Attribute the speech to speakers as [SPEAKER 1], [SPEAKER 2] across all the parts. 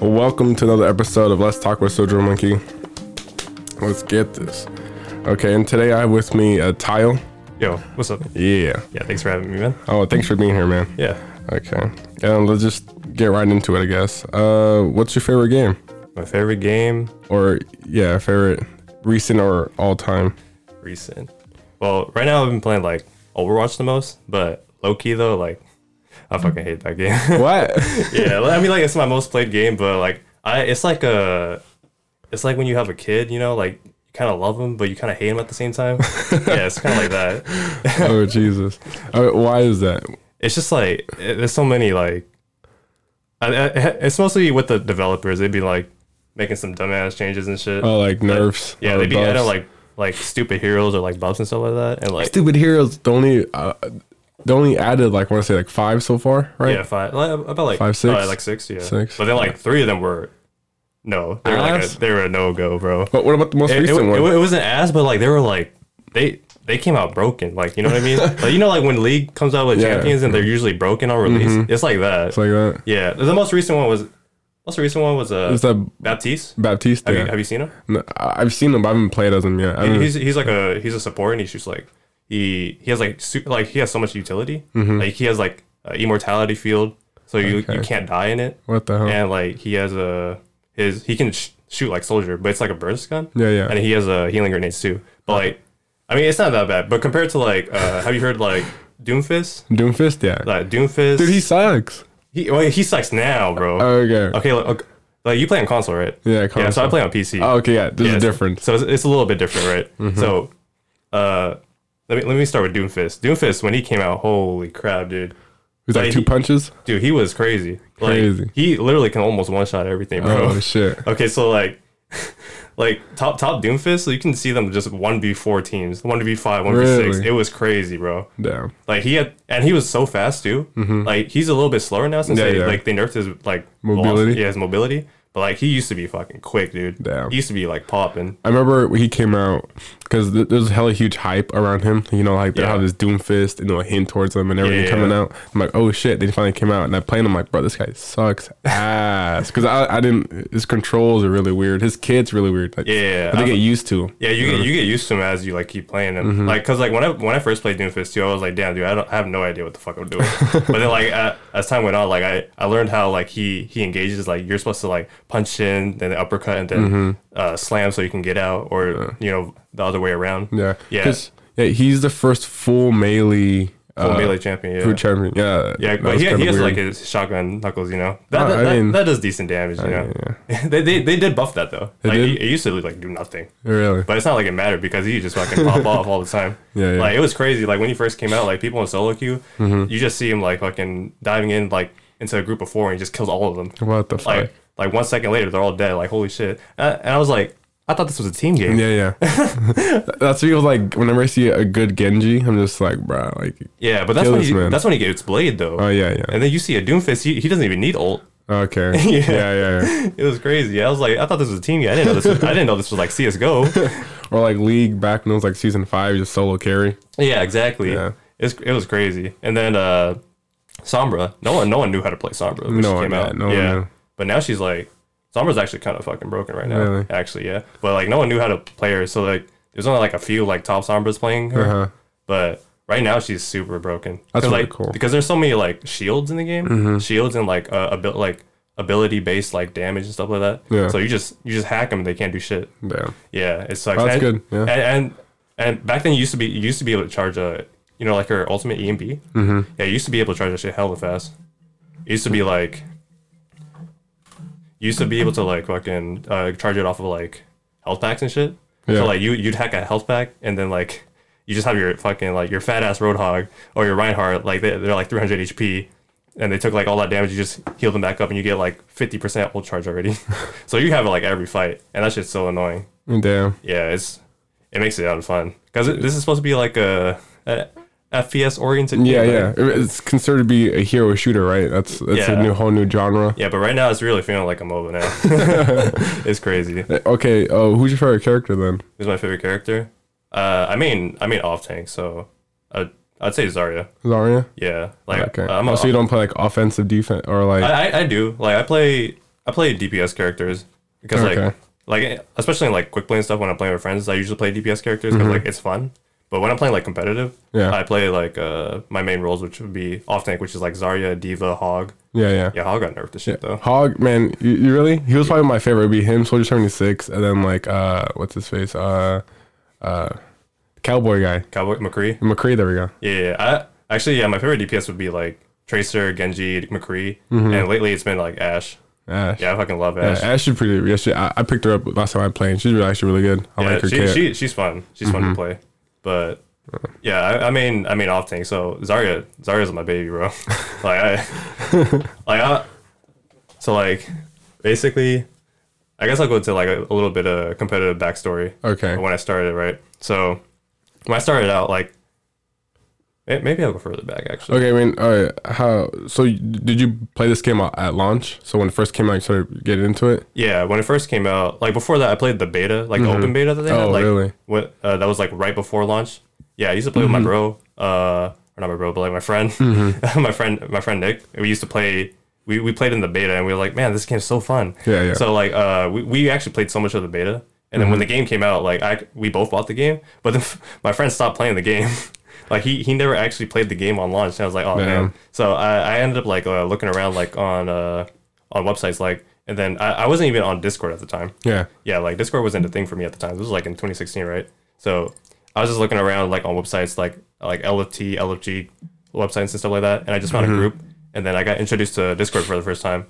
[SPEAKER 1] Welcome to another episode of Let's Talk with Soldier Monkey. Let's get this. Okay, and today I have with me uh, Tile.
[SPEAKER 2] Yo, what's up?
[SPEAKER 1] Yeah.
[SPEAKER 2] Yeah, thanks for having me, man.
[SPEAKER 1] Oh, thanks for being here, man.
[SPEAKER 2] Yeah.
[SPEAKER 1] Okay. And let's just get right into it, I guess. Uh, what's your favorite game?
[SPEAKER 2] My favorite game,
[SPEAKER 1] Or, yeah, favorite recent or all time?
[SPEAKER 2] recent. Well, right now I've been playing like Overwatch the most, but low key though, like I fucking hate that game.
[SPEAKER 1] What?
[SPEAKER 2] yeah, I mean like it's my most played game, but like I it's like a it's like when you have a kid, you know, like you kind of love them, but you kind of hate them at the same time. yeah, it's kind of like that.
[SPEAKER 1] oh, Jesus. Uh, why is that?
[SPEAKER 2] It's just like it- there's so many like I, I, it's mostly with the developers. They'd be like making some dumbass changes and shit.
[SPEAKER 1] Oh, like nerfs?
[SPEAKER 2] Yeah,
[SPEAKER 1] or
[SPEAKER 2] they'd be adding
[SPEAKER 1] buffs?
[SPEAKER 2] like like stupid heroes or like buffs and stuff like that, and like
[SPEAKER 1] Stupid Heroes, the only, uh, the only added, like, I want to say, like five so far, right?
[SPEAKER 2] yeah, five like, about like
[SPEAKER 1] Five, six?
[SPEAKER 2] uh, like six, yeah,
[SPEAKER 1] Six,
[SPEAKER 2] But then like three of them were no, they were like
[SPEAKER 1] Ass?
[SPEAKER 2] a, they were a no go, bro.
[SPEAKER 1] But what about the most
[SPEAKER 2] It, it,
[SPEAKER 1] recent one?
[SPEAKER 2] it, it wasn't ass, but like they were like they they came out broken, like you know what I mean? like you know like when League comes out with
[SPEAKER 1] Yeah. Mm-hmm.
[SPEAKER 2] champions and they're usually broken on release, it's like that.
[SPEAKER 1] it's like that.
[SPEAKER 2] yeah, the most recent one was most recent one was uh
[SPEAKER 1] It's that
[SPEAKER 2] Baptiste.
[SPEAKER 1] Baptiste.
[SPEAKER 2] Have, you, have you seen him?
[SPEAKER 1] No, I- I've seen him, but I haven't played as him yet. I
[SPEAKER 2] And
[SPEAKER 1] haven't-
[SPEAKER 2] he's he's like a he's a support and he's just like he he has like su- like he has so much utility. Like he has like a immortality field, so you
[SPEAKER 1] Mm-hmm. Okay. Uh-huh.
[SPEAKER 2] you can't die in it.
[SPEAKER 1] what the hell?
[SPEAKER 2] And like he has a his he can sh- shoot like soldier, but it's like a burst gun.
[SPEAKER 1] Yeah, yeah. Uh-huh.
[SPEAKER 2] And he has a healing grenades too. But like, I mean, it's not that bad. But compared to like, uh, have you heard like Doomfist?
[SPEAKER 1] Doomfist, yeah.
[SPEAKER 2] Like Doomfist,
[SPEAKER 1] Dude, he sucks.
[SPEAKER 2] he well, he sucks now, bro.
[SPEAKER 1] Okay.
[SPEAKER 2] okay, like, okay, like you play on console, right?
[SPEAKER 1] Yeah,
[SPEAKER 2] Yeah, so I
[SPEAKER 1] console.
[SPEAKER 2] play on PC.
[SPEAKER 1] Oh, okay, yeah. This
[SPEAKER 2] Yeah,
[SPEAKER 1] is
[SPEAKER 2] so-
[SPEAKER 1] different.
[SPEAKER 2] So it's, it's a little bit different, right?
[SPEAKER 1] Mm-hmm.
[SPEAKER 2] So, uh, let me let me start with Doomfist. Doomfist when he came out, holy crap, dude!
[SPEAKER 1] He's like
[SPEAKER 2] like,
[SPEAKER 1] two
[SPEAKER 2] he-
[SPEAKER 1] punches.
[SPEAKER 2] Dude, he was crazy. Like,
[SPEAKER 1] Crazy.
[SPEAKER 2] He literally can almost one shot everything, bro.
[SPEAKER 1] Oh shit.
[SPEAKER 2] okay, so like, like top top Doomfist, so you can see them just one v four teams, one v five, one v six.
[SPEAKER 1] Really?
[SPEAKER 2] It was crazy, bro.
[SPEAKER 1] Damn.
[SPEAKER 2] Like he had, and he was so fast too. Like he's a little bit slower now since
[SPEAKER 1] Mm-hmm. Yeah,
[SPEAKER 2] they,
[SPEAKER 1] yeah.
[SPEAKER 2] like they nerfed his like
[SPEAKER 1] Mobility?
[SPEAKER 2] velocity- Yeah, his mobility. But like he used to be fucking quick, dude.
[SPEAKER 1] Damn.
[SPEAKER 2] He used to be like popping.
[SPEAKER 1] I remember when he came out because th- there was hella huge hype around him. You know, like they
[SPEAKER 2] Yeah.
[SPEAKER 1] had this Doomfist and you know, a hint towards him and everything
[SPEAKER 2] Yeah.
[SPEAKER 1] coming out. I'm like, oh shit. They finally came out and I played him. I'm like, bro, this guy sucks ass. Because I, I didn't. His controls are really weird. His kid's really weird. Like,
[SPEAKER 2] Yeah,
[SPEAKER 1] But they
[SPEAKER 2] I-
[SPEAKER 1] get used to.
[SPEAKER 2] Yeah, you get you get used to him as you like keep playing him.
[SPEAKER 1] Mm-hmm.
[SPEAKER 2] Like, cause like when I when I first played Doomfist 2, I was like, damn, dude, I don't I have no idea what the fuck I'm doing. but then like a- as time went on, like I I learned how like he he engages. Like you're supposed to like punch in, then uppercut, and then
[SPEAKER 1] Mm-hmm.
[SPEAKER 2] uh, slam so you can get out, or you know the other way around.
[SPEAKER 1] Yeah.
[SPEAKER 2] yeah,
[SPEAKER 1] 'Cause, yeah, he's the first full melee.
[SPEAKER 2] full
[SPEAKER 1] uh,
[SPEAKER 2] melee champion. Yeah.
[SPEAKER 1] Food champion. Yeah.
[SPEAKER 2] yeah,
[SPEAKER 1] that
[SPEAKER 2] but
[SPEAKER 1] was
[SPEAKER 2] he, he
[SPEAKER 1] kinda
[SPEAKER 2] has
[SPEAKER 1] weird.
[SPEAKER 2] like his shotgun knuckles, you know. That,
[SPEAKER 1] Oh,
[SPEAKER 2] that,
[SPEAKER 1] I
[SPEAKER 2] that-
[SPEAKER 1] mean-
[SPEAKER 2] that does decent damage, you know. they, they they did buff that though. Like
[SPEAKER 1] did?
[SPEAKER 2] it it used to like do nothing.
[SPEAKER 1] Really?
[SPEAKER 2] But it's not like it mattered because he just fucking pop off all the time.
[SPEAKER 1] Yeah, Mm-hmm. yeah.
[SPEAKER 2] Like it was crazy. Like when he first came out, like people in solo queue, you just see him like fucking diving in like into a group of four and he just kills all of them.
[SPEAKER 1] What the fuck?
[SPEAKER 2] Like like one second later, they're all dead. Like holy shit. Uh, And I, and I was like, I thought this was a team game. Yeah,
[SPEAKER 1] yeah, yeah. That's feels like whenever I see a good Genji, I'm just like, bro, like,
[SPEAKER 2] but that's
[SPEAKER 1] Kill
[SPEAKER 2] when
[SPEAKER 1] this
[SPEAKER 2] he,
[SPEAKER 1] man.
[SPEAKER 2] that's when he gets blade though.
[SPEAKER 1] oh yeah, yeah.
[SPEAKER 2] And then you see a Doomfist. He, he doesn't even need ult.
[SPEAKER 1] Okay. yeah.
[SPEAKER 2] Yeah.
[SPEAKER 1] yeah, yeah.
[SPEAKER 2] It was crazy. I was like, I thought this was a team game. I didn't know this. Was, I didn't know this was like CS:GO.
[SPEAKER 1] Or like League back when it was like season five, just solo carry.
[SPEAKER 2] Yeah, exactly.
[SPEAKER 1] Yeah.
[SPEAKER 2] It's, it was crazy. And then uh Sombra, no one no one knew how to play Sombra when
[SPEAKER 1] No
[SPEAKER 2] she
[SPEAKER 1] one,
[SPEAKER 2] came
[SPEAKER 1] yeah,
[SPEAKER 2] out.
[SPEAKER 1] no one
[SPEAKER 2] yeah.
[SPEAKER 1] knew.
[SPEAKER 2] But now she's like Sombra's actually kind of fucking broken right now.
[SPEAKER 1] Really?
[SPEAKER 2] Actually, yeah. But like no one knew how to play her, so like there's only like a few like top Sombras playing her.
[SPEAKER 1] Uh-huh.
[SPEAKER 2] But right now she's super broken.
[SPEAKER 1] That's
[SPEAKER 2] 'Cause,
[SPEAKER 1] really
[SPEAKER 2] like,
[SPEAKER 1] cool. Mm-hmm.
[SPEAKER 2] Because there's so many like shields in the game, shields and like uh, abil- like ability based like damage and stuff like that.
[SPEAKER 1] Yeah.
[SPEAKER 2] So you just you just hack them, they can't do shit.
[SPEAKER 1] Damn.
[SPEAKER 2] Yeah, it sucks.
[SPEAKER 1] Oh, that's
[SPEAKER 2] and,
[SPEAKER 1] good, yeah.
[SPEAKER 2] And, and and back then you used to be you used to be able to charge a you know like her ultimate EMB. Mm-hmm. Yeah, you used to be able to charge that shit hella fast. It used to be like you used to be able to like fucking uh, charge it off of like health packs and shit.
[SPEAKER 1] Yeah.
[SPEAKER 2] So like you you'd hack a health pack and then like you just have your fucking like your fat ass Roadhog or your Reinhardt like they, they're like 300 HP. and they took like all that damage, you just heal them back up, and you get like fifty percent ult charge already. so you have it like every fight, and that shit's so annoying.
[SPEAKER 1] Damn.
[SPEAKER 2] Yeah, it's it makes it unfun because this is supposed to be like a, a FPS oriented.
[SPEAKER 1] Yeah, yeah. It's considered to be a hero shooter, right? That's that's a
[SPEAKER 2] Yeah.
[SPEAKER 1] new whole new genre.
[SPEAKER 2] Yeah, but right now it's really feeling like a MOBA now. it's crazy.
[SPEAKER 1] Okay. Oh, who's your favorite character then?
[SPEAKER 2] Who's my favorite character? Uh, I mean, I mean off tank. So, uh, I'd say Zarya.
[SPEAKER 1] Zarya.
[SPEAKER 2] Yeah, like
[SPEAKER 1] Okay.
[SPEAKER 2] uh, I'm a,
[SPEAKER 1] oh, so you don't play like offensive defense or like
[SPEAKER 2] I, I I do like I play I play DPS characters because
[SPEAKER 1] Okay.
[SPEAKER 2] like like especially in like quick play and stuff when I'm playing with friends I usually play DPS characters because like it's fun. But when I'm playing like competitive,
[SPEAKER 1] Mm-hmm. Yeah.
[SPEAKER 2] I play like uh my main roles which would be off tank which is like Zarya, Diva, Hog.
[SPEAKER 1] yeah, yeah.
[SPEAKER 2] Yeah, Hog got nerfed to shit though.
[SPEAKER 1] Hog, man, you, you really? He was probably my favorite. It'd be him, Soldier Seventy Six, and then like uh, what's his face? Uh, uh, cowboy guy,
[SPEAKER 2] Cowboy McCree.
[SPEAKER 1] McCree. There we go.
[SPEAKER 2] Yeah, yeah. I actually yeah my favorite DPS would be like Tracer, Genji, McCree,
[SPEAKER 1] Mm-hmm.
[SPEAKER 2] and lately it's been like Ash.
[SPEAKER 1] Ash.
[SPEAKER 2] Yeah, I fucking love Ash.
[SPEAKER 1] Yeah, Ash is pretty. Yeah, she, I, I picked her up last time I played. She's really, actually really good. I
[SPEAKER 2] Yeah,
[SPEAKER 1] like her Mm-hmm.
[SPEAKER 2] she,
[SPEAKER 1] kit.
[SPEAKER 2] she she's fun. She's fun to play. But yeah, I, I mean I mean off tank. So Zarya Zarya's my baby, bro. like I like I, so like basically I guess I'll go into like a, a little bit of competitive backstory.
[SPEAKER 1] Okay.
[SPEAKER 2] of When I started, right? So when I started out, like may- maybe I'll go further back actually.
[SPEAKER 1] Okay, I mean, uh, how? So, you- did you play this game at at launch? So when it first came out, you started getting into it.
[SPEAKER 2] Yeah, when it first came out, like before that, I played the beta, like the open beta that they
[SPEAKER 1] Oh,
[SPEAKER 2] had. Like,
[SPEAKER 1] really? Mm-hmm.
[SPEAKER 2] What uh, that was like right before launch. Yeah, I used to play with my bro, uh, or not my bro, but like my friend, my friend, my friend Nick. We used to play. We, we played in the beta and we were like, man, this game's so fun.
[SPEAKER 1] Yeah, yeah.
[SPEAKER 2] So like, uh, we, we actually played so much of the beta, and then when the game came out, like I we both bought the game, but then my friend stopped playing the game. like he, he never actually played the game on launch. And I was like, oh man.
[SPEAKER 1] Man.
[SPEAKER 2] So I, I ended up like uh, looking around like on uh, on websites like, and then I, I wasn't even on Discord at the time.
[SPEAKER 1] Yeah.
[SPEAKER 2] Yeah, like Discord wasn't a thing for me at the time. This was like in 2016, right? So I was just looking around like on websites like like LFT, LFG websites and stuff like that, and I just found a
[SPEAKER 1] Mm-hmm.
[SPEAKER 2] group, and then I got introduced to Discord for the first time.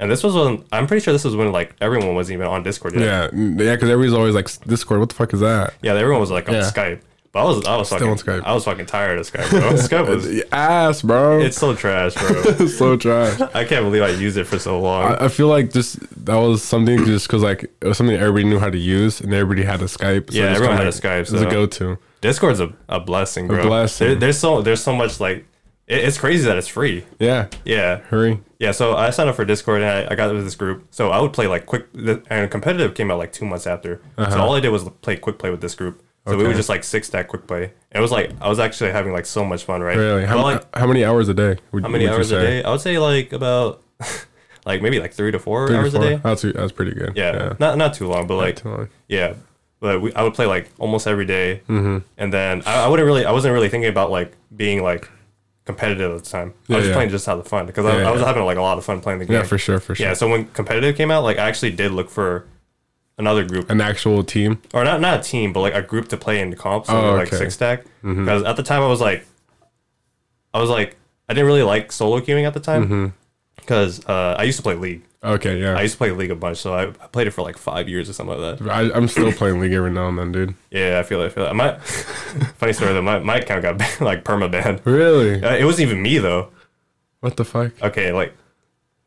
[SPEAKER 2] And this was when I'm pretty sure this was when like everyone wasn't even on Discord yet.
[SPEAKER 1] Yeah, n- yeah, because everybody's always like Discord. What the fuck is that?
[SPEAKER 2] Yeah, everyone was like on
[SPEAKER 1] Yeah.
[SPEAKER 2] Skype. But I was I was
[SPEAKER 1] on
[SPEAKER 2] fucking
[SPEAKER 1] Skype.
[SPEAKER 2] I was fucking tired of Skype, bro. Skype was
[SPEAKER 1] Ass, bro. It's
[SPEAKER 2] it's so trash, bro.
[SPEAKER 1] so trash.
[SPEAKER 2] I can't believe I used it for so long.
[SPEAKER 1] I I feel like just that was something just because like it was something everybody knew how to use and everybody had a Skype. So
[SPEAKER 2] Yeah,
[SPEAKER 1] just
[SPEAKER 2] everyone
[SPEAKER 1] kinda
[SPEAKER 2] had a Skype,
[SPEAKER 1] It was a
[SPEAKER 2] so-
[SPEAKER 1] go-to.
[SPEAKER 2] Discord's a, a blessing, bro.
[SPEAKER 1] blessing.
[SPEAKER 2] There, there's so there's so much like it, it's crazy that it's free.
[SPEAKER 1] Yeah,
[SPEAKER 2] Yeah.
[SPEAKER 1] hurry.
[SPEAKER 2] Yeah, so I signed up for Discord and I, I got with this group. So I would play like quick the- and competitive came out like two months after.
[SPEAKER 1] Uh-huh.
[SPEAKER 2] So all I did was play quick play with this group. So we would just like six stack quick play. And it was like I was actually having like so much fun, right?
[SPEAKER 1] Really? How,
[SPEAKER 2] But, like
[SPEAKER 1] how many hours a day? Would,
[SPEAKER 2] how many
[SPEAKER 1] would you
[SPEAKER 2] hours a
[SPEAKER 1] say?
[SPEAKER 2] day? I would say like about like maybe like three to four
[SPEAKER 1] Three to
[SPEAKER 2] hours a
[SPEAKER 1] four?
[SPEAKER 2] day.
[SPEAKER 1] That's that's pretty good.
[SPEAKER 2] Yeah, not not too long, but like
[SPEAKER 1] too long.
[SPEAKER 2] yeah, but we, I would play like almost every mm-hmm. and then I, I wouldn't really, I wasn't really thinking about like being like competitive at the time. I was
[SPEAKER 1] yeah.
[SPEAKER 2] just playing just out of fun because I,
[SPEAKER 1] Yeah,
[SPEAKER 2] I was
[SPEAKER 1] yeah.
[SPEAKER 2] having like a lot of fun playing the game.
[SPEAKER 1] Yeah, for sure, for sure.
[SPEAKER 2] Yeah, so when competitive came out, like I actually did look for another group
[SPEAKER 1] An actual team.
[SPEAKER 2] or not not a team, but like a group to play in the comp, so
[SPEAKER 1] Oh,
[SPEAKER 2] like
[SPEAKER 1] okay. Mm-hmm.
[SPEAKER 2] six stack. Because at the time I was like, I was like, I didn't really like solo queuing at the time because uh, I used to play League.
[SPEAKER 1] Okay,
[SPEAKER 2] I
[SPEAKER 1] Mm-hmm. yeah.
[SPEAKER 2] used to play League a bunch, so I, I played it for like five years or something like that.
[SPEAKER 1] I, I'm still playing League every now and then, dude.
[SPEAKER 2] Yeah, I feel it. I feel it. My funny story though, my, my account got banned, like perma banned.
[SPEAKER 1] Really?
[SPEAKER 2] Uh, it wasn't even me though.
[SPEAKER 1] What the fuck?
[SPEAKER 2] Okay, like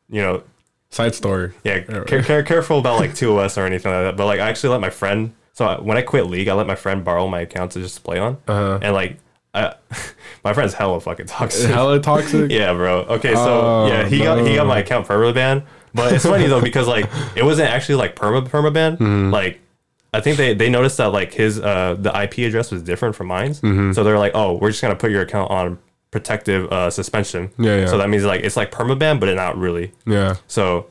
[SPEAKER 2] you know,
[SPEAKER 1] Side story.
[SPEAKER 2] yeah, care, care, careful about like 2OS or anything like that. But like, I actually let my friend. So I, when I quit League, I let my friend borrow my account to just play on, uh-huh. and like, I, my friend's hella fucking toxic.
[SPEAKER 1] Hella toxic.
[SPEAKER 2] Yeah, bro. Okay, so
[SPEAKER 1] Oh,
[SPEAKER 2] yeah, he got he got my account perma banned. But it's funny though because like it wasn't actually like perma perma ban.
[SPEAKER 1] Mm-hmm.
[SPEAKER 2] Like I think they they noticed that like his uh the IP address was different from mine.
[SPEAKER 1] Mm-hmm.
[SPEAKER 2] So they're like, oh, we're just gonna put your account on protective uh suspension.
[SPEAKER 1] Yeah, yeah.
[SPEAKER 2] So that means like it's like perma ban, but it not really.
[SPEAKER 1] Yeah.
[SPEAKER 2] So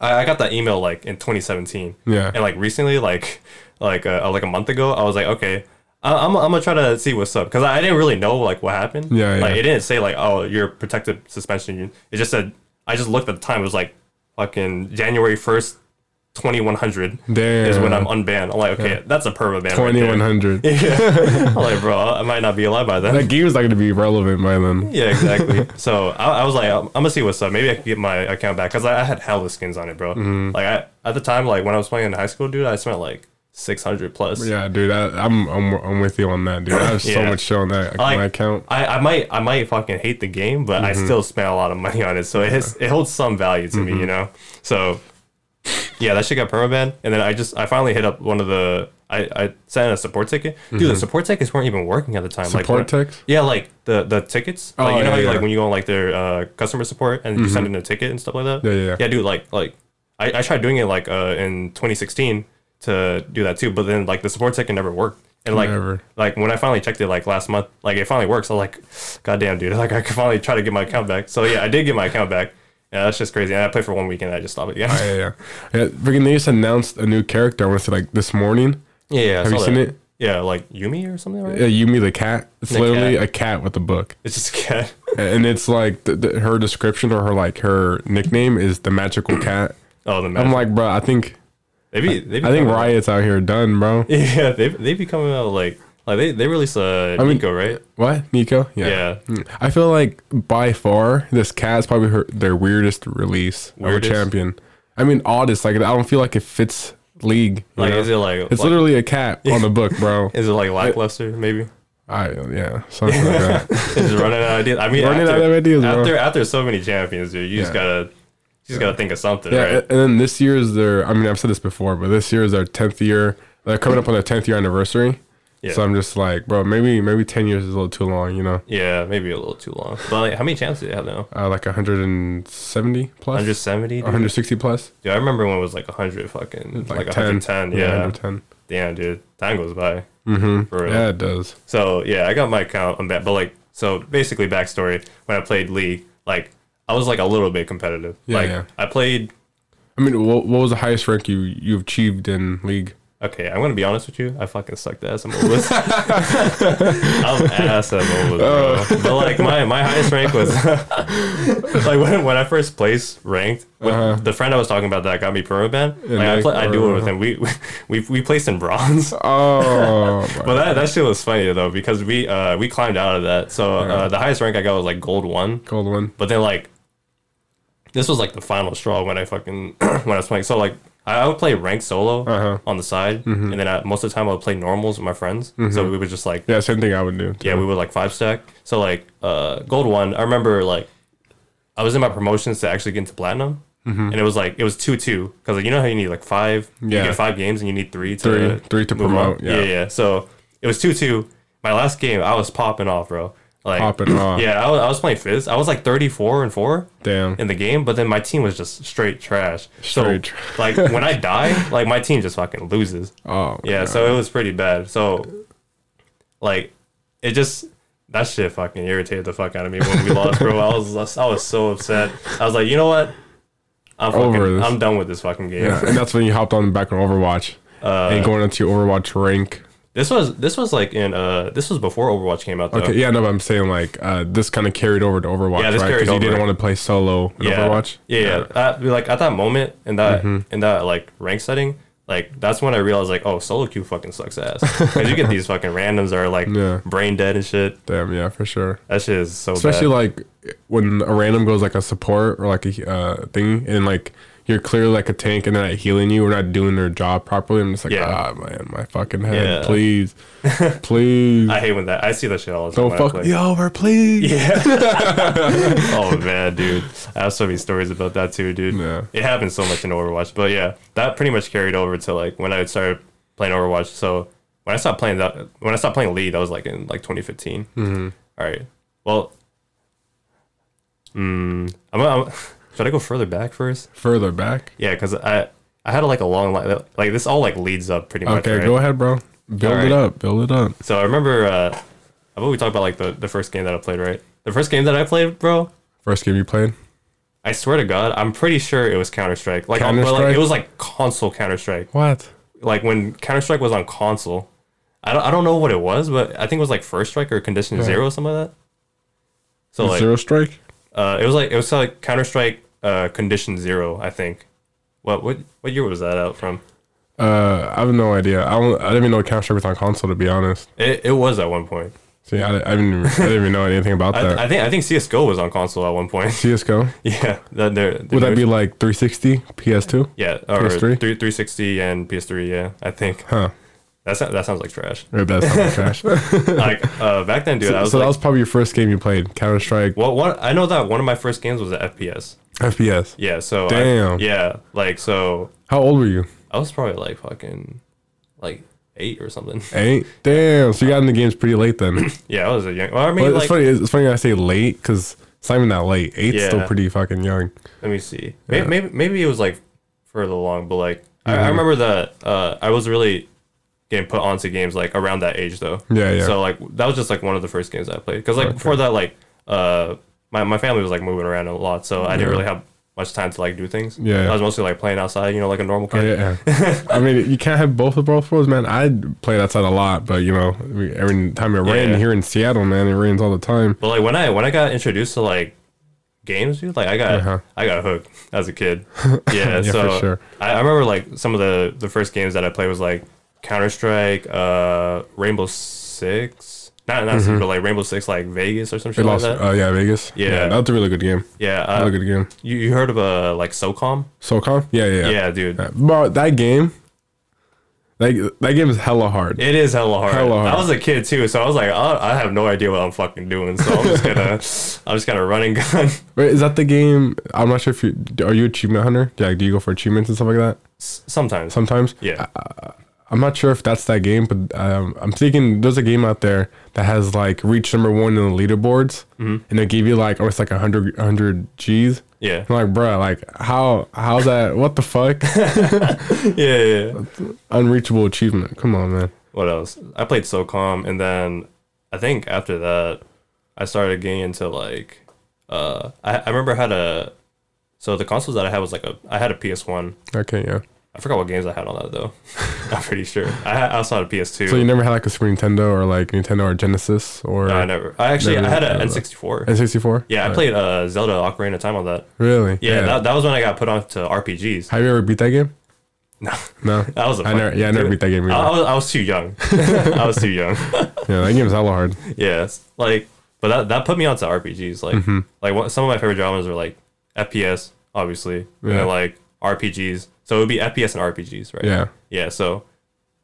[SPEAKER 2] I, I got that email like in 2017.
[SPEAKER 1] Yeah.
[SPEAKER 2] And like recently, like like uh, like a month ago, I was like, okay, I, I'm I'm gonna try to see what's up because I, I didn't really know like what happened.
[SPEAKER 1] Yeah, yeah.
[SPEAKER 2] Like it didn't say like oh your protected suspension. It just said I just looked at the time. It was like fucking January first. 2100 is when I'm
[SPEAKER 1] Damn.
[SPEAKER 2] unbanned. I'm like, okay, that's a perma ban.
[SPEAKER 1] Twenty one
[SPEAKER 2] Right
[SPEAKER 1] hundred.
[SPEAKER 2] there. I'm like, bro, I might not be alive by then.
[SPEAKER 1] That game's not gonna be relevant by then.
[SPEAKER 2] Yeah, exactly. so I, I was like, I'm, I'm gonna see what's up. Maybe I can get my account back because I, I had hella skins on it, bro. Like I, at the time, like when I was playing in high school, dude, I spent like 600 plus.
[SPEAKER 1] Yeah, dude, I, I'm, I'm I'm with you on that, dude. I have so
[SPEAKER 2] Yeah.
[SPEAKER 1] much shit on that
[SPEAKER 2] Like,
[SPEAKER 1] my account.
[SPEAKER 2] I, I might I might fucking hate the game, but
[SPEAKER 1] Mm-hmm.
[SPEAKER 2] I still spent a lot of money on it, so it has, it holds some value to me, you know. So yeah, that shit got permaban, and then I just I finally hit up one of the I, I sent in a support ticket. Dude, the support tickets weren't even working at the time.
[SPEAKER 1] Mm-hmm. Support
[SPEAKER 2] when-
[SPEAKER 1] tickets?
[SPEAKER 2] Yeah, like the the tickets.
[SPEAKER 1] Oh,
[SPEAKER 2] like you know
[SPEAKER 1] yeah,
[SPEAKER 2] how you
[SPEAKER 1] yeah. Mm-hmm.
[SPEAKER 2] like when you go on like their uh, customer support and you send in a ticket and stuff like that.
[SPEAKER 1] Yeah, yeah, yeah.
[SPEAKER 2] Yeah, dude, like like I, I tried doing it like uh, in 2016 to do that too, but then like the support ticket never worked. And like
[SPEAKER 1] Never.
[SPEAKER 2] like when I finally checked it like last month, like it finally works. I was like, God damn dude, like I could finally try to get my account back. So yeah, I did get my account back. Yeah, that's just crazy. And I played for one weekend and I just stopped it. Yeah.
[SPEAKER 1] Yeah, yeah, yeah. Freaking, they just announced a new character. I want to say like this morning.
[SPEAKER 2] yeah, yeah. I
[SPEAKER 1] Have you
[SPEAKER 2] saw
[SPEAKER 1] seen
[SPEAKER 2] that.
[SPEAKER 1] it?
[SPEAKER 2] Yeah, like Yumi or something, right?
[SPEAKER 1] Yeah, you me the cat. It's
[SPEAKER 2] The
[SPEAKER 1] literally a cat with a book,
[SPEAKER 2] It's just a cat.
[SPEAKER 1] and it's like the, the, her description or her like her nickname is the magical cat.
[SPEAKER 2] Oh the
[SPEAKER 1] I'm
[SPEAKER 2] man.
[SPEAKER 1] like, bro, I think
[SPEAKER 2] They be, they be
[SPEAKER 1] I think
[SPEAKER 2] coming out-
[SPEAKER 1] Riot's out here done, bro.
[SPEAKER 2] Yeah, they they be coming out like like they, they released uh,
[SPEAKER 1] mean-
[SPEAKER 2] Nico, right?
[SPEAKER 1] What, Nico?
[SPEAKER 2] Yeah.
[SPEAKER 1] Mm. I feel like by far this cat's probably her, their weirdest release of
[SPEAKER 2] Weirdest?
[SPEAKER 1] a champion. I mean, oddest. Like I don't feel like it fits league. you
[SPEAKER 2] Like
[SPEAKER 1] know?
[SPEAKER 2] is it like
[SPEAKER 1] it's
[SPEAKER 2] like-
[SPEAKER 1] literally a cat on the book, bro.
[SPEAKER 2] is it like lackluster maybe?
[SPEAKER 1] I yeah, something like that.
[SPEAKER 2] just running out of ideas. I mean,
[SPEAKER 1] Running
[SPEAKER 2] after,
[SPEAKER 1] out of ideas, bro.
[SPEAKER 2] After, after so many champions, dude, you just
[SPEAKER 1] Yeah.
[SPEAKER 2] gotta, you just gotta think of something,
[SPEAKER 1] Yeah,
[SPEAKER 2] right?
[SPEAKER 1] and then this year is their. I mean, I've said this before, but this year is their tenth year. They're coming up on their tenth year anniversary.
[SPEAKER 2] Yeah.
[SPEAKER 1] So I'm just like, bro, maybe maybe ten years is a little too long, you know,
[SPEAKER 2] yeah, maybe a little too long. But like, how many chances did they have now?
[SPEAKER 1] uh, like 170 plus,
[SPEAKER 2] 170. Dude?
[SPEAKER 1] 160 plus,
[SPEAKER 2] Dude, I remember when it was like 100 fucking,
[SPEAKER 1] 10.
[SPEAKER 2] like, 110. Yeah.
[SPEAKER 1] 110.
[SPEAKER 2] Damn, dude, time goes by. Mm-hmm. For real.
[SPEAKER 1] Yeah, it does.
[SPEAKER 2] So yeah, I got my account on that. But like, so basically, backstory: when I played League, like, I was like a little bit competitive.
[SPEAKER 1] Yeah,
[SPEAKER 2] like,
[SPEAKER 1] yeah.
[SPEAKER 2] I played
[SPEAKER 1] I mean, what, what was the highest rank you you achieved in league?
[SPEAKER 2] Okay, I'm gonna be honest with you. I fucking sucked ass at MOBAs. I'm ass at MOBAs, bro. But like my, my highest rank was like when, when I first placed ranked. With The friend I was talking about that got me permaban. Like I,
[SPEAKER 1] they-
[SPEAKER 2] play, I do it with him. We we we placed in bronze.
[SPEAKER 1] Oh,
[SPEAKER 2] But that, that shit was funny though because we uh we climbed out of that. So uh, the highest rank I got was like gold one.
[SPEAKER 1] cold one.
[SPEAKER 2] But then like this was like the final straw when I fucking when I was playing. So like I, I would play ranked solo on the side, and then I, most of the time I would play normals with my friends. So we would just like yeah.
[SPEAKER 1] Yeah, same thing I would do.
[SPEAKER 2] we would like five stack. So like uh gold one, I remember like I was in my promotions to actually get into platinum. And it was like it was two two because like, you know how you need like five,
[SPEAKER 1] Mm-hmm. Yeah.
[SPEAKER 2] you get five games and you need three to
[SPEAKER 1] Three- three to
[SPEAKER 2] move
[SPEAKER 1] promote,
[SPEAKER 2] up.
[SPEAKER 1] yeah.
[SPEAKER 2] yeah, yeah. So it was two two. My last game, I was popping off, bro. Like
[SPEAKER 1] Popping off.
[SPEAKER 2] yeah, I was, I was playing Fizz. I was like 34 and 4
[SPEAKER 1] Damn.
[SPEAKER 2] in the game, but then my team was just straight trash.
[SPEAKER 1] Straight
[SPEAKER 2] so, like, when I die, like, my team just fucking loses.
[SPEAKER 1] Oh,
[SPEAKER 2] yeah, so it was pretty bad. So, like, it just, that shit fucking irritated the fuck out of me when we lost, bro. I was, I was so upset. I was like, you know what? I'm fucking,
[SPEAKER 1] Over this.
[SPEAKER 2] I'm done with this fucking game.
[SPEAKER 1] Yeah, and that's when you hopped on back on Overwatch
[SPEAKER 2] Uh,
[SPEAKER 1] and going into your Overwatch rank.
[SPEAKER 2] This was, this was like in, uh, this was before Overwatch came out, though.
[SPEAKER 1] Okay, yeah, no, but I'm saying like uh, this kind of carried over to Overwatch,
[SPEAKER 2] Yeah, this
[SPEAKER 1] right?
[SPEAKER 2] carried
[SPEAKER 1] Because you
[SPEAKER 2] over.
[SPEAKER 1] didn't want to play solo in
[SPEAKER 2] yeah.
[SPEAKER 1] Overwatch. Mm-hmm.
[SPEAKER 2] Yeah, yeah. That- like at that moment in that in that like rank setting, like that's when I realized like, oh, solo queue fucking sucks ass. Because you get these fucking randoms that are like
[SPEAKER 1] Yeah.
[SPEAKER 2] brain dead and shit.
[SPEAKER 1] Damn, yeah, for sure.
[SPEAKER 2] That shit is so
[SPEAKER 1] Especially
[SPEAKER 2] bad.
[SPEAKER 1] like when a random goes like a support or like a uh, thing, and like you're clearly like a tank, and they're not healing you, or not doing their job properly. I'm just like,
[SPEAKER 2] Yeah.
[SPEAKER 1] ah, man, my fucking head,
[SPEAKER 2] Yeah.
[SPEAKER 1] please, please,
[SPEAKER 2] I hate when that I see that shit all the time.
[SPEAKER 1] don't
[SPEAKER 2] when I
[SPEAKER 1] fuck
[SPEAKER 2] play.
[SPEAKER 1] me over, please.
[SPEAKER 2] oh man, dude. I have so many stories about that too, dude.
[SPEAKER 1] Yeah.
[SPEAKER 2] It happens so much in Overwatch. But yeah, that pretty much carried over to like when I started playing Overwatch. So when I stopped playing that when I stopped playing League, that was like in like 2015. Mm-hmm. right. Well, mm, I'm, I'm, should I go further back first?
[SPEAKER 1] Further back.
[SPEAKER 2] Yeah, because I I had like a long li- like this all like leads up pretty much.
[SPEAKER 1] Okay,
[SPEAKER 2] right?
[SPEAKER 1] go ahead, bro. Build
[SPEAKER 2] All
[SPEAKER 1] it
[SPEAKER 2] right.
[SPEAKER 1] up. Build it up.
[SPEAKER 2] So I remember uh, I've always talked about like the the first game that I played. Right, the first game that I played, bro.
[SPEAKER 1] First game you played.
[SPEAKER 2] I swear to God, I'm pretty sure it was Counter Strike. Like, but like
[SPEAKER 1] Counter-Strike?
[SPEAKER 2] it was like console Counter Strike.
[SPEAKER 1] What?
[SPEAKER 2] Like when Counter Strike was on console, I don't, I don't know what it was, but I think it was like First Strike or Condition Zero or something like that. So like,
[SPEAKER 1] Zero strike.
[SPEAKER 2] uh, it was like it was like Counter Strike uh, Condition Zero, I think. What what what year was that out from?
[SPEAKER 1] Uh, I have no idea. I don't. I didn't even know Counter Strike was on console. To be honest,
[SPEAKER 2] It it was at one point.
[SPEAKER 1] See, I, I didn't even, I didn't even know anything about
[SPEAKER 2] I,
[SPEAKER 1] that.
[SPEAKER 2] I think I think CS:GO was on console at one point.
[SPEAKER 1] CS:GO.
[SPEAKER 2] yeah, that they're,
[SPEAKER 1] Would that be like 360, PS2?
[SPEAKER 2] yeah or
[SPEAKER 1] PS3?
[SPEAKER 2] 3 360 and PS3? Yeah, I think.
[SPEAKER 1] Huh.
[SPEAKER 2] That sounds, that sounds like trash.
[SPEAKER 1] Or that sounds trash.
[SPEAKER 2] like uh, back then, dude, I was
[SPEAKER 1] so
[SPEAKER 2] like,
[SPEAKER 1] that was probably your first game you played, Counter Strike
[SPEAKER 2] well, one, I know that one of my first games was at FPS.
[SPEAKER 1] FPS.
[SPEAKER 2] Yeah, so I-
[SPEAKER 1] Damn.
[SPEAKER 2] yeah, like so,
[SPEAKER 1] How old were you?
[SPEAKER 2] I was probably like fucking like eight or something.
[SPEAKER 1] Eight. Damn. So you got in the games pretty late then.
[SPEAKER 2] yeah, I was a young. Well, I mean,
[SPEAKER 1] But it's
[SPEAKER 2] like,
[SPEAKER 1] funny. It's funny I say late because it's not even that late. Eight's still
[SPEAKER 2] Yeah.
[SPEAKER 1] pretty fucking young.
[SPEAKER 2] let me see. Maybe, maybe maybe it was like further along, but like I,
[SPEAKER 1] Mm-hmm.
[SPEAKER 2] I remember that uh, I was really getting put onto games like around that age though.
[SPEAKER 1] Yeah, yeah.
[SPEAKER 2] So like that was just like one of the first games I played because like before that like uh my, my family was like moving around a lot, so I didn't really have much time to like do things.
[SPEAKER 1] Yeah. Oh,
[SPEAKER 2] I was mostly like playing outside, you know, like a normal kid.
[SPEAKER 1] Yeah. I mean, you can't have both of both worlds, man. I played outside a lot, but you know, we- every time it rained
[SPEAKER 2] Yeah.
[SPEAKER 1] here in Seattle, man, it rains all the time.
[SPEAKER 2] But like when I when I got introduced to like games, dude, like I got
[SPEAKER 1] Uh-huh.
[SPEAKER 2] I got hooked as a kid. Yeah,
[SPEAKER 1] for
[SPEAKER 2] so
[SPEAKER 1] sure.
[SPEAKER 2] I, I remember like some of the the first games that I played was like Counter Strike, uh, Rainbow Six, not not Six, but like Rainbow Six, like Vegas or some
[SPEAKER 1] They
[SPEAKER 2] shit like
[SPEAKER 1] Mm-hmm. lost.
[SPEAKER 2] that.
[SPEAKER 1] Oh yeah, Vegas.
[SPEAKER 2] Yeah.
[SPEAKER 1] that's a really good game.
[SPEAKER 2] yeah,
[SPEAKER 1] Really
[SPEAKER 2] uh,
[SPEAKER 1] good game.
[SPEAKER 2] you you heard of uh, like SOCOM?
[SPEAKER 1] SOCOM. Yeah, yeah,
[SPEAKER 2] Yeah,
[SPEAKER 1] yeah.
[SPEAKER 2] dude.
[SPEAKER 1] yeah. Bro, that game. That, that game is hella hard.
[SPEAKER 2] It is hella hard.
[SPEAKER 1] Hella hard.
[SPEAKER 2] I was a kid too, so I was like, I, I have no idea what I'm fucking doing, so I'm just gonna, I'm just gonna run and gun.
[SPEAKER 1] Wait, is that the game? I'm not sure if you are you achievement hunter. Yeah, do you go for achievements and stuff like that
[SPEAKER 2] S- Sometimes,
[SPEAKER 1] sometimes?
[SPEAKER 2] yeah.
[SPEAKER 1] I'm not sure if that's that game, but um, I'm thinking there's a game out there that has like reached number one in the leaderboards,
[SPEAKER 2] Mm-hmm.
[SPEAKER 1] and they give you like oh it's like 100 100 G's.
[SPEAKER 2] yeah,
[SPEAKER 1] I'm like, bruh, like how how's that? What the fuck?
[SPEAKER 2] yeah, yeah. yeah.
[SPEAKER 1] Unreachable achievement. Come on, man.
[SPEAKER 2] what else? I played SOCOM, and then I think after that, I started getting into like, uh, I, I remember I had a, so the consoles that I had was like a, I had a PS One.
[SPEAKER 1] Okay, yeah.
[SPEAKER 2] I forgot what games I had on that though. I'm pretty sure I, had, I also had a PS Two.
[SPEAKER 1] So you never had like a Super Nintendo or like Nintendo or Genesis or
[SPEAKER 2] I never. I actually
[SPEAKER 1] Never
[SPEAKER 2] I had an
[SPEAKER 1] had that.
[SPEAKER 2] N64.
[SPEAKER 1] N64.
[SPEAKER 2] Yeah, I played uh, Zelda Ocarina of Time on that.
[SPEAKER 1] Really?
[SPEAKER 2] Yeah, That, that was when I got put onto RPGs.
[SPEAKER 1] Have you ever beat that game?
[SPEAKER 2] No,
[SPEAKER 1] No.
[SPEAKER 2] that was a
[SPEAKER 1] I
[SPEAKER 2] fun-
[SPEAKER 1] never. Yeah, I never beat that game.
[SPEAKER 2] I,
[SPEAKER 1] Either.
[SPEAKER 2] I was, I was too young. I was too young.
[SPEAKER 1] Yeah, that game is hella hard.
[SPEAKER 2] Yes, like, but that, that put me onto RPGs. Like,
[SPEAKER 1] Mm-hmm.
[SPEAKER 2] like what, some of my favorite genres are like FPS, obviously, and
[SPEAKER 1] Yeah.
[SPEAKER 2] then like RPGs. So it would be FPS and RPGs, right?
[SPEAKER 1] Yeah.
[SPEAKER 2] Yeah. So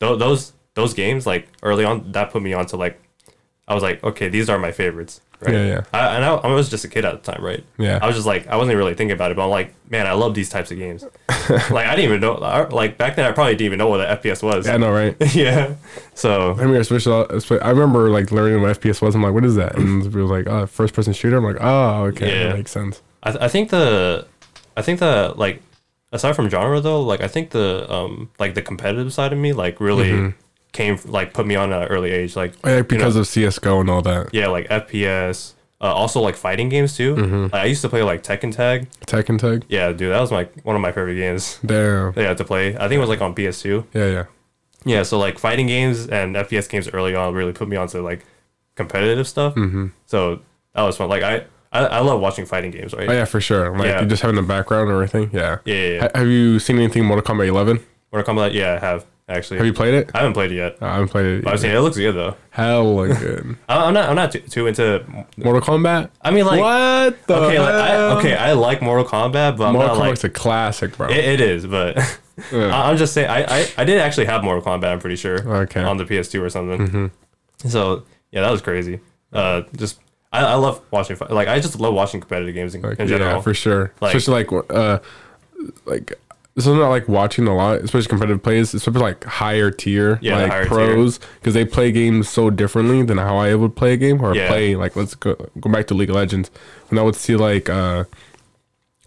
[SPEAKER 2] th- those those games, like early on, that put me onto like, I was like, okay, these are my favorites. Right?
[SPEAKER 1] Yeah, yeah.
[SPEAKER 2] I, and I, I was just a kid at the time, right?
[SPEAKER 1] Yeah.
[SPEAKER 2] I was just like, I wasn't really thinking about it, but I'm like, man, I love these types of games. like, I didn't even know. I- Like back then, I probably didn't even know what an FPS was.
[SPEAKER 1] I know, right?
[SPEAKER 2] yeah. So
[SPEAKER 1] I mean, especially, I remember like learning what FPS was. I'm like, what is that? And we were like, oh, first person shooter. I'm like, oh, okay,
[SPEAKER 2] Yeah.
[SPEAKER 1] that makes sense.
[SPEAKER 2] I, th- I think the I think the like aside from genre though, like I think the um like the competitive side of me like really came like put me on at an early age. Like
[SPEAKER 1] Mm-hmm. Oh, yeah, because of CS:GO and all that.
[SPEAKER 2] yeah, like FPS. Uh, also like fighting games too.
[SPEAKER 1] Mm-hmm.
[SPEAKER 2] Like, I used to play like Tekken Tag.
[SPEAKER 1] Tekken Tag.
[SPEAKER 2] Yeah, dude, that was like one of my favorite games.
[SPEAKER 1] Damn.
[SPEAKER 2] that I had to play. I think it was like on PS2.
[SPEAKER 1] Yeah, yeah.
[SPEAKER 2] Yeah, so like fighting games and FPS games early on really put me onto like competitive stuff. Mm-hmm. So that was fun. Like I, I I love watching fighting games. Right?
[SPEAKER 1] Oh yeah, for sure. Like
[SPEAKER 2] Yeah.
[SPEAKER 1] you just having the background and everything. Yeah.
[SPEAKER 2] Yeah, yeah, yeah.
[SPEAKER 1] Ha- have you seen anything Mortal Kombat 11?
[SPEAKER 2] Mortal Kombat. Yeah, I have actually.
[SPEAKER 1] Have you played it?
[SPEAKER 2] I haven't played it yet.
[SPEAKER 1] I haven't played it.
[SPEAKER 2] But I've
[SPEAKER 1] either.
[SPEAKER 2] seen it. It looks good though.
[SPEAKER 1] Hella good.
[SPEAKER 2] I- I'm not. I'm not too, too into.
[SPEAKER 1] Mortal Kombat.
[SPEAKER 2] I mean, like
[SPEAKER 1] what the
[SPEAKER 2] okay, like, I,
[SPEAKER 1] hell?
[SPEAKER 2] okay. I like Mortal Kombat, but I'm
[SPEAKER 1] Mortal
[SPEAKER 2] not like
[SPEAKER 1] Kombat's a classic, bro.
[SPEAKER 2] it, it is. But I, I'm just saying, I, I I did actually have Mortal Kombat. I'm pretty sure.
[SPEAKER 1] Okay. Mm-hmm.
[SPEAKER 2] On the PS2 or something. So yeah, that was crazy. Uh, just I, I love watching. fi- Like I just love watching competitive games in, in general.
[SPEAKER 1] Yeah, for sure.
[SPEAKER 2] Like-
[SPEAKER 1] especially like uh, like this is not like watching a lot, especially competitive plays, especially like higher tier,
[SPEAKER 2] Yeah, the
[SPEAKER 1] like
[SPEAKER 2] higher tier.
[SPEAKER 1] pros, because they play games so differently than how I would play a game or
[SPEAKER 2] Yeah.
[SPEAKER 1] play like let's go go back to League of Legends when I would see like uh.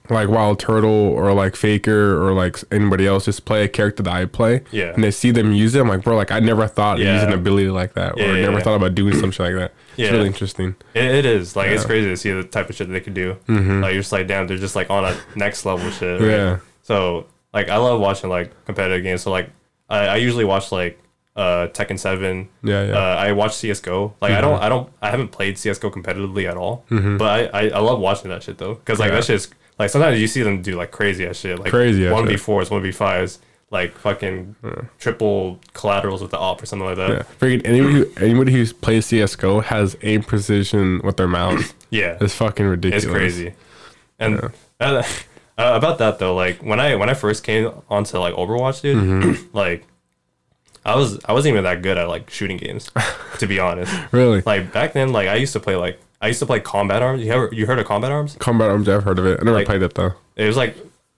[SPEAKER 1] Like Wild Turtle or like Faker or like anybody else just play a character that I play.
[SPEAKER 2] Yeah.
[SPEAKER 1] And they see them use it. I'm like, bro, like I never thought of
[SPEAKER 2] Yeah.
[SPEAKER 1] using an ability like that or
[SPEAKER 2] Yeah, yeah,
[SPEAKER 1] never
[SPEAKER 2] yeah.
[SPEAKER 1] thought about doing something like that. It's
[SPEAKER 2] Yeah.
[SPEAKER 1] really interesting.
[SPEAKER 2] It, it is like it's crazy to see the type of shit that they can do. Like you're just like, damn, they're just like on a next level shit.
[SPEAKER 1] Mm-hmm.
[SPEAKER 2] right?
[SPEAKER 1] Yeah.
[SPEAKER 2] So like I love watching like competitive games. So like I, I usually watch like uh Tekken Seven.
[SPEAKER 1] Yeah, Mm-hmm. yeah.
[SPEAKER 2] Uh, I watch CS:GO. Like I don't, I don't, I haven't played CS:GO competitively at all. But I, I, I love watching that shit though, because like
[SPEAKER 1] Mm-hmm. Yeah.
[SPEAKER 2] that shit's like sometimes you see them do like crazy ass shit, like
[SPEAKER 1] Crazy ass
[SPEAKER 2] one v fours, one v fives. like fucking triple collaterals with the op or something like
[SPEAKER 1] Yeah.
[SPEAKER 2] that.
[SPEAKER 1] Freaking anybody who anybody who plays CS:GO has aim precision with their mouse.
[SPEAKER 2] Yeah,
[SPEAKER 1] It's fucking ridiculous.
[SPEAKER 2] it's crazy. And uh, uh, about that though, like when I when I first came onto like Overwatch, dude, like I was I wasn't even that good at like shooting games, to be honest.
[SPEAKER 1] Really.
[SPEAKER 2] Like back then, like I used to play like I used to play Combat Arms. You ever you heard of Combat Arms?
[SPEAKER 1] Combat Arms, I've heard of it. I never
[SPEAKER 2] Like-
[SPEAKER 1] played it though.
[SPEAKER 2] It was like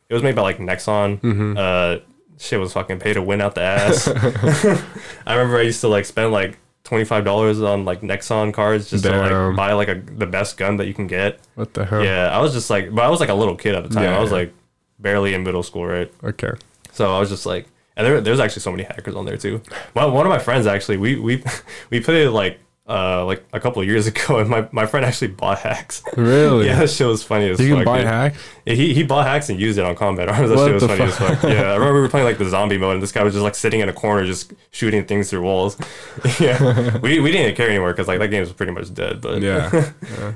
[SPEAKER 2] it was made by like Nexon. Uh, shit was fucking pay to win out the ass. I remember I used to like spend like twenty five dollars on like Nexon cards just to
[SPEAKER 1] Damn.
[SPEAKER 2] like buy like a, the best gun that you can get.
[SPEAKER 1] What the hell?
[SPEAKER 2] Yeah, I was just like, but I was like a little kid at the time.
[SPEAKER 1] Yeah,
[SPEAKER 2] I was
[SPEAKER 1] yeah.
[SPEAKER 2] like barely in middle school, right?
[SPEAKER 1] Okay.
[SPEAKER 2] So I was just like, and there, there's actually so many hackers on there too. One, one of my friends actually, we we we put it like uh like a couple of years ago, and my, my friend actually bought hacks.
[SPEAKER 1] Really?
[SPEAKER 2] yeah, that shit was funny as
[SPEAKER 1] You
[SPEAKER 2] fuck,
[SPEAKER 1] can buy
[SPEAKER 2] dude.
[SPEAKER 1] hack.
[SPEAKER 2] Yeah, he, he bought hacks and used it on combat arms. That
[SPEAKER 1] What
[SPEAKER 2] shit was
[SPEAKER 1] the
[SPEAKER 2] funny as
[SPEAKER 1] fuck?
[SPEAKER 2] fuck. Yeah, I remember we were playing like the zombie mode, and this guy was just like sitting in a corner, just shooting things through walls. yeah, we, we didn't care anymore because like that game was pretty much dead. But
[SPEAKER 1] Yeah.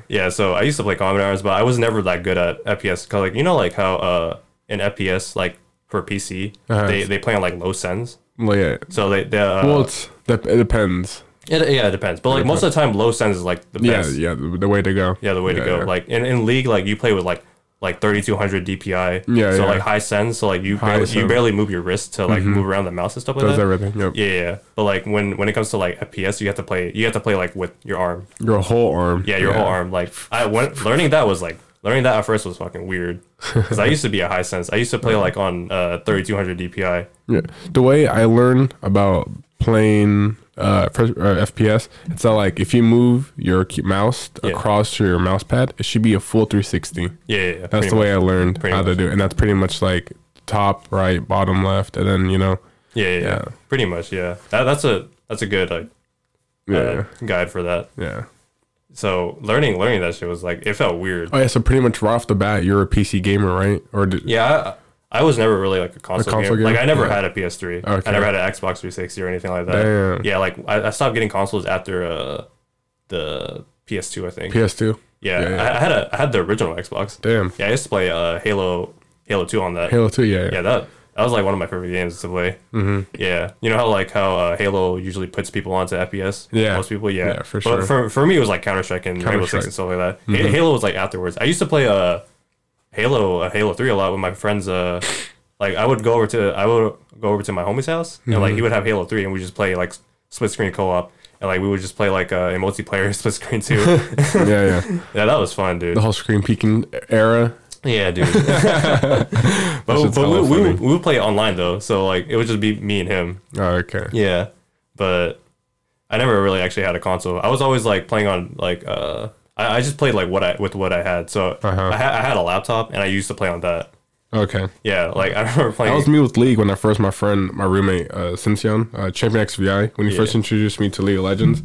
[SPEAKER 2] yeah, so I used to play Combat Arms, but I was never that good at FPS because, like, you know, like how uh, in FPS, like for PC,
[SPEAKER 1] Uh-huh.
[SPEAKER 2] they, they play on like low sends.
[SPEAKER 1] well, yeah.
[SPEAKER 2] So they, they uh,
[SPEAKER 1] Well, it's, dep- it depends.
[SPEAKER 2] it, yeah, it depends. But like most of the time, low sends is like the
[SPEAKER 1] Yeah,
[SPEAKER 2] best. Yeah,
[SPEAKER 1] yeah. The, the way to go.
[SPEAKER 2] the way to go.
[SPEAKER 1] yeah.
[SPEAKER 2] Like in, in League, like you play with like like 3200 DPI.
[SPEAKER 1] Yeah,
[SPEAKER 2] So
[SPEAKER 1] yeah.
[SPEAKER 2] like high sends, so like you barely, you
[SPEAKER 1] send. Mm-hmm.
[SPEAKER 2] barely move your wrist to like move around the mouse and stuff like
[SPEAKER 1] does
[SPEAKER 2] that.
[SPEAKER 1] everything. Yep.
[SPEAKER 2] Yeah, yeah, yeah. But like when when it comes to like FPS, you have to play you have to play like with your arm.
[SPEAKER 1] Your whole arm.
[SPEAKER 2] Yeah, your whole arm. Like I when, learning that was like learning that at first was fucking weird because I used to be a high sense. I used to play like on uh 3200 DPI.
[SPEAKER 1] Yeah. The way I learned about playing uh, fr- uh, FPS, it's that like if you move your key- mouse across to your mouse pad, it should be a full 360.
[SPEAKER 2] Yeah, yeah, yeah
[SPEAKER 1] That's
[SPEAKER 2] pretty
[SPEAKER 1] the
[SPEAKER 2] much.
[SPEAKER 1] way I learned
[SPEAKER 2] Pretty
[SPEAKER 1] how to
[SPEAKER 2] much.
[SPEAKER 1] do it. And that's pretty much like top right, bottom left, and then, you know,
[SPEAKER 2] Yeah, yeah, yeah,
[SPEAKER 1] yeah.
[SPEAKER 2] pretty much. Yeah, that, that's a that's a good like
[SPEAKER 1] yeah.
[SPEAKER 2] uh, guide for that.
[SPEAKER 1] yeah.
[SPEAKER 2] So learning learning that shit was like it felt weird.
[SPEAKER 1] Oh, yeah. So pretty much right off the bat, you're a PC gamer, right? Or did,
[SPEAKER 2] Yeah. I, I was never really like a console,
[SPEAKER 1] console
[SPEAKER 2] gamer. Like
[SPEAKER 1] gamer?
[SPEAKER 2] I never
[SPEAKER 1] Yeah.
[SPEAKER 2] had a PS3.
[SPEAKER 1] Okay.
[SPEAKER 2] I never had an Xbox 360 or anything like that.
[SPEAKER 1] Damn.
[SPEAKER 2] Yeah, like I, I stopped getting consoles after uh, the PS2, I think.
[SPEAKER 1] PS2?
[SPEAKER 2] yeah,
[SPEAKER 1] yeah, yeah.
[SPEAKER 2] I, I had a I had the original Xbox.
[SPEAKER 1] Damn.
[SPEAKER 2] Yeah, I used to play uh, Halo Halo Two on that.
[SPEAKER 1] Halo 2, yeah.
[SPEAKER 2] Yeah,
[SPEAKER 1] Yeah.
[SPEAKER 2] that that was like one of my favorite games to play. Mm-hmm. Yeah, you know how like how uh, Halo usually puts people onto FPS.
[SPEAKER 1] Yeah.
[SPEAKER 2] most people. Yeah,
[SPEAKER 1] Yeah, for
[SPEAKER 2] But
[SPEAKER 1] sure.
[SPEAKER 2] for, for me, it was like Counter Strike and Rainbow Six
[SPEAKER 1] Counter-Strike. Mm-hmm.
[SPEAKER 2] and stuff like that. Ha- Halo was like afterwards. I used to play uh Halo uh, Halo Three a lot with my friends. Uh, like I would go over to I would go over to my homie's house and
[SPEAKER 1] Mm-hmm.
[SPEAKER 2] like he would have Halo Three and we just play like s- split screen co op. And like we would just play like uh, in multiplayer split screen too.
[SPEAKER 1] Yeah. yeah.
[SPEAKER 2] yeah, that was fun, dude.
[SPEAKER 1] the whole screen peeking e-, era.
[SPEAKER 2] Yeah, dude. but
[SPEAKER 1] shit's
[SPEAKER 2] but we,
[SPEAKER 1] hella
[SPEAKER 2] we,
[SPEAKER 1] funny.
[SPEAKER 2] would, we would play online though, so like it would just be me and him.
[SPEAKER 1] Oh, okay.
[SPEAKER 2] Yeah, but I never really actually had a console. I was always like playing on like uh, I, I just played like what I with what I had. So
[SPEAKER 1] Uh-huh.
[SPEAKER 2] I, ha- I had a laptop and I used to play on that.
[SPEAKER 1] Okay.
[SPEAKER 2] Yeah, like I remember playing.
[SPEAKER 1] That was me with League when I first, my friend, my roommate, uh, Sinsion, uh, Champion XVI, when he first introduced me to League of Legends,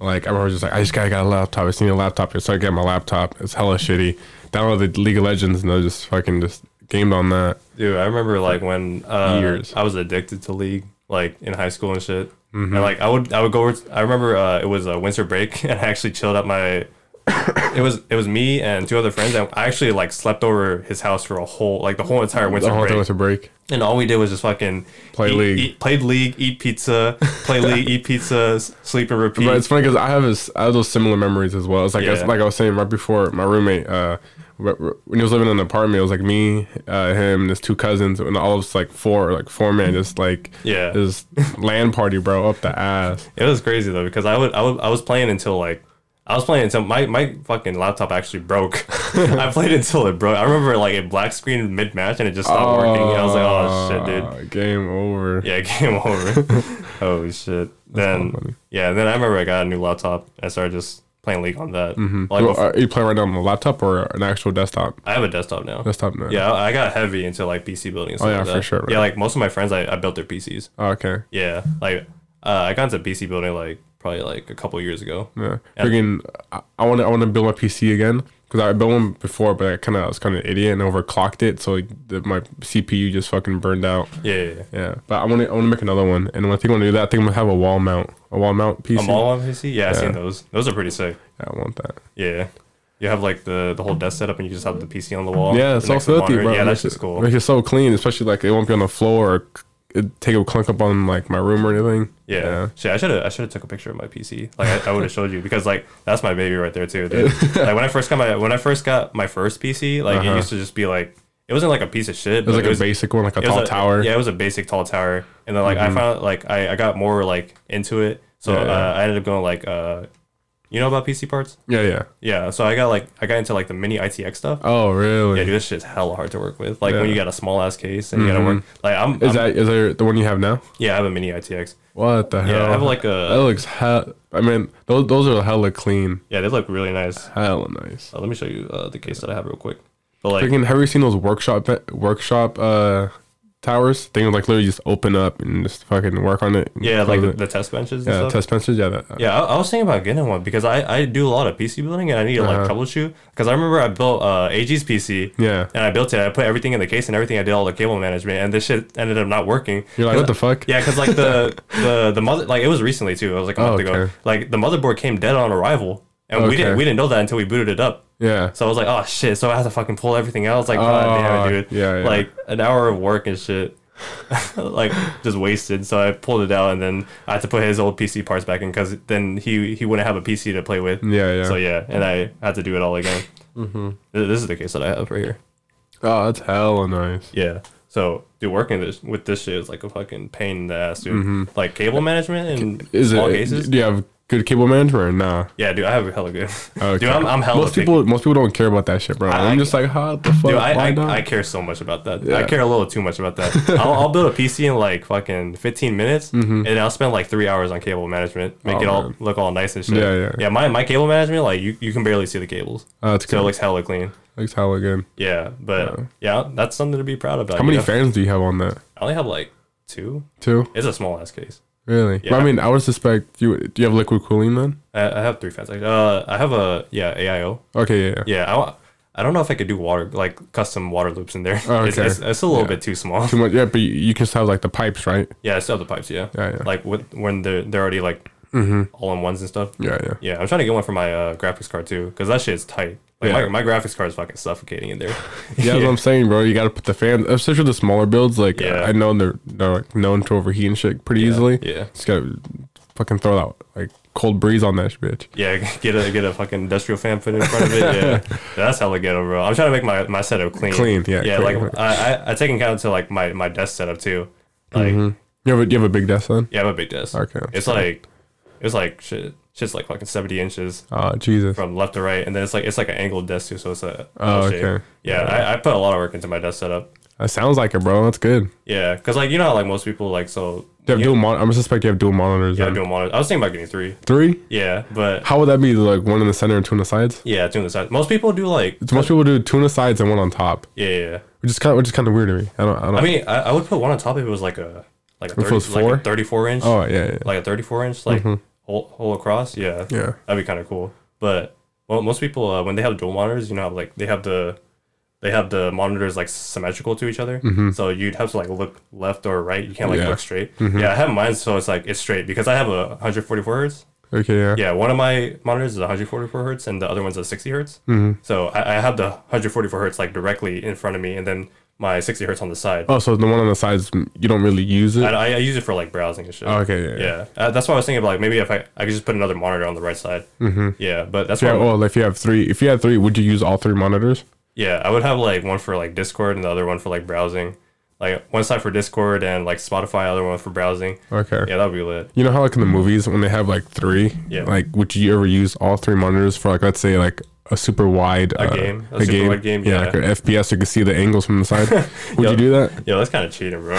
[SPEAKER 1] like, I remember just like, I just gotta got a laptop. I just need a laptop. So I got my laptop. It's hella shitty. Downloaded League of Legends and I just fucking just gamed on that.
[SPEAKER 2] Dude, I remember like when uh,
[SPEAKER 1] Years.
[SPEAKER 2] I was addicted to League, like in high school and shit.
[SPEAKER 1] Mm-hmm.
[SPEAKER 2] And like I would, I would go over. To, I remember uh, it was a winter break, and I actually chilled out my. it was it was me and two other friends, and I actually like slept over his house for a whole like the whole entire winter
[SPEAKER 1] The whole
[SPEAKER 2] break,
[SPEAKER 1] time with a break.
[SPEAKER 2] and all we did was just fucking
[SPEAKER 1] Play
[SPEAKER 2] eat-
[SPEAKER 1] League.
[SPEAKER 2] eat, played League, eat pizza, play League, eat pizza, s- sleep and repeat.
[SPEAKER 1] But it's funny because I have this, I have those similar memories as well. It's like it's
[SPEAKER 2] Yeah.
[SPEAKER 1] like I was saying right before my roommate, uh, wh- wh- when he was living in an apartment, it was like me, uh, him, and his two cousins, and all of us like four, like four men, just like
[SPEAKER 2] Yeah.
[SPEAKER 1] this land party, bro, up the ass.
[SPEAKER 2] It was crazy though because I would I would I was playing until like I was playing until my, my fucking laptop actually broke. I played until it broke. I remember like a black screen mid match and it just stopped working. I was like, oh shit, dude.
[SPEAKER 1] dude, Ah, game over.
[SPEAKER 2] Yeah, game over. Holy shit. Then yeah, then I remember I got a new laptop. I started just playing League on that. Like,
[SPEAKER 1] Mm-hmm. Well, uh,
[SPEAKER 2] before-
[SPEAKER 1] are you playing right now on the laptop or an actual desktop?
[SPEAKER 2] I have a desktop now.
[SPEAKER 1] Desktop now.
[SPEAKER 2] Yeah, I I got heavy into like PC building. And stuff
[SPEAKER 1] Oh, yeah,
[SPEAKER 2] like
[SPEAKER 1] for
[SPEAKER 2] that.
[SPEAKER 1] sure, right.
[SPEAKER 2] Yeah, like most of my friends, I, I built their PCs.
[SPEAKER 1] Oh, okay.
[SPEAKER 2] Yeah, like uh, I got into PC building like probably like a couple years ago.
[SPEAKER 1] Yeah. Freaking, I want to I want to build my PC again because I built one before, but I kind of I was kind of an idiot and overclocked it, so like the, my CPU just fucking burned out.
[SPEAKER 2] Yeah, yeah, yeah.
[SPEAKER 1] Yeah, but I want to I want to make another one, and when I think I'm gonna do that, I think I'm gonna have a wall mount, a wall mount PC.
[SPEAKER 2] A mall on PC? Yeah, I've seen those. Those are pretty sick.
[SPEAKER 1] Yeah, I want that.
[SPEAKER 2] Yeah. You have like the, the whole desk setup and you just have the PC on the wall.
[SPEAKER 1] Yeah, it's all
[SPEAKER 2] Oh, the next to the
[SPEAKER 1] filthy,
[SPEAKER 2] monitor.
[SPEAKER 1] bro.
[SPEAKER 2] Yeah, that's
[SPEAKER 1] Make
[SPEAKER 2] just
[SPEAKER 1] it-
[SPEAKER 2] cool.
[SPEAKER 1] Make it so clean, especially like it won't be on the floor or c- it take a clunk up on like my room or anything.
[SPEAKER 2] Yeah. Shit, I should have I should have took a picture of my PC. Like I, I would have showed you because like that's my baby right there too. dude. like when I first got my when I first got my first PC, like it used to just be like it wasn't like a piece of shit.
[SPEAKER 1] Uh-huh. It was
[SPEAKER 2] but
[SPEAKER 1] like a basic one, like a
[SPEAKER 2] it was
[SPEAKER 1] tall
[SPEAKER 2] a-
[SPEAKER 1] tower. Mm-hmm.
[SPEAKER 2] Yeah, it was a basic tall tower. And then like I found like I, I got more like into it. So
[SPEAKER 1] Yeah,
[SPEAKER 2] uh,
[SPEAKER 1] yeah.
[SPEAKER 2] I ended up going like uh you know about PC parts?
[SPEAKER 1] yeah, yeah.
[SPEAKER 2] Yeah. So I got like I got into like the mini ITX stuff.
[SPEAKER 1] Oh, really?
[SPEAKER 2] Yeah, dude, this shit's hella hard to work with. Like
[SPEAKER 1] Yeah. Mm-hmm.
[SPEAKER 2] when you got a small ass case and you gotta work like I'm,
[SPEAKER 1] Is
[SPEAKER 2] I'm-
[SPEAKER 1] that is there the one you have now?
[SPEAKER 2] yeah, I have a mini ITX.
[SPEAKER 1] What the hell?
[SPEAKER 2] Yeah, I have like
[SPEAKER 1] that
[SPEAKER 2] a
[SPEAKER 1] looks hell. I mean, those those are hella clean,
[SPEAKER 2] yeah, they look really nice.
[SPEAKER 1] hella nice.
[SPEAKER 2] Uh, let me show you uh, the case that I have real quick. But like,
[SPEAKER 1] Freaking, have you seen those workshop workshop uh towers? They would like literally just open up and just fucking work on it. and
[SPEAKER 2] yeah, like
[SPEAKER 1] close
[SPEAKER 2] the,
[SPEAKER 1] it.
[SPEAKER 2] the test benches and
[SPEAKER 1] yeah,
[SPEAKER 2] stuff.
[SPEAKER 1] test benches. Yeah, that,
[SPEAKER 2] yeah, I, I was thinking about getting one because I, I do a lot of PC building and I need to like troubleshoot. Because I remember I built uh, AG's PC.
[SPEAKER 1] Uh-huh. Yeah.
[SPEAKER 2] And I built it. I put everything in the case and everything. I did all the cable management, and this shit ended up not working.
[SPEAKER 1] You're like,
[SPEAKER 2] 'Cause
[SPEAKER 1] what the
[SPEAKER 2] I-
[SPEAKER 1] fuck?
[SPEAKER 2] Yeah, because like the the the mother like it was recently too. It was like a
[SPEAKER 1] Oh,
[SPEAKER 2] month ago.
[SPEAKER 1] okay.
[SPEAKER 2] Like the motherboard came dead on arrival, and we
[SPEAKER 1] Okay.
[SPEAKER 2] didn't we didn't know that until we booted it up.
[SPEAKER 1] yeah.
[SPEAKER 2] So I was like, oh shit. So I have to fucking pull everything out. I was like, god
[SPEAKER 1] Oh,
[SPEAKER 2] damn it, dude.
[SPEAKER 1] yeah, yeah.
[SPEAKER 2] Like an hour of work and shit. like just wasted. So I pulled it out and then I had to put his old PC parts back in because then he he wouldn't have a PC to play with.
[SPEAKER 1] Yeah, Mm-hmm. yeah.
[SPEAKER 2] So yeah, and I had to do it all again. Th- This is the case that I have right here.
[SPEAKER 1] Oh, that's hella nice.
[SPEAKER 2] Yeah. So dude, working this with this shit is like a fucking pain in the ass, dude. Like cable management and
[SPEAKER 1] Mm-hmm. Is
[SPEAKER 2] small
[SPEAKER 1] it?
[SPEAKER 2] cases.
[SPEAKER 1] Do you have good cable management or nah?
[SPEAKER 2] Yeah, dude, I have a hella good.
[SPEAKER 1] Okay.
[SPEAKER 2] Dude, I'm, I'm hella
[SPEAKER 1] most
[SPEAKER 2] picky.
[SPEAKER 1] people most people don't care about that shit, bro. I,
[SPEAKER 2] I-
[SPEAKER 1] am just like, how the fuck?
[SPEAKER 2] Dude, I,
[SPEAKER 1] Why
[SPEAKER 2] I,
[SPEAKER 1] not?
[SPEAKER 2] I care so much about that. I
[SPEAKER 1] Yeah.
[SPEAKER 2] care a little too much about that. I'll, I'll build a PC in like fucking 15 minutes, and I'll spend like three hours on cable management, make
[SPEAKER 1] Mm-hmm. Oh,
[SPEAKER 2] it all
[SPEAKER 1] man.
[SPEAKER 2] look all nice and shit.
[SPEAKER 1] Yeah, yeah.
[SPEAKER 2] Yeah, my, my cable management, like you, you can barely see the cables.
[SPEAKER 1] oh, that's
[SPEAKER 2] so it
[SPEAKER 1] good.
[SPEAKER 2] looks hella clean.
[SPEAKER 1] Looks hella good.
[SPEAKER 2] Yeah, but yeah, that's something to be proud about.
[SPEAKER 1] How
[SPEAKER 2] you
[SPEAKER 1] many
[SPEAKER 2] know?
[SPEAKER 1] fans do you have on that?
[SPEAKER 2] I only have like two.
[SPEAKER 1] Two.
[SPEAKER 2] It's a small ass case.
[SPEAKER 1] Really? But
[SPEAKER 2] Yeah.
[SPEAKER 1] I mean, I would suspect you. Do you have liquid cooling then?
[SPEAKER 2] I, I have three fans. Actually. Uh, I have a yeah AIO.
[SPEAKER 1] Okay, yeah, yeah.
[SPEAKER 2] Yeah, I, wa- I don't know if I could do water like custom water loops in there.
[SPEAKER 1] Oh,
[SPEAKER 2] it's,
[SPEAKER 1] okay.
[SPEAKER 2] it's, it's a little bit too small.
[SPEAKER 1] Too much. Yeah, but you, you can still have like the pipes, right?
[SPEAKER 2] Yeah, I still have the pipes. Yeah,
[SPEAKER 1] Yeah, yeah.
[SPEAKER 2] like with, when they're they're already like all in ones and stuff.
[SPEAKER 1] Yeah, yeah.
[SPEAKER 2] Yeah, I'm trying to get one for my uh, graphics card too, because that shit is tight. Like
[SPEAKER 1] Yeah.
[SPEAKER 2] my, my graphics card is fucking suffocating in there.
[SPEAKER 1] Yeah, that's what I'm saying, bro. You got to put the fan, especially the smaller builds. Like
[SPEAKER 2] Yeah.
[SPEAKER 1] I know they're they're like known to overheat and shit pretty easily.
[SPEAKER 2] yeah.
[SPEAKER 1] just gotta fucking throw out like cold breeze on that bitch.
[SPEAKER 2] yeah, get a get a fucking industrial fan put in front of it. Yeah, Yeah, that's hella ghetto, bro. I'm trying to make my, my setup clean.
[SPEAKER 1] Clean, yeah,
[SPEAKER 2] yeah.
[SPEAKER 1] clean.
[SPEAKER 2] Like I, I I take account to like my my desk setup too.
[SPEAKER 1] Mm-hmm.
[SPEAKER 2] Like
[SPEAKER 1] You have a, do you have a big desk then?
[SPEAKER 2] yeah, I have a big desk.
[SPEAKER 1] Okay.
[SPEAKER 2] it's like it's like shit. Shit's like fucking 70 inches.
[SPEAKER 1] Oh Jesus.
[SPEAKER 2] from left to right, and then it's like it's like an angled desk too, so it's a
[SPEAKER 1] Oh,
[SPEAKER 2] L shape.
[SPEAKER 1] okay.
[SPEAKER 2] Yeah, I, I put a lot of work into my desk setup.
[SPEAKER 1] That sounds like it, bro. That's good.
[SPEAKER 2] Yeah, because like you know how like most people like so
[SPEAKER 1] You have
[SPEAKER 2] you
[SPEAKER 1] dual mon- I'm suspect you have dual monitors.
[SPEAKER 2] gotta
[SPEAKER 1] then.
[SPEAKER 2] do a monitor. I was thinking about getting three.
[SPEAKER 1] Three?
[SPEAKER 2] Yeah, but
[SPEAKER 1] How would that be? Like one in the center and two on the sides?
[SPEAKER 2] yeah, two on the sides. Most people do like
[SPEAKER 1] So most people do two on the sides and one on top,
[SPEAKER 2] yeah, yeah. yeah.
[SPEAKER 1] which is kind of which is kind of weird to me. I don't. I don't.
[SPEAKER 2] I mean, I, I would put one on top if it was like a like a
[SPEAKER 1] If it was
[SPEAKER 2] 30, like
[SPEAKER 1] four?
[SPEAKER 2] a thirty-four inch,
[SPEAKER 1] oh Mm-hmm. yeah, yeah.
[SPEAKER 2] like a thirty-four inch, like whole whole across. Yeah,
[SPEAKER 1] Yeah.
[SPEAKER 2] that'd be kind of cool. But well, most people uh, when they have dual monitors, you know, like they have the they have the monitors like symmetrical to each other, so you'd have to like look left or right. You can't
[SPEAKER 1] Mm-hmm.
[SPEAKER 2] like
[SPEAKER 1] Yeah. Mm-hmm.
[SPEAKER 2] look straight. Yeah, I have mine, so it's like it's straight because I have a 144 hertz.
[SPEAKER 1] Okay, yeah.
[SPEAKER 2] Yeah, one of my monitors is 144 hertz, and the other one's a 60 hertz.
[SPEAKER 1] Mm-hmm.
[SPEAKER 2] So I, I have the 144 hertz like directly in front of me, and then my 60 hertz on the side.
[SPEAKER 1] Oh, so the one on the sides mm, you don't really use it. Oh,
[SPEAKER 2] I, I- I use it for like browsing and shit.
[SPEAKER 1] Okay, yeah, yeah.
[SPEAKER 2] Yeah, Uh, that's why I was thinking about like maybe if I I could just put another monitor on the right side. Mm-hmm. Yeah, but that's
[SPEAKER 1] Yeah.
[SPEAKER 2] why
[SPEAKER 1] Well, if you have three, if you had three, would you use all three monitors?
[SPEAKER 2] Yeah, I would have like one for like Discord and the other one for like browsing. Like one side for Discord and like Spotify, other one for browsing.
[SPEAKER 1] Okay.
[SPEAKER 2] Yeah, that would be lit.
[SPEAKER 1] You know how like in the movies when they have like three,
[SPEAKER 2] Yeah.
[SPEAKER 1] like would you ever use all three monitors for like let's say like a super wide uh, a
[SPEAKER 2] game, a super wide game, yeah.
[SPEAKER 1] like an FPS, you could see the angles from the side. would you do that?
[SPEAKER 2] Yo, that's kind of cheating, bro.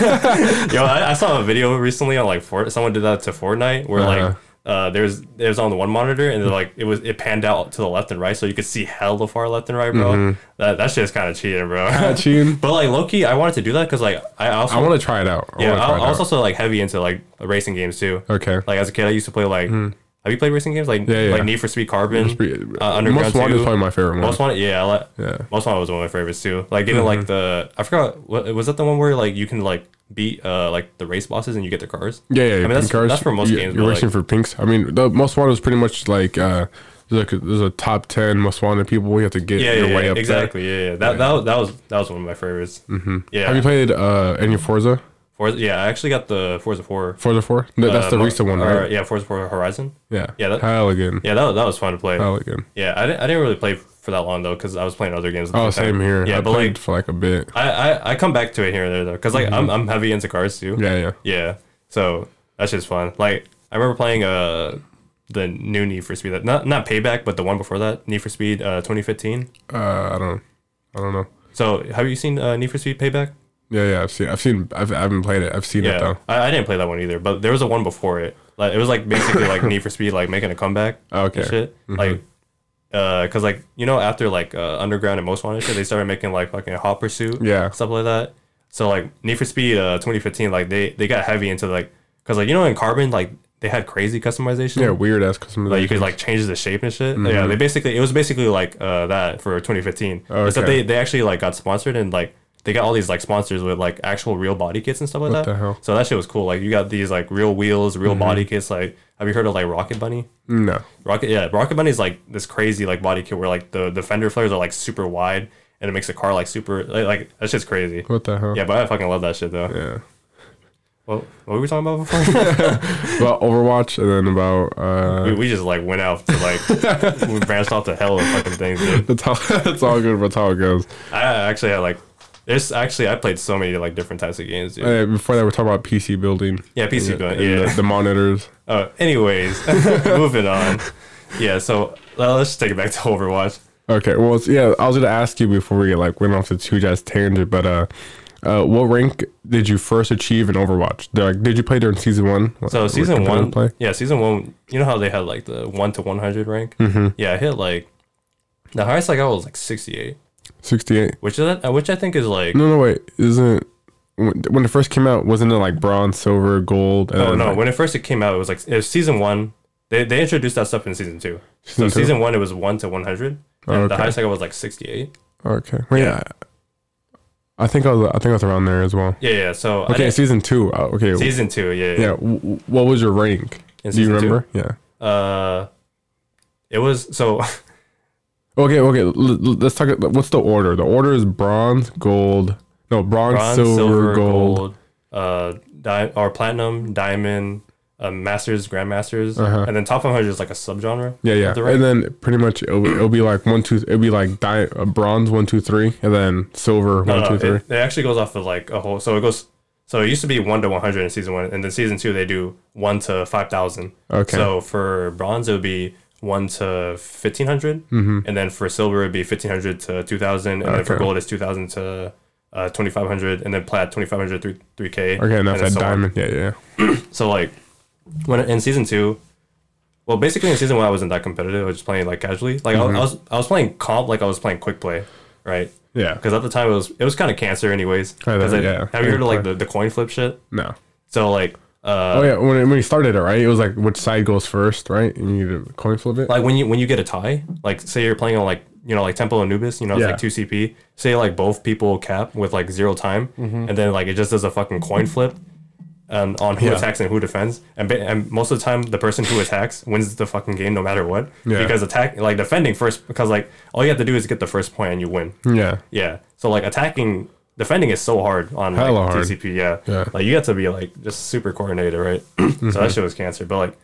[SPEAKER 2] Yo, I, I saw a video recently on like Fort. Someone did that to Fortnite where
[SPEAKER 1] Uh-huh.
[SPEAKER 2] like. Uh, there's it was on the one monitor and like it was it panned out to the left and right so you could see hell the far left and right bro that that shit is kind of cheating bro
[SPEAKER 1] Mm-hmm. cheating.
[SPEAKER 2] but like Loki I wanted to do that because like I also
[SPEAKER 1] I want to try it out. I
[SPEAKER 2] yeah
[SPEAKER 1] wanna
[SPEAKER 2] I,
[SPEAKER 1] try
[SPEAKER 2] I
[SPEAKER 1] it
[SPEAKER 2] was
[SPEAKER 1] out.
[SPEAKER 2] also like heavy into like racing games too
[SPEAKER 1] okay. Hmm.
[SPEAKER 2] Like as a kid, I used to play like. Have you played racing games like
[SPEAKER 1] Yeah, yeah.
[SPEAKER 2] like Need for Speed Carbon,
[SPEAKER 1] Pretty-
[SPEAKER 2] uh, Underground
[SPEAKER 1] Most Wanted
[SPEAKER 2] 2?
[SPEAKER 1] is probably my favorite one.
[SPEAKER 2] Most Wanted, yeah, I like,
[SPEAKER 1] Yeah. Mm-hmm.
[SPEAKER 2] Most Wanted was one of my favorites too. Like getting like the I forgot what was that the one where like you can like beat uh like the race bosses and you get their cars.
[SPEAKER 1] Yeah, yeah.
[SPEAKER 2] I mean
[SPEAKER 1] pink
[SPEAKER 2] that's
[SPEAKER 1] cars.
[SPEAKER 2] that's for most
[SPEAKER 1] You-
[SPEAKER 2] games.
[SPEAKER 1] You're
[SPEAKER 2] but,
[SPEAKER 1] racing
[SPEAKER 2] like,
[SPEAKER 1] for pinks. I mean, the most wanted is pretty much like uh, there's like a, there's a top ten most wanted people. You have to get
[SPEAKER 2] yeah,
[SPEAKER 1] your
[SPEAKER 2] yeah,
[SPEAKER 1] way
[SPEAKER 2] yeah,
[SPEAKER 1] up
[SPEAKER 2] exactly. Yeah, yeah. That, that was- that was that was one of my favorites. Mm-hmm.
[SPEAKER 1] there.
[SPEAKER 2] Yeah,
[SPEAKER 1] Have you played uh, any Forza?
[SPEAKER 2] Forza, yeah, I actually got the Forza 4.
[SPEAKER 1] Forza Four. Th- that's
[SPEAKER 2] uh,
[SPEAKER 1] the
[SPEAKER 2] Mar-
[SPEAKER 1] recent one,
[SPEAKER 2] or,
[SPEAKER 1] right?
[SPEAKER 2] yeah, Forza 4 Horizon.
[SPEAKER 1] Yeah.
[SPEAKER 2] yeah, that-
[SPEAKER 1] Hell again.
[SPEAKER 2] Yeah, that, was- that was fun to play.
[SPEAKER 1] Hell again.
[SPEAKER 2] Yeah, I didn't, I didn't really play for that long, though, because I was playing other games. at the
[SPEAKER 1] Oh,
[SPEAKER 2] same time.
[SPEAKER 1] same here.
[SPEAKER 2] Yeah,
[SPEAKER 1] I
[SPEAKER 2] but
[SPEAKER 1] played
[SPEAKER 2] like,
[SPEAKER 1] for like a bit.
[SPEAKER 2] I, I, I come back to it here and there, though, because like, I'm, I'm heavy into cars, too.
[SPEAKER 1] Yeah, yeah.
[SPEAKER 2] Yeah. So that's just fun. Like I remember playing uh the new Need for Speed, not not Payback, but the one before that, Need for Speed uh 2015.
[SPEAKER 1] Uh, I don't. I don't know.
[SPEAKER 2] So have you seen uh, Need for Speed Payback?
[SPEAKER 1] Yeah, yeah. I've seen. I've seen. I've, I haven't played it. I've seen it
[SPEAKER 2] Yeah,
[SPEAKER 1] though.
[SPEAKER 2] I, I didn't play that one either, but there was a one before it. Like it was like basically like Need for Speed, like making a comeback.
[SPEAKER 1] Oh, Okay. Mm-hmm.
[SPEAKER 2] And shit. Like. Uh, cause like you know, after like uh, Underground and Most Wanted shit, they started making like fucking Hot Pursuit,
[SPEAKER 1] Yeah.
[SPEAKER 2] stuff like that. So like Need for Speed, uh, 2015, like they they got heavy into like, cause like you know in Carbon, like they had crazy customization.
[SPEAKER 1] Yeah, weird ass customization.
[SPEAKER 2] like you could like change the shape and shit. Yeah,
[SPEAKER 1] Mm-hmm.
[SPEAKER 2] they basically it was basically like uh, that for 2015.
[SPEAKER 1] Oh,
[SPEAKER 2] Except
[SPEAKER 1] okay.
[SPEAKER 2] they they actually like got sponsored and like they got all these like sponsors with like actual real body kits and stuff like
[SPEAKER 1] What
[SPEAKER 2] that.
[SPEAKER 1] the hell? Mm-hmm.
[SPEAKER 2] So that shit was cool. Like you got these like real wheels, real body kits. Like have you heard of like Rocket Bunny?
[SPEAKER 1] no.
[SPEAKER 2] Rocket yeah, Rocket Bunny is like this crazy like body kit where like the the fender flares are like super wide and it makes the car like super like, like that's just crazy.
[SPEAKER 1] What the hell?
[SPEAKER 2] Yeah, but I fucking love that shit though.
[SPEAKER 1] Yeah.
[SPEAKER 2] Well, what were we talking about before?
[SPEAKER 1] About Overwatch and then about uh,
[SPEAKER 2] we, we just like went out to like we branched off to hell of fucking things. Dude.
[SPEAKER 1] that's how that's all good. That's how it goes.
[SPEAKER 2] I actually had like there's actually I played so many like different types of games, dude.
[SPEAKER 1] Uh, before that, we're talking about PC building.
[SPEAKER 2] Yeah, PC
[SPEAKER 1] And the-
[SPEAKER 2] building,
[SPEAKER 1] and
[SPEAKER 2] yeah.
[SPEAKER 1] The, the monitors.
[SPEAKER 2] Uh, anyways, moving on. Yeah, so uh, let's just take it back to Overwatch.
[SPEAKER 1] Okay. Well, it's, yeah. I was gonna ask you before we like went off this huge ass tangent, but uh, uh, what rank did you first achieve in Overwatch? Did- Like, did you play during season one?
[SPEAKER 2] So
[SPEAKER 1] Like,
[SPEAKER 2] season
[SPEAKER 1] competitive
[SPEAKER 2] one,
[SPEAKER 1] Play?
[SPEAKER 2] yeah, season one. You know how they had like the one to one hundred rank? Mm-hmm. Yeah, I hit like the highest I got was like sixty eight,
[SPEAKER 1] Sixty-eight.
[SPEAKER 2] which is uh, which I think is like
[SPEAKER 1] No, no, wait. Isn't when when it first came out? Wasn't it like bronze, silver, gold? And
[SPEAKER 2] oh
[SPEAKER 1] then,
[SPEAKER 2] no.
[SPEAKER 1] like,
[SPEAKER 2] When it first it came out, it was like it was season one. They, they introduced that stuff in season two.
[SPEAKER 1] Season
[SPEAKER 2] so
[SPEAKER 1] two?
[SPEAKER 2] season one, it was one to one hundred. And
[SPEAKER 1] Oh,
[SPEAKER 2] The
[SPEAKER 1] okay.
[SPEAKER 2] highest I got was like sixty eight.
[SPEAKER 1] Okay. Well, yeah. I think I was. I think I was around there as well.
[SPEAKER 2] Yeah, yeah. So I
[SPEAKER 1] Okay,
[SPEAKER 2] didn't-
[SPEAKER 1] season two. uh, okay.
[SPEAKER 2] season two, yeah, yeah.
[SPEAKER 1] yeah. w- w- What was your rank?
[SPEAKER 2] In
[SPEAKER 1] Do you
[SPEAKER 2] season two?
[SPEAKER 1] remember? Yeah.
[SPEAKER 2] uh it was so
[SPEAKER 1] Okay. Okay. l- l- let's talk. about- What's the order? The order is bronze, gold. No, bronze,
[SPEAKER 2] bronze,
[SPEAKER 1] silver,
[SPEAKER 2] silver,
[SPEAKER 1] gold.
[SPEAKER 2] gold, uh di- or platinum diamond uh, masters grandmasters
[SPEAKER 1] Uh-huh.
[SPEAKER 2] and then top 100 is like a subgenre
[SPEAKER 1] Yeah, yeah.
[SPEAKER 2] of the rank.
[SPEAKER 1] And then pretty much it'll, be- it'll be like one, two. It'll be like di- uh, bronze, one, two, three, and then silver,
[SPEAKER 2] Uh,
[SPEAKER 1] one, two,
[SPEAKER 2] it-
[SPEAKER 1] three.
[SPEAKER 2] it, actually goes off of like a whole so it goes so it used to be 1 to 100 in season 1 and then season 2 they do 1 to 5000
[SPEAKER 1] Okay.
[SPEAKER 2] so for bronze it would be 1 to 1500 and then for silver it would be 1500 to 2000 and then
[SPEAKER 1] Mm-hmm.
[SPEAKER 2] for
[SPEAKER 1] Okay.
[SPEAKER 2] gold it's 2000 to uh, 2500 and then plat 2500 to 3, 3k
[SPEAKER 1] Okay, and that's that
[SPEAKER 2] then so on.
[SPEAKER 1] diamond. Yeah, yeah.
[SPEAKER 2] So like when in season two, well, basically in season one I wasn't that competitive. I was just playing like casually. Like I
[SPEAKER 1] Mm-hmm.
[SPEAKER 2] was- I, was I was playing comp like I was playing quick play, right?
[SPEAKER 1] Yeah.
[SPEAKER 2] Because at the time it was it was kind of cancer anyways.
[SPEAKER 1] Oh,
[SPEAKER 2] 'Cause, like,
[SPEAKER 1] yeah.
[SPEAKER 2] Have you heard of like the, the coin flip shit?
[SPEAKER 1] No.
[SPEAKER 2] So like uh
[SPEAKER 1] Oh yeah, when it, when you started it, right? It was like which side goes first, right? And you need to coin flip it.
[SPEAKER 2] like when you when you get a tie, like say you're playing on like you know like Temple Anubis, you know it's
[SPEAKER 1] Yeah.
[SPEAKER 2] like two CP. Say like both people cap with like zero time,
[SPEAKER 1] Mm-hmm.
[SPEAKER 2] and then like it just does a fucking coin flip. Um, on who
[SPEAKER 1] Yeah.
[SPEAKER 2] attacks and who defends, and, ba- and most of the time, the person who attacks wins the fucking game no matter what.
[SPEAKER 1] Yeah.
[SPEAKER 2] Because attack, like defending first, because like all you have to do is get the first point and you win.
[SPEAKER 1] yeah.
[SPEAKER 2] Yeah. So like attacking, defending is so hard on like,
[SPEAKER 1] Hella hard.
[SPEAKER 2] TCP. Yeah.
[SPEAKER 1] Yeah. Mm-hmm.
[SPEAKER 2] Like you got to be like just super coordinated, right? So that shit was cancer. But like,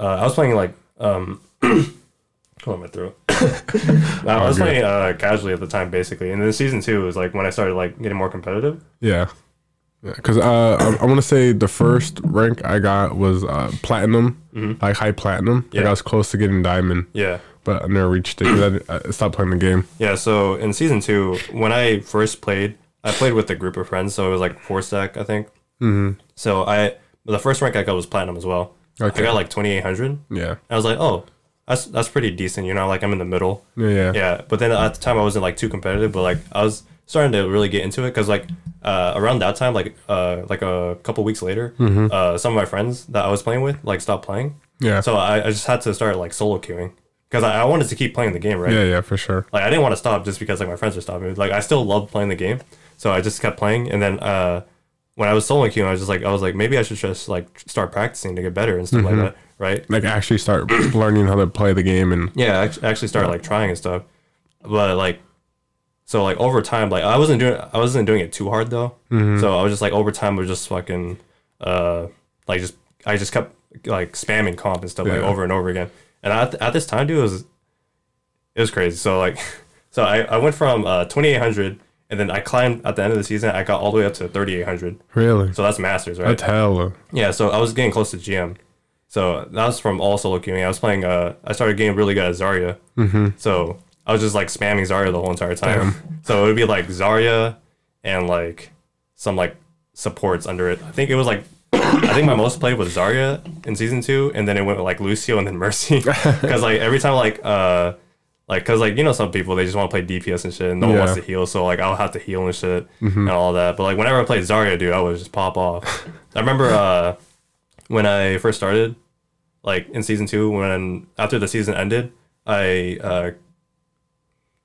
[SPEAKER 2] uh, I was playing like, um, hold on my throat. I
[SPEAKER 1] Oh,
[SPEAKER 2] was playing uh, casually at the time, basically, and then season two was like when I started like getting more competitive.
[SPEAKER 1] Yeah. Because uh, I, I want to say the first rank I got was uh, platinum, like high platinum. Like
[SPEAKER 2] Mm-hmm. Yeah.
[SPEAKER 1] I was close to getting diamond,
[SPEAKER 2] Yeah.
[SPEAKER 1] but I never reached it. 'cause I, didn't- I stopped playing the game.
[SPEAKER 2] Yeah, so in season two, when I first played, I played with a group of friends, so it was like four stack, I think. Mm-hmm. So I, the first rank I got was platinum as well.
[SPEAKER 1] Okay.
[SPEAKER 2] I got like twenty eight hundred.
[SPEAKER 1] Yeah.
[SPEAKER 2] I was like, oh, that's that's pretty decent, you know. Like I'm in the middle.
[SPEAKER 1] Yeah. Yeah.
[SPEAKER 2] Yeah, but then at the time I wasn't like too competitive, but like I was starting to really get into it because like uh, around that time, like uh, like a couple weeks later,
[SPEAKER 1] Mm-hmm.
[SPEAKER 2] uh, some of my friends that I was playing with like stopped playing.
[SPEAKER 1] Yeah.
[SPEAKER 2] So I, I just had to start like solo queuing because I, I wanted to keep playing the game, right?
[SPEAKER 1] yeah, yeah, for sure.
[SPEAKER 2] like I didn't want to stop just because like my friends were stopping. Like I still loved playing the game, so I just kept playing. And then uh, when I was solo queuing, I was just like, I was like, maybe I should just like start practicing to get better and stuff
[SPEAKER 1] Mm-hmm.
[SPEAKER 2] like that, right?
[SPEAKER 1] Like actually start learning how to play the game and
[SPEAKER 2] Yeah, act- actually start like trying and stuff, but like, So like over time, like I wasn't doing I wasn't doing it too hard though. So I was just like over time I was just fucking uh like just I just kept like spamming comp and stuff like
[SPEAKER 1] Yeah.
[SPEAKER 2] over and over again. And at, at this time, dude, it was it was crazy. So like so I, I went from uh 2800 and then I climbed at the end of the season. I got all the way up to 3800.
[SPEAKER 1] Really?
[SPEAKER 2] So that's masters, right?
[SPEAKER 1] That's hella.
[SPEAKER 2] Yeah, so I was getting close to GM. So that was from all solo queuing. I was playing. Uh, I started getting really good at Zarya. Mm-hmm. So I was just like spamming Zarya the whole entire time. So it would be like Zarya and like some like supports under it. I think it was like I think my most played was Zarya in season two, and then it went with like Lucio and then Mercy because like every time like uh like because like you know some people they just want to play DPS and shit, and no one wants
[SPEAKER 1] Yeah.
[SPEAKER 2] to heal. So like I'll have to heal and shit and all that. But like whenever I played Zarya, dude, I would just pop off. I remember uh when I first started, like in season two, when after the season ended, I uh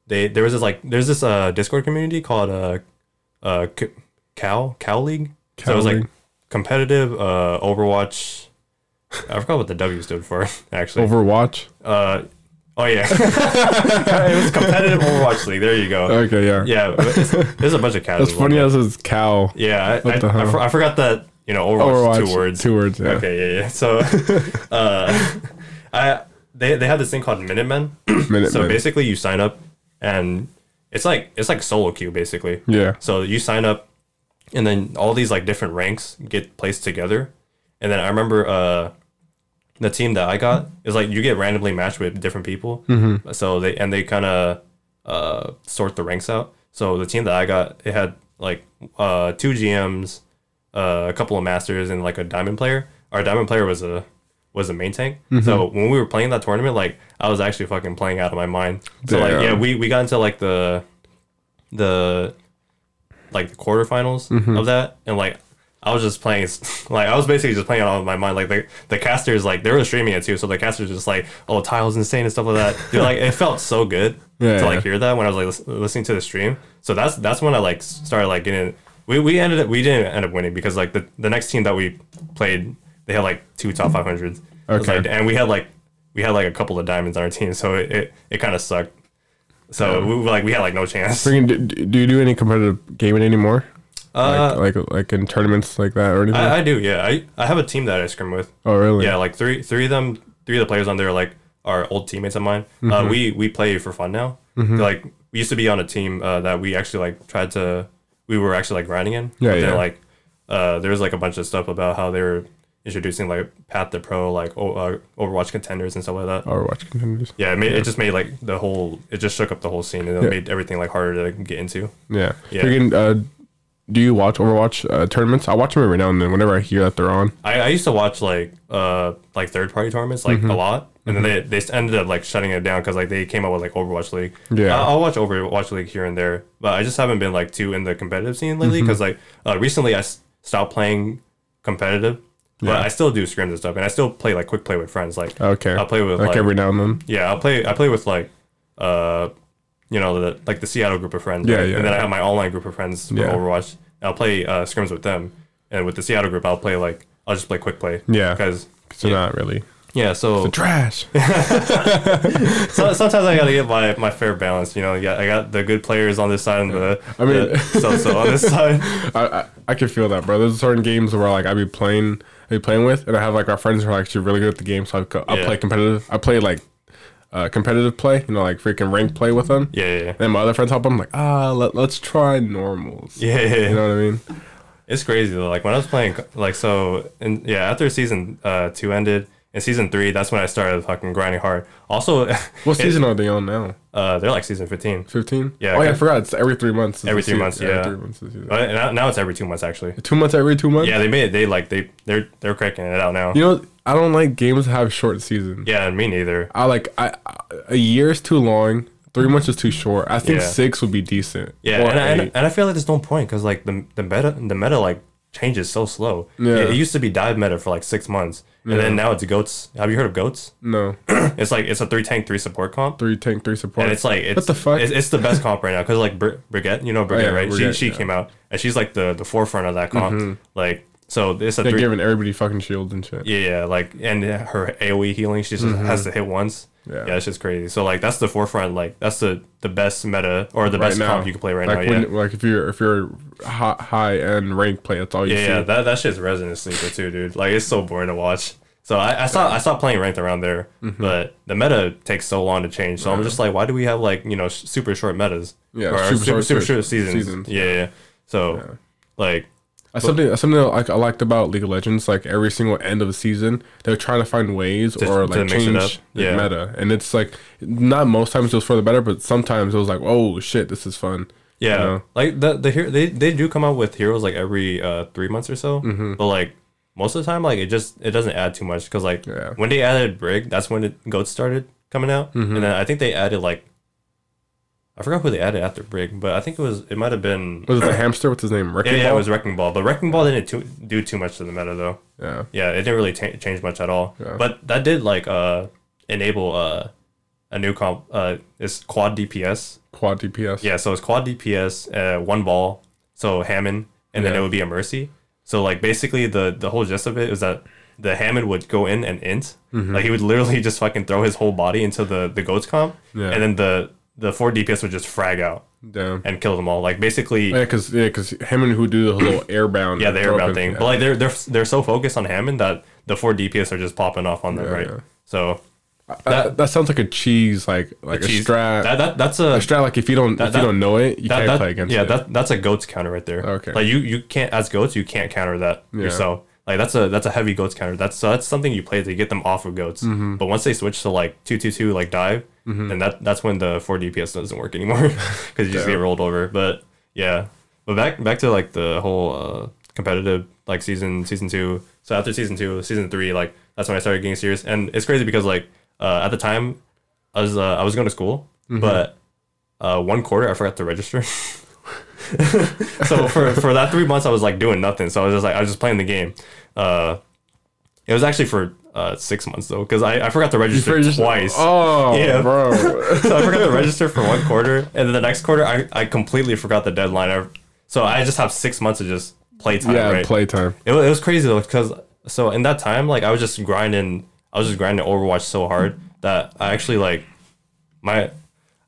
[SPEAKER 2] they there was this like there's this uh Discord community called uh uh C- Cow Cow League. so it was like
[SPEAKER 1] League.
[SPEAKER 2] competitive uh Overwatch. I forgot what the W stood for actually.
[SPEAKER 1] Overwatch.
[SPEAKER 2] Uh, oh yeah, it was competitive Overwatch League. There you go.
[SPEAKER 1] Okay, yeah.
[SPEAKER 2] Oh. Yeah, but it's- there's a bunch of casuals.
[SPEAKER 1] It's Oh. funny as it's cow.
[SPEAKER 2] Yeah, I, I,
[SPEAKER 1] the
[SPEAKER 2] I,
[SPEAKER 1] hell?
[SPEAKER 2] for- I forgot that you know Overwatch,
[SPEAKER 1] Overwatch.
[SPEAKER 2] is two words.
[SPEAKER 1] Two words. Yeah.
[SPEAKER 2] Okay, yeah, yeah. So, uh, I they they have this thing called Minutemen.
[SPEAKER 1] Minute
[SPEAKER 2] So
[SPEAKER 1] Man.
[SPEAKER 2] basically, you sign up, and it's like it's like solo queue basically.
[SPEAKER 1] Yeah.
[SPEAKER 2] So you sign up, and then all these like different ranks get placed together, and then I remember uh, the team that I got is like you get randomly matched with different people. Mm-hmm. So they and they kind of uh, sort the ranks out. So the team that I got it had like uh, two GMs, uh, a couple of masters, and like a diamond player. Our diamond player was a was a main tank. So when we were playing that tournament, like I was actually fucking playing out of my mind. So like
[SPEAKER 1] Damn.
[SPEAKER 2] yeah, we we got into like the the like the quarterfinals
[SPEAKER 1] Mm-hmm.
[SPEAKER 2] of that, and like I was just playing, like I was basically just playing out of my mind. Like the the casters, like they were streaming it too, so the casters just like, oh, tiles insane and stuff like that. Dude, like it felt so good
[SPEAKER 1] Yeah,
[SPEAKER 2] to like
[SPEAKER 1] yeah.
[SPEAKER 2] hear that when I was like lis- listening to the stream. So that's that's when I like s- started like getting. We we ended up we didn't end up winning because like the the next team that we played, they had like two top five hundreds.
[SPEAKER 1] Okay.
[SPEAKER 2] and we had like we had like a couple of diamonds on our team, so it it, it kind of sucked. So we like we had like no chance.
[SPEAKER 1] Freaking, do, do you do any competitive gaming anymore?
[SPEAKER 2] Uh,
[SPEAKER 1] like, like like in tournaments like that or anything?
[SPEAKER 2] I, I do, yeah. I, I have a team that I scrim with.
[SPEAKER 1] oh really?
[SPEAKER 2] Yeah, like three three of them, three of the players on there are like are old teammates of mine.
[SPEAKER 1] Mm-hmm.
[SPEAKER 2] Uh, we we play for fun now. Like we used to be on a team uh, that we actually like tried to we were actually like grinding in.
[SPEAKER 1] Yeah,
[SPEAKER 2] but Then,
[SPEAKER 1] yeah.
[SPEAKER 2] like uh, there was like a bunch of stuff about how they were introducing like Path to Pro, like o- uh, Overwatch contenders and stuff like that.
[SPEAKER 1] Overwatch contenders.
[SPEAKER 2] Yeah, it made it just made like the whole it just shook up the whole scene and it made everything like harder to get into.
[SPEAKER 1] Yeah.
[SPEAKER 2] Yeah.
[SPEAKER 1] Freaking, uh, do you watch Overwatch uh, tournaments? I watch them every now and then. Whenever I hear that they're on,
[SPEAKER 2] I, I used to watch like uh like third party tournaments like a lot, and then they they ended up like shutting it down because like they came up with like Overwatch League.
[SPEAKER 1] Yeah.
[SPEAKER 2] I, will watch Overwatch League here and there, but I just haven't been like too in the competitive scene lately because like uh, recently I s- stopped playing competitive, but I still do scrims and stuff, and I still play like quick play with friends. Like
[SPEAKER 1] okay,
[SPEAKER 2] I'll play with
[SPEAKER 1] like
[SPEAKER 2] like
[SPEAKER 1] every now and then.
[SPEAKER 2] yeah, I'll play. I play with like, uh, you know, the like the Seattle group of friends.
[SPEAKER 1] Yeah,
[SPEAKER 2] right?
[SPEAKER 1] yeah,
[SPEAKER 2] And then I
[SPEAKER 1] yeah.
[SPEAKER 2] have my online group of friends with
[SPEAKER 1] Yeah.
[SPEAKER 2] Overwatch. And I'll play uh, scrims with them, and with the Seattle group, I'll play like I'll just play quick play.
[SPEAKER 1] Yeah.
[SPEAKER 2] because
[SPEAKER 1] So not really
[SPEAKER 2] yeah. So,
[SPEAKER 1] trash.
[SPEAKER 2] so sometimes I gotta get my, my fair balance. You know, yeah, I got the good players on this side and the I
[SPEAKER 1] mean-
[SPEAKER 2] so so on this side.
[SPEAKER 1] I, I I can feel that, bro. There's certain games where like I be playing, I be playing with, and I have like our friends who are actually really good at the game, so I go, I
[SPEAKER 2] Yeah.
[SPEAKER 1] play competitive. I play like uh, competitive play, you know, like freaking rank play with them.
[SPEAKER 2] Yeah, yeah, yeah.
[SPEAKER 1] Then my other friends help them. Like ah, let, let's try normals.
[SPEAKER 2] yeah, yeah, yeah.
[SPEAKER 1] You know what I mean?
[SPEAKER 2] It's crazy though. Like when I was playing, like so, and yeah, after season uh, two ended. and season three, that's when I started fucking grinding hard. Also,
[SPEAKER 1] What season are they on now?
[SPEAKER 2] Uh, they're like season 15.
[SPEAKER 1] Fifteen.
[SPEAKER 2] Yeah,
[SPEAKER 1] Oh yeah, I
[SPEAKER 2] okay.
[SPEAKER 1] forgot. It's every three months. is the
[SPEAKER 2] Every three
[SPEAKER 1] season.
[SPEAKER 2] months, yeah.
[SPEAKER 1] Every three months. is the season.
[SPEAKER 2] But Uh, now, now it's every two months actually.
[SPEAKER 1] Two months every two months.
[SPEAKER 2] Yeah, they made it. They like they they're they're cracking it out now.
[SPEAKER 1] You know, I don't like games that have short seasons.
[SPEAKER 2] Yeah, and me neither.
[SPEAKER 1] I like I, I a year is too long. Three months is too short. I think
[SPEAKER 2] Yeah.
[SPEAKER 1] six would be decent.
[SPEAKER 2] Yeah,
[SPEAKER 1] Or
[SPEAKER 2] and I,
[SPEAKER 1] eight.
[SPEAKER 2] and, and I feel like there's no point because like the the meta the meta like changes so slow.
[SPEAKER 1] Yeah.
[SPEAKER 2] It, it used to be dive meta for like six months, and then now it's goats. Have you heard of goats?
[SPEAKER 1] no
[SPEAKER 2] It's like it's a three tank three support comp.
[SPEAKER 1] three tank three support.
[SPEAKER 2] And it's like it's
[SPEAKER 1] the fuck? Oh,
[SPEAKER 2] It's, it's the best comp right now because like Bri- Brigitte, you know Brigitte,
[SPEAKER 1] yeah,
[SPEAKER 2] right?
[SPEAKER 1] Brigitte,
[SPEAKER 2] she she
[SPEAKER 1] yeah. Mm-hmm.
[SPEAKER 2] came out and she's like the the forefront of that comp. Like so, it's a
[SPEAKER 1] They're
[SPEAKER 2] three,
[SPEAKER 1] giving everybody fucking shields and shit.
[SPEAKER 2] E Yeah, yeah, like and her AOE healing, she just has to hit once.
[SPEAKER 1] Mm-hmm. Yeah.
[SPEAKER 2] Yeah. that's just crazy. So like that's the forefront. Like that's the the best meta or the best comp you can play right
[SPEAKER 1] like
[SPEAKER 2] now.
[SPEAKER 1] when,
[SPEAKER 2] yeah.
[SPEAKER 1] Like if you're if you're a high, high end ranked play, that's all you
[SPEAKER 2] Yeah,
[SPEAKER 1] see.
[SPEAKER 2] yeah, that that shit's resonant sleeper too, dude. Like it's so boring to watch. So I, I saw I stopped playing ranked around there,
[SPEAKER 1] Mm-hmm.
[SPEAKER 2] but the meta takes so long to change. So I'm just like, why do we have like you know sh- super short metas?
[SPEAKER 1] Yeah,
[SPEAKER 2] or
[SPEAKER 1] super
[SPEAKER 2] super
[SPEAKER 1] short
[SPEAKER 2] super, super
[SPEAKER 1] se-
[SPEAKER 2] short seasons.
[SPEAKER 1] seasons,
[SPEAKER 2] Yeah, yeah. So like
[SPEAKER 1] That's something that's something that like, I liked about League of Legends. Like every single end of the season, they're trying to find ways or
[SPEAKER 2] to
[SPEAKER 1] like
[SPEAKER 2] mix it
[SPEAKER 1] change
[SPEAKER 2] up.
[SPEAKER 1] the
[SPEAKER 2] Yeah.
[SPEAKER 1] meta, and it's like not most times it was for the better, but sometimes it was like, oh shit, this is fun.
[SPEAKER 2] yeah,
[SPEAKER 1] know?
[SPEAKER 2] like the the hero they they do come out with heroes like every uh three months or so,
[SPEAKER 1] Mm-hmm.
[SPEAKER 2] but like. Most of the time, like it just it doesn't add too much because like
[SPEAKER 1] Yeah.
[SPEAKER 2] when they added Brig, that's when it, Goat started coming out,
[SPEAKER 1] Mm-hmm.
[SPEAKER 2] and then I think they added like I forgot who they added after Brig, but I think it was it might have been
[SPEAKER 1] Was it the hamster? What's his name? Wrecking
[SPEAKER 2] Yeah, yeah, it
[SPEAKER 1] Ball?
[SPEAKER 2] was Wrecking Ball, but Wrecking Ball didn't too, do too much to the meta though.
[SPEAKER 1] yeah.
[SPEAKER 2] Yeah, it didn't really ta change much at all. But that did like uh enable uh a new comp. Uh, it's quad DPS.
[SPEAKER 1] quad DPS.
[SPEAKER 2] Yeah, so it's quad DPS, uh, one ball, so Hammond, and then
[SPEAKER 1] Yeah.
[SPEAKER 2] it would be a Mercy. So like basically the the whole gist of it is that the Hammond would go in and int,
[SPEAKER 1] Mm-hmm.
[SPEAKER 2] like he would literally just fucking throw his whole body into the the goats comp,
[SPEAKER 1] Yeah.
[SPEAKER 2] and then the the four DPS would just frag out
[SPEAKER 1] damn.
[SPEAKER 2] and kill them all. Like basically,
[SPEAKER 1] Yeah, because yeah, because him and who do the little airbound.
[SPEAKER 2] Yeah, the
[SPEAKER 1] throw up
[SPEAKER 2] airbound
[SPEAKER 1] and-
[SPEAKER 2] thing.
[SPEAKER 1] yeah.
[SPEAKER 2] But like they're they're they're so focused on Hammond that the four DPS are just popping off on them, right?
[SPEAKER 1] yeah.
[SPEAKER 2] So
[SPEAKER 1] that, Uh, that, sounds like a cheese, like like a,
[SPEAKER 2] geez,
[SPEAKER 1] strat.
[SPEAKER 2] that, that that's a
[SPEAKER 1] a strat. Like if you don't if
[SPEAKER 2] that-
[SPEAKER 1] you don't know it, you
[SPEAKER 2] that,
[SPEAKER 1] can't
[SPEAKER 2] that-
[SPEAKER 1] play against
[SPEAKER 2] yeah
[SPEAKER 1] it.
[SPEAKER 2] that that's a goats counter right there.
[SPEAKER 1] Okay.
[SPEAKER 2] like you you can't as goats you can't counter that yourself. Like that's a that's a heavy goats counter. That's so that's something you play to get them off of goats.
[SPEAKER 1] Mm-hmm.
[SPEAKER 2] But once they switch to like two two two like dive, then that that's when the four DPS doesn't work anymore because you just get rolled over. But yeah, but back back to like the whole uh, competitive like season season two. So after season two, season three, like that's when I started getting serious. And it's crazy because like uh, at the time, I was uh, I was going to school,
[SPEAKER 1] Mm-hmm.
[SPEAKER 2] but uh, one quarter I forgot to register. so for, for that three months I was like doing nothing. So I was just like I was just playing the game. Uh, it was actually for uh, six months though because I, I forgot to register
[SPEAKER 1] You're just-
[SPEAKER 2] twice.
[SPEAKER 1] Oh,
[SPEAKER 2] Yeah.
[SPEAKER 1] bro.
[SPEAKER 2] so I forgot to register for one quarter, and then the next quarter I, I completely forgot the deadline. I, so I just have six months of just play time.
[SPEAKER 1] yeah,
[SPEAKER 2] right?
[SPEAKER 1] playtime.
[SPEAKER 2] It, wa- it was crazy though, because so in that time, like I was just grinding, I was just grinding Overwatch so hard that I actually like my,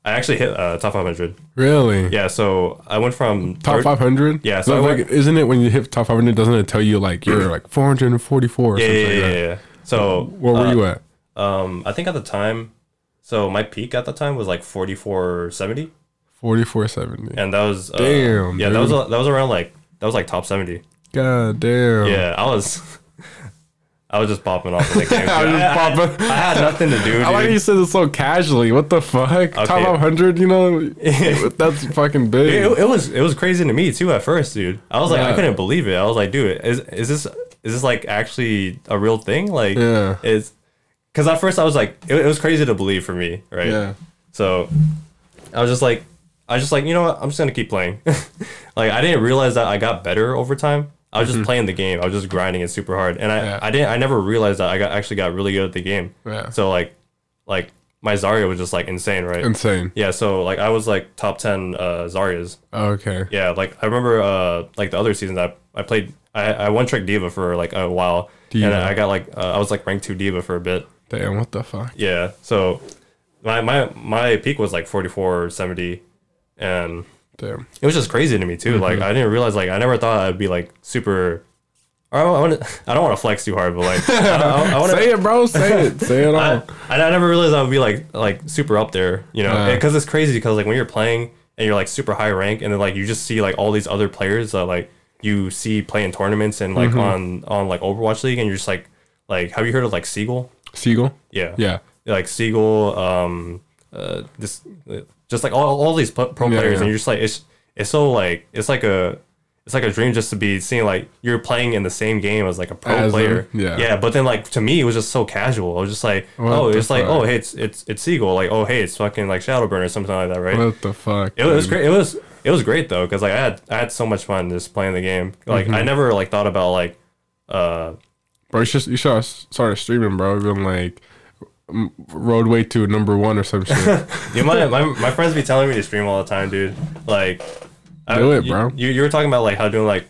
[SPEAKER 2] I actually hit uh, top 500.
[SPEAKER 1] Really?
[SPEAKER 2] Yeah, so I went from
[SPEAKER 1] Top
[SPEAKER 2] third-
[SPEAKER 1] five hundred.
[SPEAKER 2] Yeah, so I
[SPEAKER 1] like,
[SPEAKER 2] went-
[SPEAKER 1] isn't it when you hit top five hundred? Doesn't it tell you like you're like four hundred and forty four? or
[SPEAKER 2] Yeah,
[SPEAKER 1] something
[SPEAKER 2] yeah,
[SPEAKER 1] like
[SPEAKER 2] yeah,
[SPEAKER 1] that?
[SPEAKER 2] yeah, yeah. So
[SPEAKER 1] Where were you at?
[SPEAKER 2] um, I think at the time, so my peak at the time was like 4470,
[SPEAKER 1] Forty four seventy.
[SPEAKER 2] and that was uh,
[SPEAKER 1] Damn,
[SPEAKER 2] yeah, that was
[SPEAKER 1] dude.
[SPEAKER 2] that was around like that was like top 70.
[SPEAKER 1] God damn.
[SPEAKER 2] Yeah, I was. I was just popping off in the game. dude.
[SPEAKER 1] I was just
[SPEAKER 2] I, I-
[SPEAKER 1] popping.
[SPEAKER 2] I had nothing to do. Dude.
[SPEAKER 1] I like you said this so casually. What the fuck? Top
[SPEAKER 2] Okay.
[SPEAKER 1] 100, you know? that's fucking big.
[SPEAKER 2] It, it was it was crazy to me too at first, dude. I was like, I
[SPEAKER 1] Yeah.
[SPEAKER 2] couldn't believe it. I was like, dude, is is this is this like actually a real thing? Like,
[SPEAKER 1] Yeah.
[SPEAKER 2] is because at first I was like, it, it was crazy to believe for me, right?
[SPEAKER 1] yeah.
[SPEAKER 2] So I was just like, I was just like, you know what? I'm just gonna keep playing. like I didn't realize that I got better over time. I was just playing the game. I was just grinding it super hard, and I,
[SPEAKER 1] Mm-hmm. Yeah.
[SPEAKER 2] I didn't I never realized that I got actually got really good at the game.
[SPEAKER 1] Yeah.
[SPEAKER 2] So like like my Zarya was just like insane, right?
[SPEAKER 1] Insane.
[SPEAKER 2] yeah. So like I was like top ten uh, Zaryas.
[SPEAKER 1] Okay.
[SPEAKER 2] Yeah, like I remember uh like the other seasons I I played I, I one trick diva for like a while and
[SPEAKER 1] Diva.
[SPEAKER 2] I got like uh, I was like ranked 2 diva for a bit.
[SPEAKER 1] Damn, what the fuck?
[SPEAKER 2] Yeah. So my my my peak was like 44 or 70 and
[SPEAKER 1] Damn.
[SPEAKER 2] it was just crazy to me too.
[SPEAKER 1] Mm-hmm.
[SPEAKER 2] Like I didn't realize like I never thought I'd be like super I don't want to I don't want to flex too hard but like I, I, I want to
[SPEAKER 1] Say it, bro. Say it. Say it all.
[SPEAKER 2] I, I never realized I would be like like super up there, you know,
[SPEAKER 1] Yeah.
[SPEAKER 2] because it's crazy. Because like when you're playing and you're like super high rank, and then like you just see like all these other players that like you see playing tournaments and like
[SPEAKER 1] Mm-hmm.
[SPEAKER 2] on on like Overwatch League, and you're just like like have you heard of like Siegel?
[SPEAKER 1] Siegel?
[SPEAKER 2] Yeah,
[SPEAKER 1] Yeah.
[SPEAKER 2] like Siegel, um, uh, this uh, just like all, all these pro pro
[SPEAKER 1] Yeah,
[SPEAKER 2] players,
[SPEAKER 1] yeah.
[SPEAKER 2] and you're just like it's it's so like it's like a it's like a dream just to be seeing like you're playing in the same game as like a pro
[SPEAKER 1] As them,
[SPEAKER 2] player.
[SPEAKER 1] yeah.
[SPEAKER 2] yeah. But then like to me, it was just so casual. I was just like, oh,
[SPEAKER 1] the
[SPEAKER 2] it's like
[SPEAKER 1] fuck?
[SPEAKER 2] oh, hey, it's it's it's Siegel. Like oh, hey, it's fucking like Shadowburn or something like that, right?
[SPEAKER 1] What the fuck?
[SPEAKER 2] it was
[SPEAKER 1] dude?
[SPEAKER 2] great. It was it was great though because like I had I had so much fun just playing the game. Like
[SPEAKER 1] Mm-hmm.
[SPEAKER 2] I never like thought about like uh
[SPEAKER 1] Bro, you should, you should have started streaming, bro. Even like m- Roadway to number one or some shit.
[SPEAKER 2] Dude, my, my my friends be telling me to stream all the time, dude. Like, I-
[SPEAKER 1] Do it,
[SPEAKER 2] you-
[SPEAKER 1] bro.
[SPEAKER 2] You, you were talking about like how doing like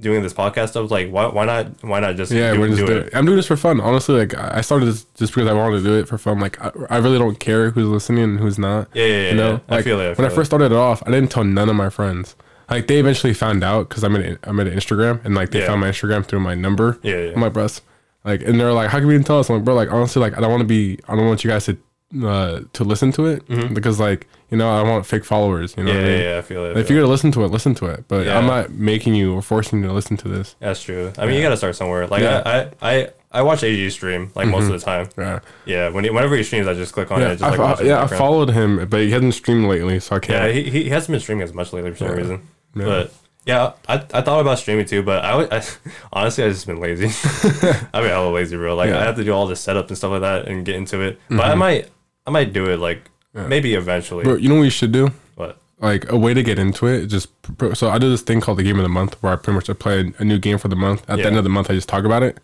[SPEAKER 2] doing this podcast stuff, like why why not why not just
[SPEAKER 1] Yeah,
[SPEAKER 2] do,
[SPEAKER 1] we're just
[SPEAKER 2] do
[SPEAKER 1] doing
[SPEAKER 2] it?
[SPEAKER 1] it. I'm doing this for fun, honestly. Like I I started this just because I wanted to do it for fun. Like I, I really don't care who's listening and who's not.
[SPEAKER 2] Yeah, yeah, yeah,
[SPEAKER 1] You know,
[SPEAKER 2] yeah. I
[SPEAKER 1] like
[SPEAKER 2] feel it, I
[SPEAKER 1] when
[SPEAKER 2] feel
[SPEAKER 1] I first started it off, I didn't tell none of my friends. Like they eventually found out because I'm in I'm in Instagram and like they
[SPEAKER 2] Yeah.
[SPEAKER 1] found my Instagram through my number.
[SPEAKER 2] Yeah, yeah.
[SPEAKER 1] I'm like, bros, like, and they're like, how can you even tell us? I'm like, bro, like honestly, like I don't want to be, I don't want you guys to uh to listen to it because like you know I want fake followers. You know,
[SPEAKER 2] Mm-hmm. Yeah,
[SPEAKER 1] what I mean?
[SPEAKER 2] yeah, yeah, I feel it. I
[SPEAKER 1] If
[SPEAKER 2] feel
[SPEAKER 1] you're
[SPEAKER 2] it.
[SPEAKER 1] gonna listen to it, listen to it. But I'm
[SPEAKER 2] Yeah.
[SPEAKER 1] not making you or forcing you to listen to this.
[SPEAKER 2] That's true. I mean, you gotta start somewhere. Like
[SPEAKER 1] Yeah.
[SPEAKER 2] I, I, I, I watch AG stream like most of the time.
[SPEAKER 1] Yeah.
[SPEAKER 2] Yeah, when he, whenever he streams, I just click on it.
[SPEAKER 1] Yeah,
[SPEAKER 2] Just,
[SPEAKER 1] I,
[SPEAKER 2] like, watch
[SPEAKER 1] fo-
[SPEAKER 2] it in the
[SPEAKER 1] yeah I
[SPEAKER 2] background.
[SPEAKER 1] followed him, but he hasn't streamed lately, so I
[SPEAKER 2] Yeah,
[SPEAKER 1] can't.
[SPEAKER 2] he, he hasn't been streaming as much lately for some reason.
[SPEAKER 1] Yeah.
[SPEAKER 2] But yeah, I, I thought about streaming too, but I, would- I honestly I just been lazy. I've been hella lazy, bro. Like
[SPEAKER 1] Yeah. Mm-hmm.
[SPEAKER 2] I have to do all this setup and stuff like that and get into it. But I might I might do it like maybe eventually.
[SPEAKER 1] But you know what you should do?
[SPEAKER 2] But
[SPEAKER 1] Like a way to get into it, is just pr- pr- so I do this thing called the game of the month, where I pretty much I play a new game for the month. At the
[SPEAKER 2] Yeah. Mm-hmm.
[SPEAKER 1] end of the month, I just talk about it.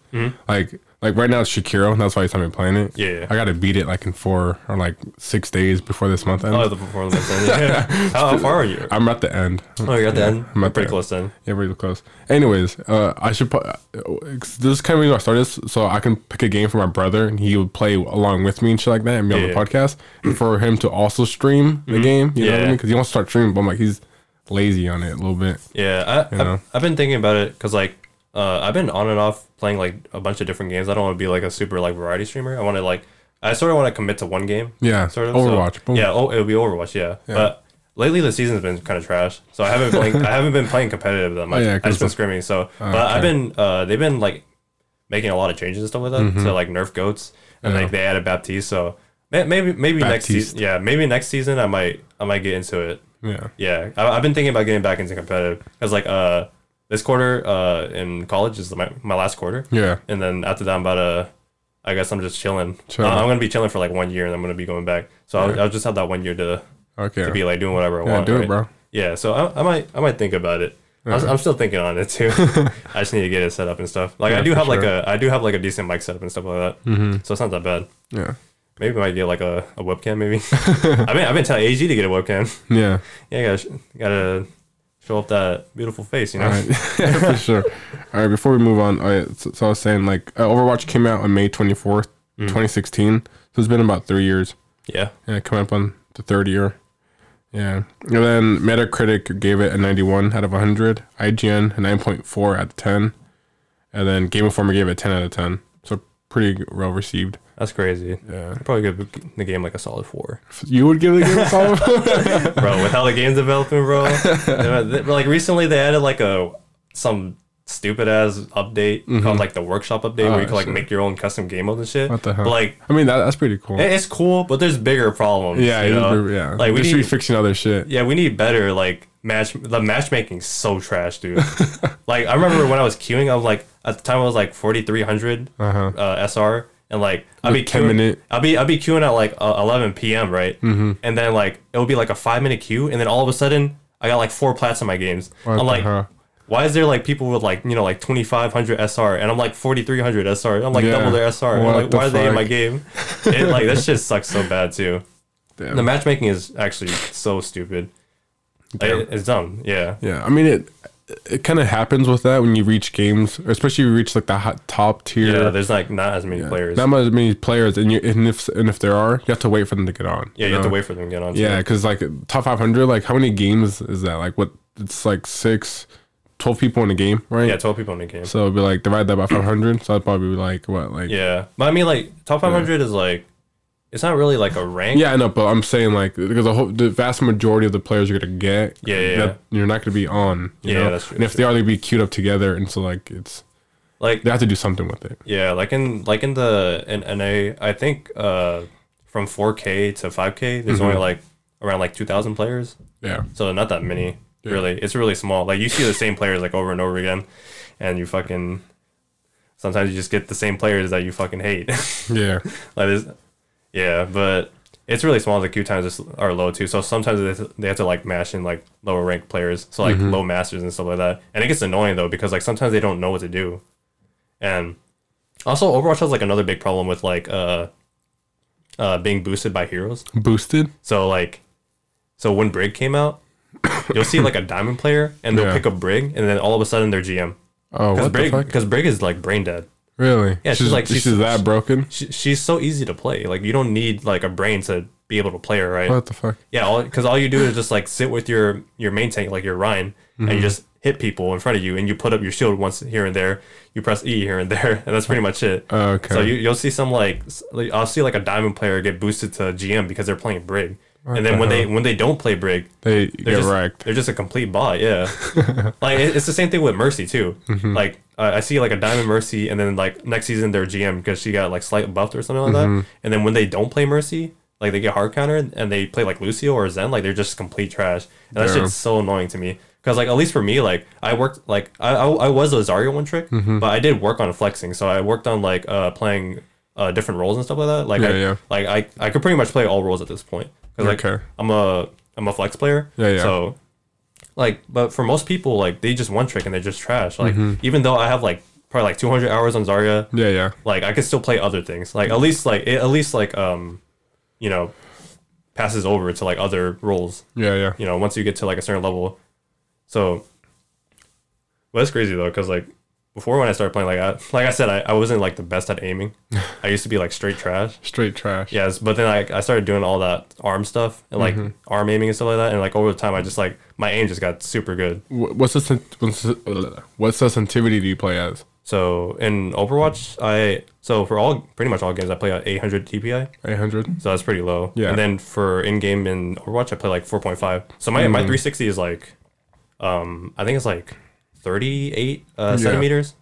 [SPEAKER 1] Like like right now it's Shakiro, and that's why he's time me playing it.
[SPEAKER 2] Yeah, yeah.
[SPEAKER 1] I got to beat it like in four or like six days before this month ends.
[SPEAKER 2] oh, the performance. yeah. how, how far are you?
[SPEAKER 1] I'm at the end.
[SPEAKER 2] Oh, you're at the end.
[SPEAKER 1] I'm at the
[SPEAKER 2] pretty
[SPEAKER 1] end.
[SPEAKER 2] close then.
[SPEAKER 1] Yeah, pretty close. Anyways, uh, I should. Pu- uh, this is kind of reason I started this, so I can pick a game for my brother, and he would play along with me and shit like that, and be on
[SPEAKER 2] Yeah. Mm-hmm.
[SPEAKER 1] the podcast. And for him to also stream the game, you know what I
[SPEAKER 2] Yeah.
[SPEAKER 1] mean? Because he wants to start streaming, but I'm like, he's lazy on it a little bit.
[SPEAKER 2] Yeah, I,
[SPEAKER 1] know?
[SPEAKER 2] I've, I've been thinking about it because like uh, I've been on and off playing like a bunch of different games. I don't want to be like a super like variety streamer. I want to like I sort of want to commit to one game.
[SPEAKER 1] Yeah,
[SPEAKER 2] sort of
[SPEAKER 1] Overwatch,
[SPEAKER 2] So,
[SPEAKER 1] boom.
[SPEAKER 2] Yeah, oh, it'll be Overwatch. Yeah. but lately the season's been kind of trash, so I haven't been playing, I haven't been playing competitive that much.
[SPEAKER 1] Oh, yeah,
[SPEAKER 2] I've just
[SPEAKER 1] 'cause
[SPEAKER 2] been
[SPEAKER 1] the- Oh,
[SPEAKER 2] scrimming. So, but I've been uh, they've been like making a lot of changes and stuff like that
[SPEAKER 1] Mm-hmm.
[SPEAKER 2] to like nerf goats and like they added Baptiste. So may- maybe maybe next
[SPEAKER 1] Baptiste.
[SPEAKER 2] season, yeah, maybe next season I might I might get into it.
[SPEAKER 1] Yeah,
[SPEAKER 2] Yeah, I, I've been thinking about getting back into competitive because like uh this quarter uh in college is my, my last quarter,
[SPEAKER 1] yeah.
[SPEAKER 2] and then after that I'm about to. I guess I'm just chilling.
[SPEAKER 1] Chilling.
[SPEAKER 2] Uh, I'm gonna be chilling for like one year, and I'm gonna be going back. So I'll, I'll just have that one year to,
[SPEAKER 1] Okay,
[SPEAKER 2] to be like doing whatever I
[SPEAKER 1] yeah,
[SPEAKER 2] want.
[SPEAKER 1] do
[SPEAKER 2] right?
[SPEAKER 1] it, bro.
[SPEAKER 2] Yeah, so I, I might I might think about it. I'm, s- I'm still thinking on it too. I just need to get it set up and stuff. Like I
[SPEAKER 1] Yeah,
[SPEAKER 2] do
[SPEAKER 1] for
[SPEAKER 2] have like
[SPEAKER 1] sure.
[SPEAKER 2] a I do have like a decent mic setup and stuff like that. Mm-hmm. So it's not that bad.
[SPEAKER 1] Yeah,
[SPEAKER 2] Maybe I might get like a, a webcam. Maybe I mean I've been telling AG to get a webcam.
[SPEAKER 1] yeah,
[SPEAKER 2] Yeah, gotta sh- gotta show off that beautiful face, you know.
[SPEAKER 1] All right. yeah, for sure. All right, before we move on, all right, so, so I was saying like uh, Overwatch came out on May 24th,
[SPEAKER 2] Mm.
[SPEAKER 1] 2016. So it's been about three years.
[SPEAKER 2] Yeah,
[SPEAKER 1] Yeah, coming up on the third year. Yeah. And then Metacritic gave it a 91 out of 100. IGN a 9.4 out of 10. And then Game Informer gave it a 10 out of 10. So pretty well received.
[SPEAKER 2] that's crazy.
[SPEAKER 1] Yeah.
[SPEAKER 2] I'd probably give the game like a solid four,
[SPEAKER 1] You would give the game a solid?
[SPEAKER 2] bro. With how the game's developing, bro. they- like recently, they added like a some stupid ass update called like the workshop update where you
[SPEAKER 1] Mm-hmm.
[SPEAKER 2] can like
[SPEAKER 1] Ah, shit.
[SPEAKER 2] make your own custom game mode and shit.
[SPEAKER 1] What the hell?
[SPEAKER 2] But, like
[SPEAKER 1] I mean, that, that's pretty cool.
[SPEAKER 2] it- it's cool, but there's bigger problems.
[SPEAKER 1] yeah,
[SPEAKER 2] you
[SPEAKER 1] it is
[SPEAKER 2] know?
[SPEAKER 1] pretty- yeah.
[SPEAKER 2] Like we
[SPEAKER 1] just
[SPEAKER 2] need,
[SPEAKER 1] be fixing other shit.
[SPEAKER 2] yeah, we need better like match. The matchmaking's so trash, dude. like I remember when I was queuing, I was like at the time I was like forty three hundred uh SR, and like I'd
[SPEAKER 1] Uh-huh.
[SPEAKER 2] be
[SPEAKER 1] Like 10
[SPEAKER 2] queuing,
[SPEAKER 1] minute.
[SPEAKER 2] I'd be I'd be queuing at like uh, eleven p.m. right, mm-hmm. and then like it would be like a five minute queue, and then all of a sudden I got like four plats in my games.
[SPEAKER 1] the
[SPEAKER 2] I'm like.
[SPEAKER 1] hell?
[SPEAKER 2] Why is there like people with like you know like twenty five hundred SR and I'm like forty three hundred SR? I'm like
[SPEAKER 1] Yeah.
[SPEAKER 2] double their SR. I'm
[SPEAKER 1] What
[SPEAKER 2] like
[SPEAKER 1] the
[SPEAKER 2] why are they in my
[SPEAKER 1] fuck?
[SPEAKER 2] game? It, like that shit sucks so bad too.
[SPEAKER 1] Damn.
[SPEAKER 2] The matchmaking is actually so stupid. Like, it- it's dumb. Yeah.
[SPEAKER 1] Yeah, I mean it. It kind of happens with that when you reach games, especially if you reach like the hot top tier.
[SPEAKER 2] Yeah. There's like not as many players.
[SPEAKER 1] Not as many players, and you and if and if there are, you have to wait for them to get on.
[SPEAKER 2] yeah. You have
[SPEAKER 1] know?
[SPEAKER 2] to wait for them to get on.
[SPEAKER 1] Yeah, because like top 500, like how many games is that? Like what? It's like six, 12 people in a game, right?
[SPEAKER 2] Yeah. Twelve people in the game.
[SPEAKER 1] So it'd be like divide that by 500. So I'd probably be like, what? Like, yeah,
[SPEAKER 2] yeah. But I mean, like top 500 is like, it's not really like a rank.
[SPEAKER 1] I know, but I'm saying like, because the, whole, the vast majority of the players you're going to get,
[SPEAKER 2] Yeah, yeah,
[SPEAKER 1] that- you're not going to be on. You
[SPEAKER 2] Yeah,
[SPEAKER 1] know?
[SPEAKER 2] that's true,
[SPEAKER 1] And if
[SPEAKER 2] that's
[SPEAKER 1] they are, they'd be queued up together. And so like, it's,
[SPEAKER 2] Like
[SPEAKER 1] they have to do something with it.
[SPEAKER 2] yeah. Like in like in the in NA, I think uh from 4K to 5K, there's only like around like 2,000 players.
[SPEAKER 1] Yeah.
[SPEAKER 2] So not that many. Really, it's really small. Like you see the same players like over and over again, and you fucking. Sometimes you just get the same players that you fucking hate.
[SPEAKER 1] Yeah.
[SPEAKER 2] Like this, yeah, but it's really small. The queue times is- are low too, so sometimes they have to- they have to like mash in like lower ranked players, so
[SPEAKER 1] Mm-hmm.
[SPEAKER 2] like low masters and stuff like that. And it gets annoying though because like sometimes they don't know what to do, and also Overwatch has like another big problem with like uh uh being boosted by heroes.
[SPEAKER 1] Boosted.
[SPEAKER 2] So like, so when Brig came out, you'll see like a diamond player and they'll
[SPEAKER 1] Yeah.
[SPEAKER 2] pick up Brig, and then all of a sudden they're GM.
[SPEAKER 1] Oh,
[SPEAKER 2] Because
[SPEAKER 1] what the
[SPEAKER 2] Brig,
[SPEAKER 1] fuck?
[SPEAKER 2] because Brig is like brain dead.
[SPEAKER 1] Really?
[SPEAKER 2] Yeah, she's like-
[SPEAKER 1] she's,
[SPEAKER 2] she's-
[SPEAKER 1] that broken.
[SPEAKER 2] She, she's so easy to play. Like you don't need like a brain to be able to play her, right?
[SPEAKER 1] What the fuck?
[SPEAKER 2] Yeah, because all, you do is just like sit with your your main tank, like your Rhine, and you just hit people in front of you, and you put up your shield once here and there. You press E here and there, and that's pretty much it.
[SPEAKER 1] Okay.
[SPEAKER 2] So you, you'll see some like s- like, I'll see like a diamond player get boosted to GM because they're playing Brig, and then when they when they don't play Brig,
[SPEAKER 1] they get
[SPEAKER 2] they're just,
[SPEAKER 1] wrecked.
[SPEAKER 2] They're just a complete bot. Yeah, like it- it's the same thing with Mercy too.
[SPEAKER 1] Mm-hmm.
[SPEAKER 2] Like uh, I see like a Diamond Mercy, and then like next season they're GM because she got like slight buffed or something like
[SPEAKER 1] Mm-hmm.
[SPEAKER 2] that. And then when they don't play Mercy, like they get hard countered and they play like Lucio or Zen, like they're just complete trash. And that
[SPEAKER 1] Yeah.
[SPEAKER 2] shit's so annoying to me. Cause like at least for me, like I worked like I I, I was a Zarya one trick,
[SPEAKER 1] Mm-hmm.
[SPEAKER 2] but I did work on flexing. So I worked on like uh playing uh different roles and stuff like that. Like
[SPEAKER 1] Yeah,
[SPEAKER 2] I
[SPEAKER 1] yeah.
[SPEAKER 2] like I I could pretty much play all roles at this point. 'Cause, like,
[SPEAKER 1] Okay.
[SPEAKER 2] I'm a I'm a flex player.
[SPEAKER 1] Yeah, yeah.
[SPEAKER 2] So like but for most people like they just one trick and they're just trash. Like
[SPEAKER 1] Mm-hmm.
[SPEAKER 2] even though I have like probably like 200 hours on Zarya,
[SPEAKER 1] Yeah, yeah.
[SPEAKER 2] like I could still play other things. Like at least like it at least like um you know passes over to like other roles,
[SPEAKER 1] Yeah, yeah.
[SPEAKER 2] you know, once you get to like a certain level. So well, that's crazy though cuz like before when I started playing like I, like I said I, I wasn't like the best at aiming. I used to be like straight trash.
[SPEAKER 1] Straight trash.
[SPEAKER 2] Yes, but then I, I started doing all that arm stuff and like arm aiming and stuff like that, and like over the time I just like my aim just got super good.
[SPEAKER 1] Wh- What's the sen- what's the- what sensitivity do you play as?
[SPEAKER 2] So in Overwatch, I so for all pretty much all games I play at 800 DPI,
[SPEAKER 1] Eight hundred.
[SPEAKER 2] so that's pretty low.
[SPEAKER 1] Yeah.
[SPEAKER 2] And then for in game in Overwatch, I play like 4.5. So my my 360 is like, um, I think it's like 38 uh, centimeters.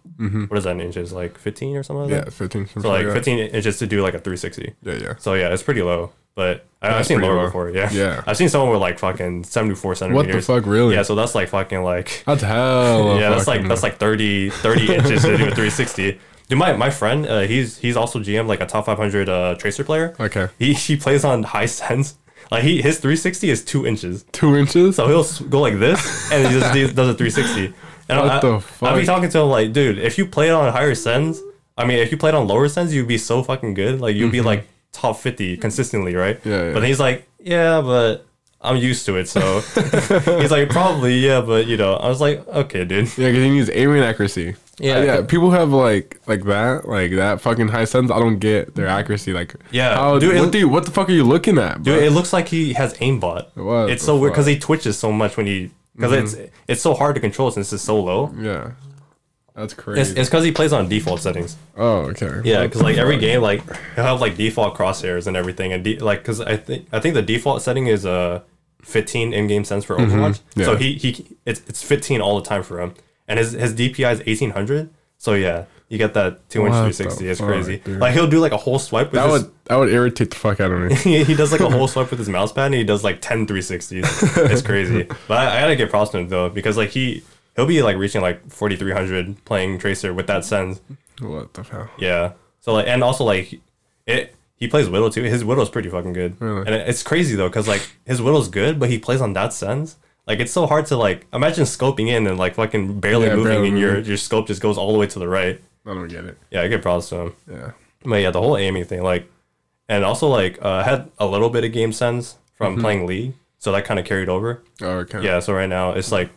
[SPEAKER 2] What is that in inches? Like 15 or Mm-hmm. something like
[SPEAKER 1] Yeah,
[SPEAKER 2] that.
[SPEAKER 1] fifteen.
[SPEAKER 2] So like 15 inches to do like a 360.
[SPEAKER 1] Yeah, yeah.
[SPEAKER 2] So yeah, it's pretty low. But I, I've
[SPEAKER 1] That's
[SPEAKER 2] seen
[SPEAKER 1] pretty
[SPEAKER 2] lower
[SPEAKER 1] low.
[SPEAKER 2] before. Yeah.
[SPEAKER 1] Yeah.
[SPEAKER 2] I've seen someone with like fucking seventy four
[SPEAKER 1] What the
[SPEAKER 2] centimeters.
[SPEAKER 1] fuck, really?
[SPEAKER 2] Yeah. So that's like fucking like
[SPEAKER 1] That's hell.
[SPEAKER 2] yeah. That's like that's like 30, 30 inches to do a three sixty. Dude, my my friend, uh, he's he's also GM like a top five hundred uh, tracer player.
[SPEAKER 1] Okay.
[SPEAKER 2] He he plays on high sense. Like he his three sixty is two inches.
[SPEAKER 1] two inches.
[SPEAKER 2] So he'll s- go like this, and he just do- does a 360. And
[SPEAKER 1] What
[SPEAKER 2] I,
[SPEAKER 1] the
[SPEAKER 2] I'll
[SPEAKER 1] fuck?
[SPEAKER 2] be talking to him like, dude, if you played on higher sends, I mean, if you played on lower sends, you'd be so fucking good. Like, you'd be like top 50 consistently, right?
[SPEAKER 1] Mm-hmm. Yeah, yeah.
[SPEAKER 2] But he's like, yeah, but I'm used to it. So he's like, probably, yeah, but you know, I was like, okay, dude.
[SPEAKER 1] Yeah, because he needs aiming accuracy. Uh,
[SPEAKER 2] Yeah.
[SPEAKER 1] yeah. People who have like like that, like that fucking high sense. I don't get their accuracy. Like,
[SPEAKER 2] Yeah,
[SPEAKER 1] how,
[SPEAKER 2] dude, it-
[SPEAKER 1] what, do you, what the fuck are you looking at, bro?
[SPEAKER 2] Dude, it looks like he has aimbot.
[SPEAKER 1] What
[SPEAKER 2] it's
[SPEAKER 1] the
[SPEAKER 2] so weird
[SPEAKER 1] fuck? Mm-hmm.
[SPEAKER 2] because he twitches so much when he. Because it's it's so hard to control since it's so low.
[SPEAKER 1] yeah, that's crazy.
[SPEAKER 2] It's because he plays on default settings.
[SPEAKER 1] oh, okay.
[SPEAKER 2] Yeah, because like every game, like he'll have like default crosshairs and everything, and de- like because I think I think the default setting is uh 15 in-game cents for Overwatch.
[SPEAKER 1] Mm-hmm. Yeah.
[SPEAKER 2] So he he it's it's 15 all the time for him, and his his DPI is 1800. So yeah, you get that two inch
[SPEAKER 1] What the
[SPEAKER 2] 360. It's
[SPEAKER 1] fuck,
[SPEAKER 2] crazy.
[SPEAKER 1] dude.
[SPEAKER 2] Like he'll do like a whole swipe with
[SPEAKER 1] that
[SPEAKER 2] his.
[SPEAKER 1] would that would irritate the fuck out of me.
[SPEAKER 2] he does like a whole swipe with his mouse pad and he does like 10 360s. It's crazy. But I, I gotta give props to him though, because like he he'll be like reaching like 4300 playing Tracer with that sense.
[SPEAKER 1] what the hell?
[SPEAKER 2] Yeah. So like, and also like, it he plays Whittle too. His Whittle's pretty fucking good.
[SPEAKER 1] Really?
[SPEAKER 2] And it- it's crazy though, cause like his Whittle's good, but he plays on that sense. Like it's so hard to like imagine scoping in and like fucking barely
[SPEAKER 1] Yeah,
[SPEAKER 2] moving,
[SPEAKER 1] barely
[SPEAKER 2] and your
[SPEAKER 1] moving.
[SPEAKER 2] your scope just goes all the way to the right.
[SPEAKER 1] I don't get it.
[SPEAKER 2] Yeah, I get props to him.
[SPEAKER 1] Yeah.
[SPEAKER 2] But yeah, the whole aiming thing, like, and also like, uh, I had a little bit of game sense from
[SPEAKER 1] Mm-hmm.
[SPEAKER 2] playing League, so that kind of carried over.
[SPEAKER 1] Oh, okay.
[SPEAKER 2] Yeah. So right now it's like,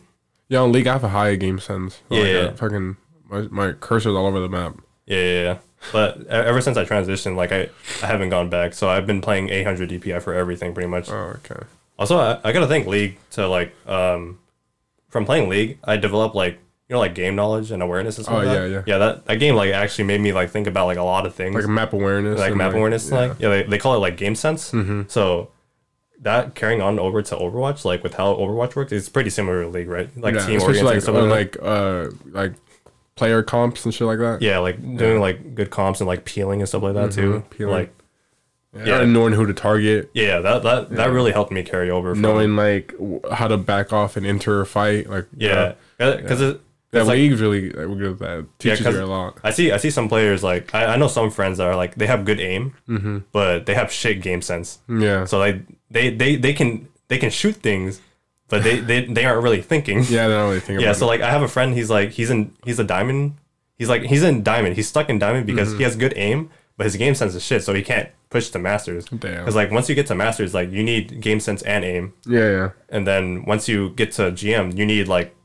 [SPEAKER 1] Yeah, on League, I have a high game sense. Like,
[SPEAKER 2] Yeah.
[SPEAKER 1] uh, fucking, my, my cursor's all over the map.
[SPEAKER 2] yeah, yeah, yeah. But e- ever since I transitioned, like I, I haven't gone back. So I've been playing 800 DPI for everything pretty much.
[SPEAKER 1] Oh, okay.
[SPEAKER 2] Also, I, I gotta thank League to like um, from playing League, I developed like you know like game knowledge and awareness and stuff.
[SPEAKER 1] Oh,
[SPEAKER 2] like
[SPEAKER 1] yeah,
[SPEAKER 2] that.
[SPEAKER 1] yeah.
[SPEAKER 2] yeah. That that game like actually made me like think about like a lot of things,
[SPEAKER 1] Like
[SPEAKER 2] like,
[SPEAKER 1] map awareness. and,
[SPEAKER 2] map awareness.
[SPEAKER 1] yeah. Mm-hmm.
[SPEAKER 2] Like yeah, they, they call it like game sense. So that carrying on over to Overwatch, like with how Overwatch works, it's pretty similar to League, right? Like
[SPEAKER 1] yeah,
[SPEAKER 2] team
[SPEAKER 1] especially
[SPEAKER 2] oriented and
[SPEAKER 1] like
[SPEAKER 2] stuff
[SPEAKER 1] on,
[SPEAKER 2] like, that.
[SPEAKER 1] like uh like player comps and shit like that.
[SPEAKER 2] Yeah, like doing like good comps and like peeling and stuff like that too.
[SPEAKER 1] Mm-hmm. peeling.
[SPEAKER 2] Like
[SPEAKER 1] yeah.
[SPEAKER 2] yeah.
[SPEAKER 1] And knowing who to target,
[SPEAKER 2] yeah, that that that really helped me carry over. From,
[SPEAKER 1] knowing like w- how to back off and enter a fight. Like
[SPEAKER 2] yeah, because it.
[SPEAKER 1] that
[SPEAKER 2] it's, like,
[SPEAKER 1] league's really like, we're good at that. Teaches
[SPEAKER 2] 'cause-
[SPEAKER 1] you a lot.
[SPEAKER 2] I see. I see some players like I, I know some friends that are like they have good aim,
[SPEAKER 1] Mm-hmm.
[SPEAKER 2] but they have shit game sense.
[SPEAKER 1] Yeah.
[SPEAKER 2] So like they they they can they can shoot things, but they they, they aren't really thinking.
[SPEAKER 1] yeah, I don't really think
[SPEAKER 2] Yeah.
[SPEAKER 1] about
[SPEAKER 2] So like I have a friend. He's like he's in he's a diamond. He's like he's in diamond. He's stuck in diamond
[SPEAKER 1] Mm-hmm.
[SPEAKER 2] because he has good aim, but his game sense is shit. So he can't push to masters.
[SPEAKER 1] Damn.
[SPEAKER 2] Because like once you get to masters, like you need game sense and aim,
[SPEAKER 1] it. Yeah, yeah.
[SPEAKER 2] and then once you get to GM, you need like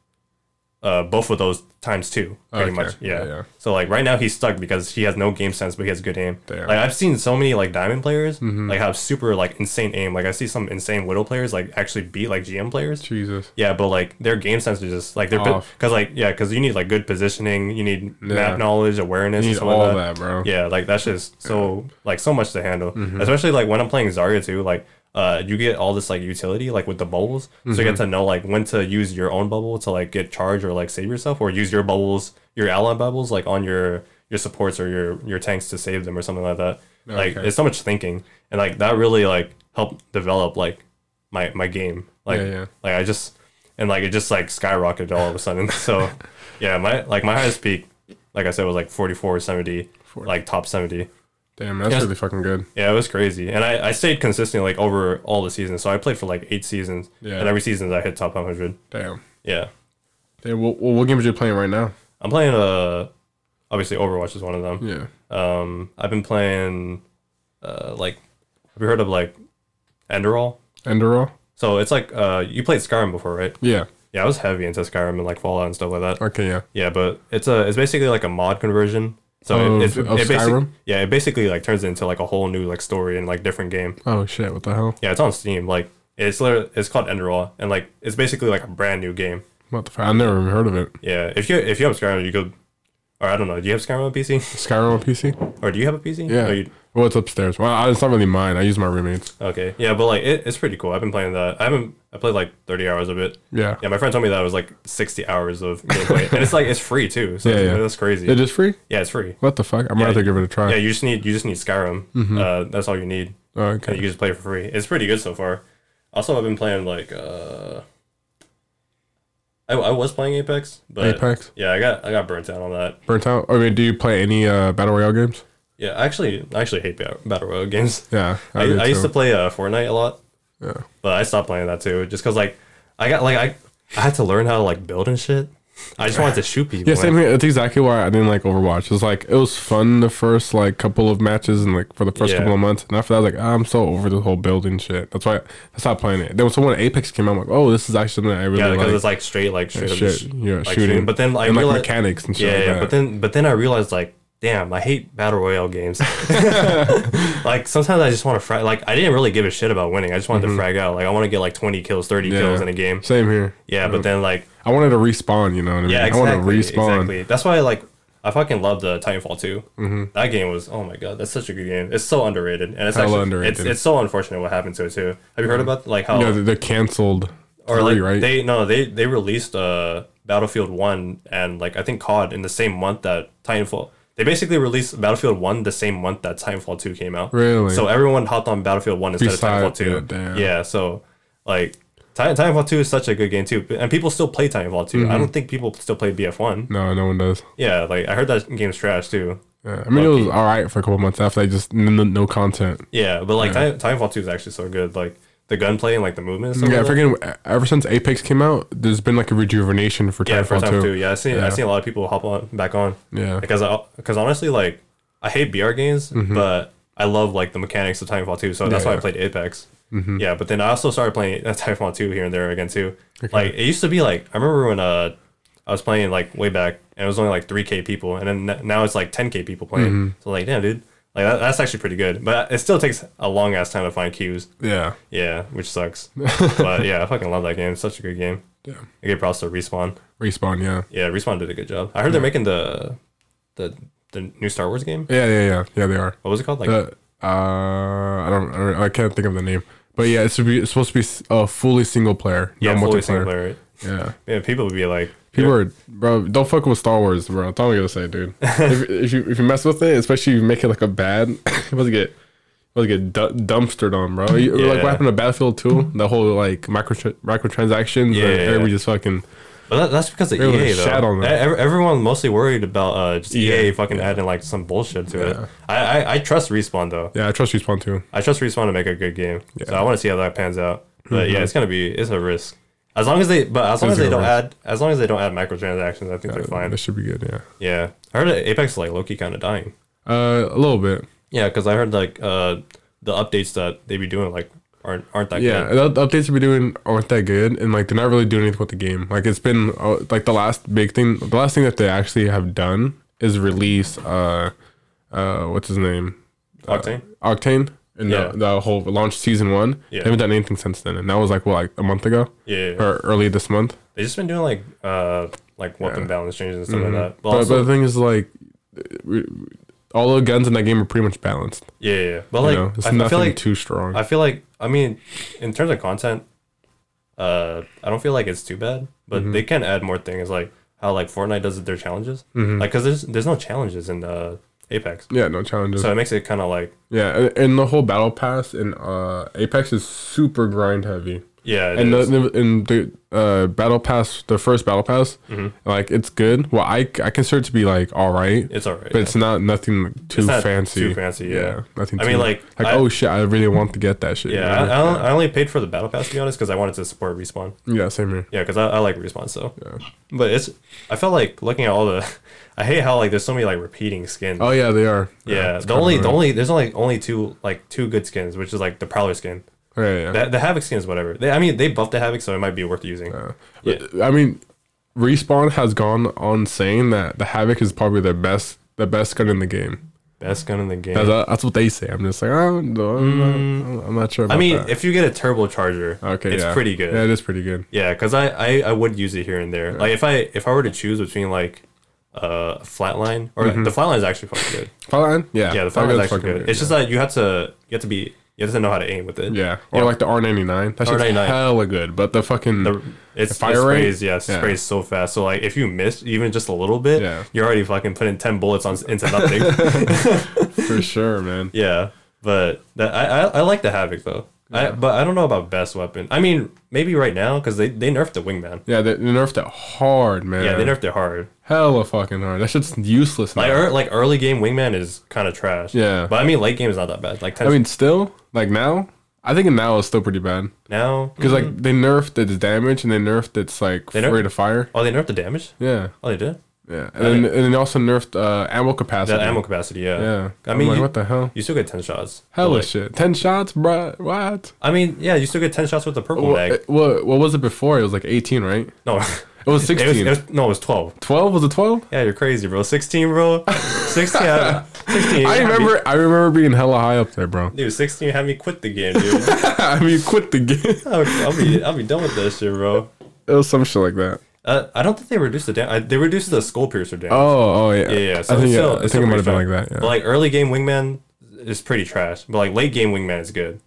[SPEAKER 2] uh, both of those times two, pretty
[SPEAKER 1] Okay.
[SPEAKER 2] much. Yeah.
[SPEAKER 1] Yeah, yeah.
[SPEAKER 2] So like right now he's stuck because he has no game sense, but he has good aim.
[SPEAKER 1] Damn. Mm-hmm.
[SPEAKER 2] Like I've seen so many like diamond players like have super like insane aim. Like I see some insane widow players like actually beat like GM players.
[SPEAKER 1] Jesus.
[SPEAKER 2] Yeah, but like their game sense is just like they're
[SPEAKER 1] Off.
[SPEAKER 2] because like yeah, because you need like good positioning, you need
[SPEAKER 1] Yeah.
[SPEAKER 2] map knowledge, awareness,
[SPEAKER 1] You
[SPEAKER 2] and
[SPEAKER 1] need
[SPEAKER 2] stuff like
[SPEAKER 1] all that, bro. Mm-hmm.
[SPEAKER 2] Yeah, like that's just so like so much to handle, especially like when I'm playing Zarya too. Like uh, you get all this like utility like with the bubbles, so
[SPEAKER 1] Mm-hmm.
[SPEAKER 2] you get to know like when to use your own bubble to like get charge or like save yourself, or use your bubbles, your ally bubbles, like on your your supports or your your tanks to save them or something like that. Like
[SPEAKER 1] Okay.
[SPEAKER 2] it's so much thinking, and like that really like helped develop like my my game. Like
[SPEAKER 1] Yeah, yeah.
[SPEAKER 2] like I just and like it just like skyrocketed all of a sudden. So yeah, my like my highest peak, like I said, was like 44, 70, like top seventy.
[SPEAKER 1] Damn, that's
[SPEAKER 2] Yes.
[SPEAKER 1] really fucking good.
[SPEAKER 2] Yeah, it was crazy, and I I stayed consistent like over all the seasons. So I played for like eight seasons,
[SPEAKER 1] Yeah.
[SPEAKER 2] and every season I hit top one hundred.
[SPEAKER 1] Damn.
[SPEAKER 2] Yeah,
[SPEAKER 1] Damn. Well, well, what game is you playing right now?
[SPEAKER 2] I'm playing uh obviously Overwatch is one of them.
[SPEAKER 1] Yeah.
[SPEAKER 2] Um, I've been playing uh like have you heard of like Enderall?
[SPEAKER 1] Enderall.
[SPEAKER 2] So it's like uh you played Skyrim before, right?
[SPEAKER 1] Yeah.
[SPEAKER 2] Yeah, I was heavy into Skyrim and like Fallout and stuff like that.
[SPEAKER 1] Okay. Yeah.
[SPEAKER 2] Yeah, but it's a it's basically like a mod conversion. So
[SPEAKER 1] Of-
[SPEAKER 2] it, it,
[SPEAKER 1] of
[SPEAKER 2] it basi-
[SPEAKER 1] Skyrim?
[SPEAKER 2] yeah, it basically like turns into like a whole new like story and like different game.
[SPEAKER 1] Oh shit! What the hell?
[SPEAKER 2] Yeah, it's on Steam. Like it's literally, it's called Enderall, and like it's basically like a brand new game.
[SPEAKER 1] What the? Fuck? I've never even heard of it.
[SPEAKER 2] Yeah, if you if you have Skyrim, you could, or I don't know, do you have Skyrim on PC,
[SPEAKER 1] Skyrim on PC.
[SPEAKER 2] or do you have a PC?
[SPEAKER 1] Yeah.
[SPEAKER 2] Or you,
[SPEAKER 1] Well, it's upstairs. Well, I- it's not really mine. I use my roommates.
[SPEAKER 2] okay. Yeah, but like it, it's pretty cool. I've been playing that. I haven't. I played like thirty hours of it.
[SPEAKER 1] Yeah.
[SPEAKER 2] Yeah, my friend told me that it was like sixty hours of gameplay, and it's like it's free too. So
[SPEAKER 1] Yeah, yeah.
[SPEAKER 2] that's crazy.
[SPEAKER 1] It is free.
[SPEAKER 2] yeah, it's free.
[SPEAKER 1] What the fuck? I'm gonna have to give it a try.
[SPEAKER 2] Yeah, you just need you just need Skyrim.
[SPEAKER 1] Mm-hmm.
[SPEAKER 2] Uh, that's all you need.
[SPEAKER 1] Oh,
[SPEAKER 2] And
[SPEAKER 1] okay.
[SPEAKER 2] you can just play it for free. It's pretty good so far. Also, I've been playing like uh, I, I was playing Apex, but
[SPEAKER 1] Apex?
[SPEAKER 2] Yeah, I got I got burnt out on that.
[SPEAKER 1] Burnt out. I mean, do you play any uh, battle royale games?
[SPEAKER 2] Yeah, I actually I actually hate ba- battle royale games.
[SPEAKER 1] Yeah.
[SPEAKER 2] I,
[SPEAKER 1] do
[SPEAKER 2] I used
[SPEAKER 1] too.
[SPEAKER 2] to play uh, Fortnite a lot,
[SPEAKER 1] Yeah.
[SPEAKER 2] but I stopped playing that too, just because like I got like I I had to learn how to like build and shit. I just wanted to shoot people.
[SPEAKER 1] Yeah, same here. That's exactly why I didn't like Overwatch. It's like it was fun the first like couple of matches and like for the first
[SPEAKER 2] Yeah.
[SPEAKER 1] couple of months, and after that, I was like "Ah, I'm so over this whole building shit. That's why I stopped playing it. Then when someone Apex came out, I'm like, oh, this is actually something I really
[SPEAKER 2] Yeah, because
[SPEAKER 1] like.
[SPEAKER 2] it's like straight like straight up
[SPEAKER 1] shit,
[SPEAKER 2] just,
[SPEAKER 1] yeah,
[SPEAKER 2] like,
[SPEAKER 1] shooting.
[SPEAKER 2] But then I
[SPEAKER 1] and like
[SPEAKER 2] realized,
[SPEAKER 1] mechanics and shit.
[SPEAKER 2] yeah,
[SPEAKER 1] like
[SPEAKER 2] yeah
[SPEAKER 1] that.
[SPEAKER 2] but then but then I realized like damn I hate battle royale games like sometimes I just want to frag like I didn't really give a shit about winning I just wanted to frag out like I want to get like 20 kills 30 kills in a game
[SPEAKER 1] Same here.
[SPEAKER 2] yeah but then like
[SPEAKER 1] I wanted to respawn. You know what I mean?
[SPEAKER 2] yeah
[SPEAKER 1] I want to
[SPEAKER 2] exactly,
[SPEAKER 1] respawn.
[SPEAKER 2] exactly that's why like I fucking love the Titanfall 2 mm-hmm. that game was oh my god that's such a good game it's so underrated Mm-hmm. and it's
[SPEAKER 1] Hella
[SPEAKER 2] actually
[SPEAKER 1] underrated.
[SPEAKER 2] It's, it's so unfortunate what happened to it too have you heard about like how
[SPEAKER 1] You know, they- they canceled
[SPEAKER 2] or
[SPEAKER 1] three,
[SPEAKER 2] like
[SPEAKER 1] right?
[SPEAKER 2] they no they they released uh Battlefield One and like I think COD in the same month that Titanfall. They basically released Battlefield One the same month that Titanfall Two came out.
[SPEAKER 1] Really?
[SPEAKER 2] So everyone hopped on Battlefield One instead
[SPEAKER 1] Beside-
[SPEAKER 2] of Titanfall Two.
[SPEAKER 1] yeah, damn.
[SPEAKER 2] So like. Titan- Titanfall 2 is such a good game too, and people still play Titanfall 2.
[SPEAKER 1] Mm-hmm.
[SPEAKER 2] I don't think people still play BF1.
[SPEAKER 1] no, no one does.
[SPEAKER 2] Yeah, like I heard that game's trash too.
[SPEAKER 1] Yeah. I mean, it was all right for a couple months after they just n- n- no content.
[SPEAKER 2] Yeah, but like Titan- Titanfall 2 is actually so good. Like the gunplay and like the movement. And
[SPEAKER 1] Yeah,
[SPEAKER 2] stuff like that.
[SPEAKER 1] freaking. Ever since Apex came out, there's been like a rejuvenation for
[SPEAKER 2] yeah, for
[SPEAKER 1] Titanfall
[SPEAKER 2] Titanfall 2.
[SPEAKER 1] Two.
[SPEAKER 2] Yeah, I seen
[SPEAKER 1] Yeah.
[SPEAKER 2] I seen a lot of people hop on back on.
[SPEAKER 1] Yeah, Mm-hmm.
[SPEAKER 2] because I because honestly, like I hate BR games, but I love like the mechanics of Titanfall 2, so that's why I
[SPEAKER 1] yeah. Mm-hmm.
[SPEAKER 2] played Apex. Yeah, but then I also started playing uh, Titanfall 2 here and there again too. Like it used to be like I remember when uh I was playing like way back and it was only like 3k people, and then n- now it's like 10k people playing.
[SPEAKER 1] Mm-hmm.
[SPEAKER 2] So like damn dude, like that, that's actually pretty good, but it still takes a long ass time to find queues.
[SPEAKER 1] yeah.
[SPEAKER 2] Yeah, which sucks. but yeah, I fucking love that game. It's such a good game. Yeah, I get props to respawn.
[SPEAKER 1] Respawn. Yeah,
[SPEAKER 2] Yeah, Respawn did a good job. I heard they're making the the the new Star Wars game.
[SPEAKER 1] yeah, yeah, yeah. Yeah, they are.
[SPEAKER 2] What was it called? Like
[SPEAKER 1] Uh, uh, I don't. I, don't- I can't think of the name. But yeah, it's, to be, it's supposed to be s- uh, fully single player.
[SPEAKER 2] yeah,
[SPEAKER 1] no
[SPEAKER 2] fully
[SPEAKER 1] multiplayer.
[SPEAKER 2] single player. right?
[SPEAKER 1] Yeah.
[SPEAKER 2] Yeah, people would be like,
[SPEAKER 1] People are, bro, don't fuck with Star Wars, bro. That's all I'm gonna say, dude. if, if you if you mess with it, especially if you make it like a bad, it must get it must get du- dumpstered on, bro. You- Like
[SPEAKER 2] Yeah.
[SPEAKER 1] what happened to Battlefield 2? The whole like microtr- microtransactions,
[SPEAKER 2] Yeah,
[SPEAKER 1] yeah,
[SPEAKER 2] yeah, yeah.
[SPEAKER 1] everybody just fucking
[SPEAKER 2] but that, that's because of
[SPEAKER 1] was a
[SPEAKER 2] EA though.
[SPEAKER 1] shat on
[SPEAKER 2] E-
[SPEAKER 1] that.
[SPEAKER 2] ev- everyone mostly worried about uh, just EA
[SPEAKER 1] Yeah.
[SPEAKER 2] fucking adding like some bullshit to it. I, I I trust Respawn though.
[SPEAKER 1] yeah. I trust Respawn too.
[SPEAKER 2] I trust Respawn to make a good game. So I want to see how that pans out. But yeah, it's gonna be it's a risk. As long as they, but as long as
[SPEAKER 1] Mm-hmm. It's
[SPEAKER 2] they
[SPEAKER 1] a
[SPEAKER 2] don't
[SPEAKER 1] risk.
[SPEAKER 2] add, as long as they don't add microtransactions, I think they're fine.
[SPEAKER 1] That should be good, yeah.
[SPEAKER 2] Yeah, I heard that Apex is like Loki kind of dying.
[SPEAKER 1] Uh, a little bit.
[SPEAKER 2] Yeah, because I heard like uh, the updates that they be doing like aren't aren't that
[SPEAKER 1] Yeah,
[SPEAKER 2] good.
[SPEAKER 1] the the updates we're doing aren't that good, and like they're not really doing anything with the game. Like it's been uh, like the last big thing, the last thing that they actually have done is release uh, uh, what's his name,
[SPEAKER 2] Octane.
[SPEAKER 1] Octane, and
[SPEAKER 2] Yeah.
[SPEAKER 1] the, the whole launch season one.
[SPEAKER 2] Yeah.
[SPEAKER 1] They haven't done anything since then, and that was like what like a month ago
[SPEAKER 2] Yeah, yeah, yeah.
[SPEAKER 1] or early this month.
[SPEAKER 2] they just been doing like uh like weapon balance changes and stuff like
[SPEAKER 1] Mm-hmm.
[SPEAKER 2] that. But,
[SPEAKER 1] But,
[SPEAKER 2] also,
[SPEAKER 1] but the thing is, like, we- all the guns in that game are pretty much balanced.
[SPEAKER 2] yeah, yeah, yeah. But
[SPEAKER 1] You
[SPEAKER 2] like
[SPEAKER 1] know, it's
[SPEAKER 2] I, I
[SPEAKER 1] nothing
[SPEAKER 2] feel like
[SPEAKER 1] too strong.
[SPEAKER 2] I feel like I mean, in terms of content, uh, I don't feel like it's too bad. But
[SPEAKER 1] Mm-hmm.
[SPEAKER 2] they can add more things like how like Fortnite does their challenges,
[SPEAKER 1] Mm-hmm.
[SPEAKER 2] like because there's there's no challenges in uh, Apex,
[SPEAKER 1] yeah, no challenges.
[SPEAKER 2] so it makes it kind of like
[SPEAKER 1] yeah, and, and the whole battle pass in uh, Apex is super grind heavy.
[SPEAKER 2] yeah, it
[SPEAKER 1] And the,
[SPEAKER 2] is.
[SPEAKER 1] the and the uh, battle pass, the first battle pass,
[SPEAKER 2] Mm-hmm.
[SPEAKER 1] like it's good. Well, I I consider it to be like all right,
[SPEAKER 2] it's alright.
[SPEAKER 1] but it's not nothing too
[SPEAKER 2] not
[SPEAKER 1] fancy.
[SPEAKER 2] too fancy, yeah.
[SPEAKER 1] nothing.
[SPEAKER 2] I mean,
[SPEAKER 1] too-
[SPEAKER 2] like,
[SPEAKER 1] like
[SPEAKER 2] I-
[SPEAKER 1] oh shit, I really want to get that shit.
[SPEAKER 2] yeah,
[SPEAKER 1] you know?
[SPEAKER 2] I, I, don't- I only paid for the battle pass to be honest because I wanted to support respawn.
[SPEAKER 1] yeah, same here.
[SPEAKER 2] Yeah, because I, I like respawn so. But it's I felt like looking at all the, I hate how like there's so many like repeating skins.
[SPEAKER 1] Oh yeah, they are.
[SPEAKER 2] yeah,
[SPEAKER 1] it's
[SPEAKER 2] the
[SPEAKER 1] kinda
[SPEAKER 2] only the
[SPEAKER 1] annoying.
[SPEAKER 2] only there's only only two like two good skins, which is like the prowler skin.
[SPEAKER 1] Oh, yeah, yeah.
[SPEAKER 2] The, the Havoc skin is whatever. They, I mean, they buffed the Havoc, so it might be worth using. Yeah.
[SPEAKER 1] I mean, Respawn has gone on saying that the Havoc is probably their best, the best gun in the game.
[SPEAKER 2] Best gun in the game.
[SPEAKER 1] That's, that's what they say. I'm just like, oh, no, I'm, not, I'm not sure. About
[SPEAKER 2] Mm. I mean,
[SPEAKER 1] that.
[SPEAKER 2] if you get a turbocharger,
[SPEAKER 1] okay,
[SPEAKER 2] it's
[SPEAKER 1] yeah.
[SPEAKER 2] pretty good.
[SPEAKER 1] Yeah,
[SPEAKER 2] Yeah,
[SPEAKER 1] it is pretty good.
[SPEAKER 2] because I, I, I would use it here and there. Like if I if I were to choose between like uh flatline or the flatline is actually fucking good.
[SPEAKER 1] Flatline, yeah,
[SPEAKER 2] Yeah,
[SPEAKER 1] Mm-hmm.
[SPEAKER 2] the
[SPEAKER 1] Flatline's
[SPEAKER 2] flatline is actually
[SPEAKER 1] fucking
[SPEAKER 2] good. It's just that you have to you have to be you have to know how to aim with it.
[SPEAKER 1] yeah, or like the R99. That's just
[SPEAKER 2] R99.
[SPEAKER 1] hella good. But the fucking
[SPEAKER 2] The- It's
[SPEAKER 1] fire
[SPEAKER 2] fire sprays,
[SPEAKER 1] rate?
[SPEAKER 2] yeah, it
[SPEAKER 1] Yeah.
[SPEAKER 2] sprays so fast. So like, if you miss even just a little bit,
[SPEAKER 1] Yeah.
[SPEAKER 2] you're already fucking putting ten bullets on into nothing.
[SPEAKER 1] for sure, man.
[SPEAKER 2] Yeah, but that I I, I like the havoc though. I, but I don't know about best weapon. I mean, maybe right now because they, they nerfed the wingman.
[SPEAKER 1] Yeah, they, they nerfed it hard, man.
[SPEAKER 2] Yeah, they nerfed it hard.
[SPEAKER 1] hella fucking hard. That shit's useless now.
[SPEAKER 2] Like, ear- like early game wingman is kind of trash.
[SPEAKER 1] Yeah.
[SPEAKER 2] but I mean late game is not that bad. Like
[SPEAKER 1] I mean, still, like now, I think now is still pretty bad.
[SPEAKER 2] now,
[SPEAKER 1] Because like they nerfed its damage and Mm-hmm. they nerfed its like
[SPEAKER 2] nerf-
[SPEAKER 1] rate of fire.
[SPEAKER 2] oh they nerfed the damage.
[SPEAKER 1] Yeah,
[SPEAKER 2] Oh they did
[SPEAKER 1] yeah, and then, and then they also nerfed uh, ammo
[SPEAKER 2] the
[SPEAKER 1] capacity.
[SPEAKER 2] ammo capacity. Yeah,
[SPEAKER 1] Yeah,
[SPEAKER 2] I
[SPEAKER 1] I'm
[SPEAKER 2] mean,
[SPEAKER 1] like,
[SPEAKER 2] you,
[SPEAKER 1] what the hell?
[SPEAKER 2] you still get ten shots. but,
[SPEAKER 1] Hella
[SPEAKER 2] like-
[SPEAKER 1] shit. Ten shots, bruh. What?
[SPEAKER 2] I mean, yeah, you still get ten shots with the purple
[SPEAKER 1] Well,
[SPEAKER 2] bag.
[SPEAKER 1] it- well, what was it before? It was like 18, right?
[SPEAKER 2] No,
[SPEAKER 1] It was
[SPEAKER 2] it
[SPEAKER 1] 16.
[SPEAKER 2] was, it was no, it was twelve.
[SPEAKER 1] 12 was it 12?
[SPEAKER 2] Yeah, you're crazy, bro. Sixteen, bro. Sixteen. I- Sixteen. you
[SPEAKER 1] I
[SPEAKER 2] had me-
[SPEAKER 1] remember. I remember being hella high up there, bro.
[SPEAKER 2] Dude, 16 had me quit the game, dude.
[SPEAKER 1] I mean, quit the game.
[SPEAKER 2] I'll, I'll be I'll be done with that shit, bro.
[SPEAKER 1] It was some shit like that.
[SPEAKER 2] Uh, I don't think they reduced the damage. They reduced the skull piercer damage.
[SPEAKER 1] Oh, oh yeah.
[SPEAKER 2] yeah, yeah. So
[SPEAKER 1] I think,
[SPEAKER 2] it's
[SPEAKER 1] yeah,
[SPEAKER 2] still,
[SPEAKER 1] I
[SPEAKER 2] it's
[SPEAKER 1] think
[SPEAKER 2] still
[SPEAKER 1] it might have
[SPEAKER 2] pretty
[SPEAKER 1] been like
[SPEAKER 2] fair.
[SPEAKER 1] that. Yeah.
[SPEAKER 2] But like early game wingman is pretty trash, but like late game wingman is good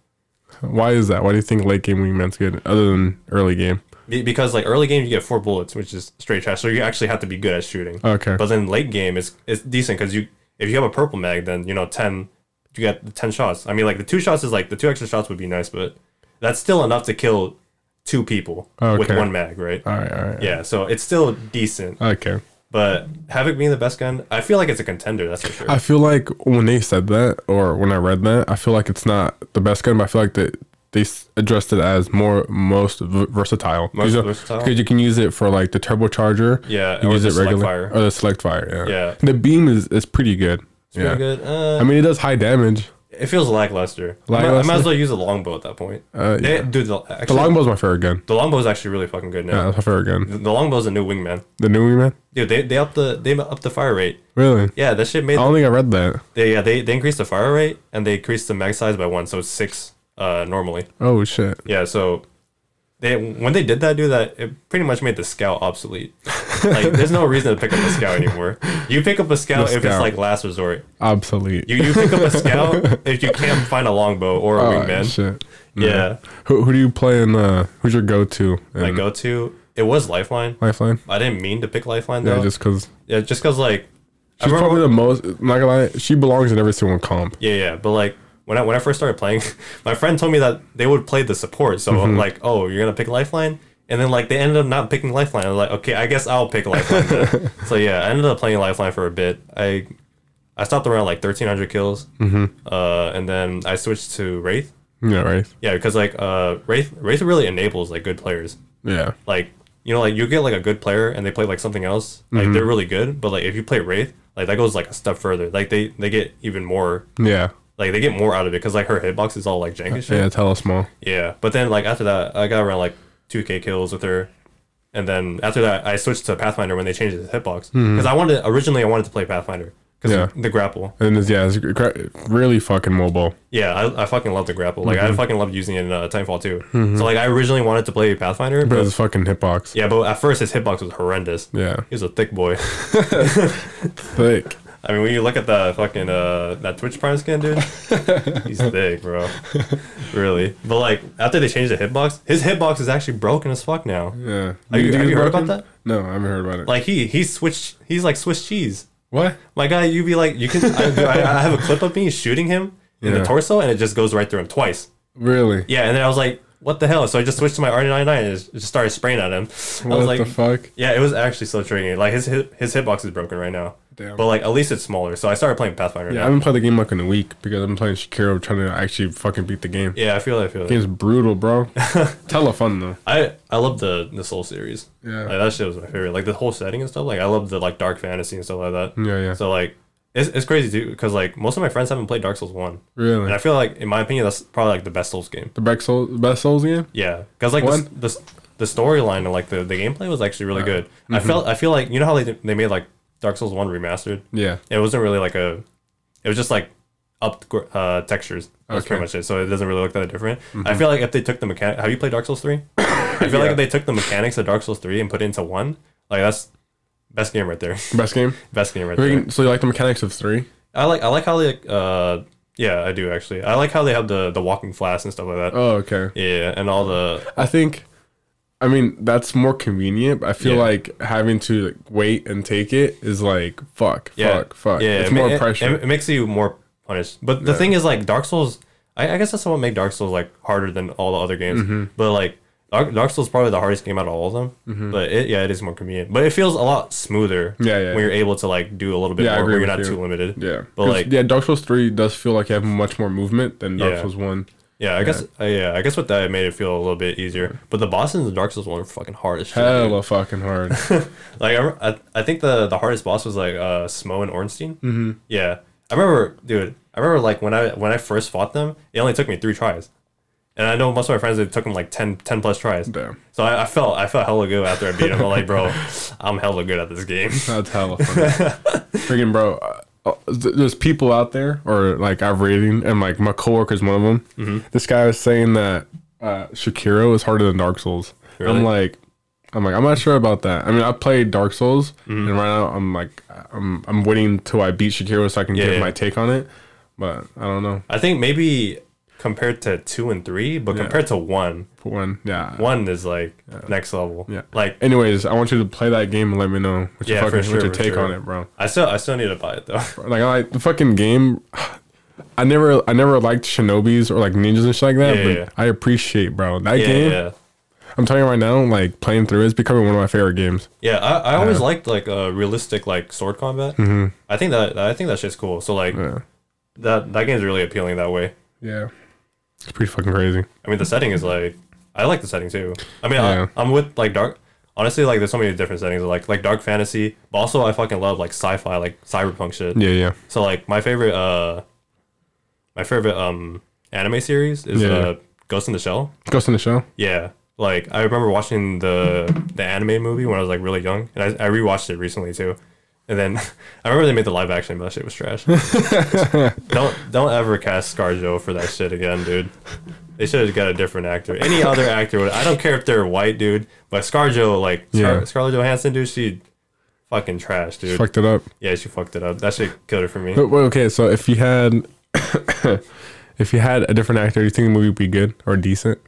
[SPEAKER 1] Why is that? Why do you think late game wingman's good other than early game?
[SPEAKER 2] Be- because like early game you get four bullets, which is straight trash. So you actually have to be good at shooting.
[SPEAKER 1] Okay.
[SPEAKER 2] But then late game is it's decent because you if you have a purple mag, then you know ten you got the ten shots. I mean like the two shots is like the two extra shots would be nice, but that's still enough to kill two people with
[SPEAKER 1] Okay.
[SPEAKER 2] one mag, right?
[SPEAKER 1] all right, all right.
[SPEAKER 2] Yeah, so it's still decent.
[SPEAKER 1] Okay.
[SPEAKER 2] But Havoc being the best gun, I feel like it's a contender. That's for sure.
[SPEAKER 1] I feel like when they said that, or when I read that, I feel like it's not the best gun, but I feel like that they s- addressed it as more most v- versatile.
[SPEAKER 2] Most
[SPEAKER 1] You know,
[SPEAKER 2] versatile?
[SPEAKER 1] because you can use it for like the turbocharger.
[SPEAKER 2] Yeah,
[SPEAKER 1] you
[SPEAKER 2] or
[SPEAKER 1] use
[SPEAKER 2] the
[SPEAKER 1] it
[SPEAKER 2] select
[SPEAKER 1] regularly,
[SPEAKER 2] fire.
[SPEAKER 1] or the select fire. Yeah,
[SPEAKER 2] Yeah.
[SPEAKER 1] The beam is is pretty good. yeah,
[SPEAKER 2] Pretty good. Uh,
[SPEAKER 1] I mean it does high damage.
[SPEAKER 2] it feels lackluster. I might- I might
[SPEAKER 1] Lackluster?
[SPEAKER 2] as well use a longbow at that point.
[SPEAKER 1] Uh,
[SPEAKER 2] They-
[SPEAKER 1] yeah.
[SPEAKER 2] dude, the,
[SPEAKER 1] The
[SPEAKER 2] actually,
[SPEAKER 1] longbow's my favorite gun.
[SPEAKER 2] the longbow is actually really fucking good
[SPEAKER 1] Yeah,
[SPEAKER 2] now.
[SPEAKER 1] that's my favorite gun.
[SPEAKER 2] The longbow's a new wingman.
[SPEAKER 1] The new man.
[SPEAKER 2] Dude, they they up the they up the fire rate.
[SPEAKER 1] Really?
[SPEAKER 2] Yeah, that shit made
[SPEAKER 1] I don't think I read that.
[SPEAKER 2] they yeah they they increased the fire rate and they increased the mag size by one, so it's six uh normally.
[SPEAKER 1] Oh shit.
[SPEAKER 2] Yeah, so they when they did that, dude, that it pretty much made the scout obsolete. like, there's no reason to pick up a scout anymore. You pick up a scout
[SPEAKER 1] The
[SPEAKER 2] if it's
[SPEAKER 1] scout.
[SPEAKER 2] like last resort.
[SPEAKER 1] Obsolete.
[SPEAKER 2] You you pick up a scout if you can't find a longbow or a
[SPEAKER 1] oh,
[SPEAKER 2] wingman.
[SPEAKER 1] shit. No.
[SPEAKER 2] Yeah,
[SPEAKER 1] Who who do you play in? Uh, who's your go to?
[SPEAKER 2] my go to it was Lifeline.
[SPEAKER 1] Lifeline.
[SPEAKER 2] I didn't mean to pick Lifeline
[SPEAKER 1] Yeah,
[SPEAKER 2] though. Yeah, just
[SPEAKER 1] just because.
[SPEAKER 2] because like I
[SPEAKER 1] She's
[SPEAKER 2] remember.
[SPEAKER 1] probably the most. I'm not gonna lie, she belongs in every single comp.
[SPEAKER 2] yeah, yeah, but like. When I, when I first started playing, my friend told me that they would play the support. So I'm like, oh, you're gonna pick Lifeline, and then like they ended up not picking Lifeline. I was like, okay, I guess I'll pick Lifeline. then. so yeah, I ended up playing Lifeline for a bit. I I stopped around like 1,300 kills, uh, and then I switched to Wraith.
[SPEAKER 1] Yeah, right.
[SPEAKER 2] Yeah, because like uh, Wraith Wraith really enables like good players.
[SPEAKER 1] Yeah,
[SPEAKER 2] like you know like you get like a good player and they play like something else like they're really good but like if you play wraith like that goes like a step further like they they get even more
[SPEAKER 1] yeah.
[SPEAKER 2] like they get more out of it because like her hitbox is all like jank and shit.
[SPEAKER 1] Yeah, it's hella small.
[SPEAKER 2] Yeah, but then like after that, I got around like 2k kills with her, and then after that, I switched to Pathfinder when they changed the hitbox because I wanted originally I wanted to play Pathfinder because
[SPEAKER 1] Hmm. Yeah.
[SPEAKER 2] the grapple.
[SPEAKER 1] And it's, yeah, it's gra- really fucking mobile.
[SPEAKER 2] Yeah, I, I fucking love the grapple. Like
[SPEAKER 1] Mm-hmm.
[SPEAKER 2] I fucking loved using it in uh, Timefall too. So like I originally wanted to play Pathfinder,
[SPEAKER 1] But
[SPEAKER 2] but
[SPEAKER 1] it's fucking hitbox.
[SPEAKER 2] yeah, but at first his hitbox was horrendous.
[SPEAKER 1] Yeah.
[SPEAKER 2] He was a thick boy.
[SPEAKER 1] Thick.
[SPEAKER 2] I mean, when you look at the fucking uh, that Twitch Prime skin, dude, he's thick, bro. Really. But like after they changed the hitbox, his hitbox is actually broken as fuck now.
[SPEAKER 1] Yeah.
[SPEAKER 2] Have you-
[SPEAKER 1] Did
[SPEAKER 2] have you heard
[SPEAKER 1] broken?
[SPEAKER 2] about that?
[SPEAKER 1] No, I haven't heard about it.
[SPEAKER 2] Like he he switched. He's like Swiss cheese.
[SPEAKER 1] what?
[SPEAKER 2] My guy, you be like, you can. I, dude, I, I have a clip of me shooting him in
[SPEAKER 1] Yeah.
[SPEAKER 2] the torso, and it just goes right through him twice.
[SPEAKER 1] Really?
[SPEAKER 2] Yeah, and then I was like, what the hell? So I just switched to my R99 and just just started spraying at him. I
[SPEAKER 1] What
[SPEAKER 2] was like,
[SPEAKER 1] the fuck?
[SPEAKER 2] yeah, it was actually so triggering. Like his hit, his hitbox is broken right now.
[SPEAKER 1] Damn.
[SPEAKER 2] But like at least it's smaller. So I started playing Pathfinder.
[SPEAKER 1] Yeah, I
[SPEAKER 2] now.
[SPEAKER 1] haven't played the game like in a week because I've been playing Shakiro trying to actually fucking beat the game.
[SPEAKER 2] yeah, I feel it. I feel it.
[SPEAKER 1] Game's brutal, bro. Tell fun though.
[SPEAKER 2] I I love the the Soul series.
[SPEAKER 1] Yeah.
[SPEAKER 2] like, that shit was my favorite. Like the whole setting and stuff. Like I love the like dark fantasy and stuff like that.
[SPEAKER 1] Yeah, yeah.
[SPEAKER 2] So like it's it's crazy too because like most of my friends haven't played Dark Souls one.
[SPEAKER 1] Really?
[SPEAKER 2] And I feel like in my opinion that's probably like the best Souls game.
[SPEAKER 1] the best Souls, best Souls game?
[SPEAKER 2] Yeah, because like the, s-
[SPEAKER 1] One?
[SPEAKER 2] the s- the storyline and like the, the gameplay was actually really good.
[SPEAKER 1] Mm-hmm.
[SPEAKER 2] I felt I feel like you know how they did- they made like Dark Souls one remastered.
[SPEAKER 1] Yeah.
[SPEAKER 2] It wasn't really like a. It was just like up gr- uh, textures. That's
[SPEAKER 1] Okay. Mm-hmm.
[SPEAKER 2] pretty much it. So it doesn't really look that different. I feel like if they took the mechanic, have you played Dark Souls three? I feel like if they took the mechanics of Dark Souls three and put it into one, like that's best game right there.
[SPEAKER 1] Best game?
[SPEAKER 2] best game right
[SPEAKER 1] We
[SPEAKER 2] there.
[SPEAKER 1] can- So you like the mechanics of three?
[SPEAKER 2] I like I like how they uh yeah I do actually I like how they have the the walking flask and stuff like that.
[SPEAKER 1] Oh, okay.
[SPEAKER 2] yeah, and all the
[SPEAKER 1] I think, I mean, that's more convenient. But I feel
[SPEAKER 2] Yeah.
[SPEAKER 1] like having to like, wait and take it is like fuck,
[SPEAKER 2] yeah,
[SPEAKER 1] fuck, fuck.
[SPEAKER 2] Yeah,
[SPEAKER 1] it's
[SPEAKER 2] it ma-
[SPEAKER 1] more
[SPEAKER 2] it-
[SPEAKER 1] pressure.
[SPEAKER 2] It, makes you more punished. But the thing is, like Dark Souls, I, I guess that's what made Dark Souls like harder than all the other games.
[SPEAKER 1] Mm-hmm.
[SPEAKER 2] But like Dark, Dark Souls is probably the hardest game out of all of them. But it, yeah, it is more convenient. But it feels a lot smoother.
[SPEAKER 1] Mm-hmm. Yeah, yeah.
[SPEAKER 2] When you're able to like do a little bit
[SPEAKER 1] Yeah, I
[SPEAKER 2] more,
[SPEAKER 1] agree
[SPEAKER 2] where you're
[SPEAKER 1] with
[SPEAKER 2] not
[SPEAKER 1] you.
[SPEAKER 2] too limited.
[SPEAKER 1] yeah,
[SPEAKER 2] But
[SPEAKER 1] 'Cause,
[SPEAKER 2] like, yeah,
[SPEAKER 1] yeah, Dark Souls three does feel like you have much more movement than Dark
[SPEAKER 2] Yeah.
[SPEAKER 1] Souls one.
[SPEAKER 2] I guess, uh, yeah, I guess with that, it made it feel a little bit easier. But the bosses in the Dark Souls one are fucking hard as shit. dude.
[SPEAKER 1] Hella fucking hard.
[SPEAKER 2] Like I, rem- I, I think the the hardest boss was like uh Smo and Ornstein. Mm-hmm. Yeah, I remember, dude. I remember like when I when I first fought them, it only took me three tries, and I know most of my friends it took them like 10, 10 plus tries.
[SPEAKER 1] Damn.
[SPEAKER 2] So I, I felt I felt hella good after I beat him. I'm like, bro, I'm hella good at this game.
[SPEAKER 1] That's hella funny. Freaking bro, uh, th- there's people out there, or like I've reading, and like my coworker's one of them.
[SPEAKER 2] Mm-hmm.
[SPEAKER 1] This guy was saying that uh, Shakiro is harder than Dark Souls.
[SPEAKER 2] Really?
[SPEAKER 1] I'm like, I'm like, I'm not sure about that. I mean, I played Dark Souls,
[SPEAKER 2] Mm-hmm.
[SPEAKER 1] and right now I'm like, I'm I'm waiting till I beat Shakiro so I can give
[SPEAKER 2] yeah.
[SPEAKER 1] my take on it. But I don't know.
[SPEAKER 2] I think maybe compared to two and three, but compared to one,
[SPEAKER 1] For one, yeah.
[SPEAKER 2] one is like next level.
[SPEAKER 1] Yeah.
[SPEAKER 2] Like
[SPEAKER 1] Anyways, I want you to play that game and let me know what your
[SPEAKER 2] Yeah, for
[SPEAKER 1] fucking
[SPEAKER 2] sure,
[SPEAKER 1] what your
[SPEAKER 2] for
[SPEAKER 1] take
[SPEAKER 2] sure.
[SPEAKER 1] on it, bro.
[SPEAKER 2] I still I still need to buy it though.
[SPEAKER 1] like I like the fucking game. I never, I never liked shinobis or like ninjas and shit like that.
[SPEAKER 2] Yeah,
[SPEAKER 1] but
[SPEAKER 2] yeah, yeah.
[SPEAKER 1] I appreciate, bro. That
[SPEAKER 2] Yeah,
[SPEAKER 1] game,
[SPEAKER 2] yeah.
[SPEAKER 1] I'm telling you right now, like playing through it is becoming one of my favorite games.
[SPEAKER 2] Yeah, I, I always liked like uh, realistic like sword combat. Mm-hmm. I think that I think that shit's cool. So like that that game's really appealing that way.
[SPEAKER 1] Yeah, it's pretty fucking crazy.
[SPEAKER 2] I mean, the setting is like I like the setting too. I mean,
[SPEAKER 1] Yeah.
[SPEAKER 2] I, I'm with like dark. Honestly, like there's so many different settings like like dark fantasy. But also, I fucking love like sci-fi, like cyberpunk shit.
[SPEAKER 1] Yeah, yeah.
[SPEAKER 2] So like my favorite uh my favorite um anime series is
[SPEAKER 1] Yeah.
[SPEAKER 2] uh, Ghost in the Shell.
[SPEAKER 1] Ghost in the Shell.
[SPEAKER 2] Yeah. Like I remember watching the the anime movie when I was like really young, and I, I rewatched it recently too. And then I remember they made the live action, but that shit was trash. don't don't ever cast ScarJo for that shit again, dude. They should have got a different actor. Any other actor would. I don't care if they're white, dude. But ScarJo, like Scar-
[SPEAKER 1] Yeah.
[SPEAKER 2] Scarlett Johansson, dude, she fucking trash, dude.
[SPEAKER 1] Fucked it up.
[SPEAKER 2] Yeah, she fucked it up. That shit killed it for me.
[SPEAKER 1] But, well, okay, so if you had, if you had a different actor, do you think the movie would be good or decent?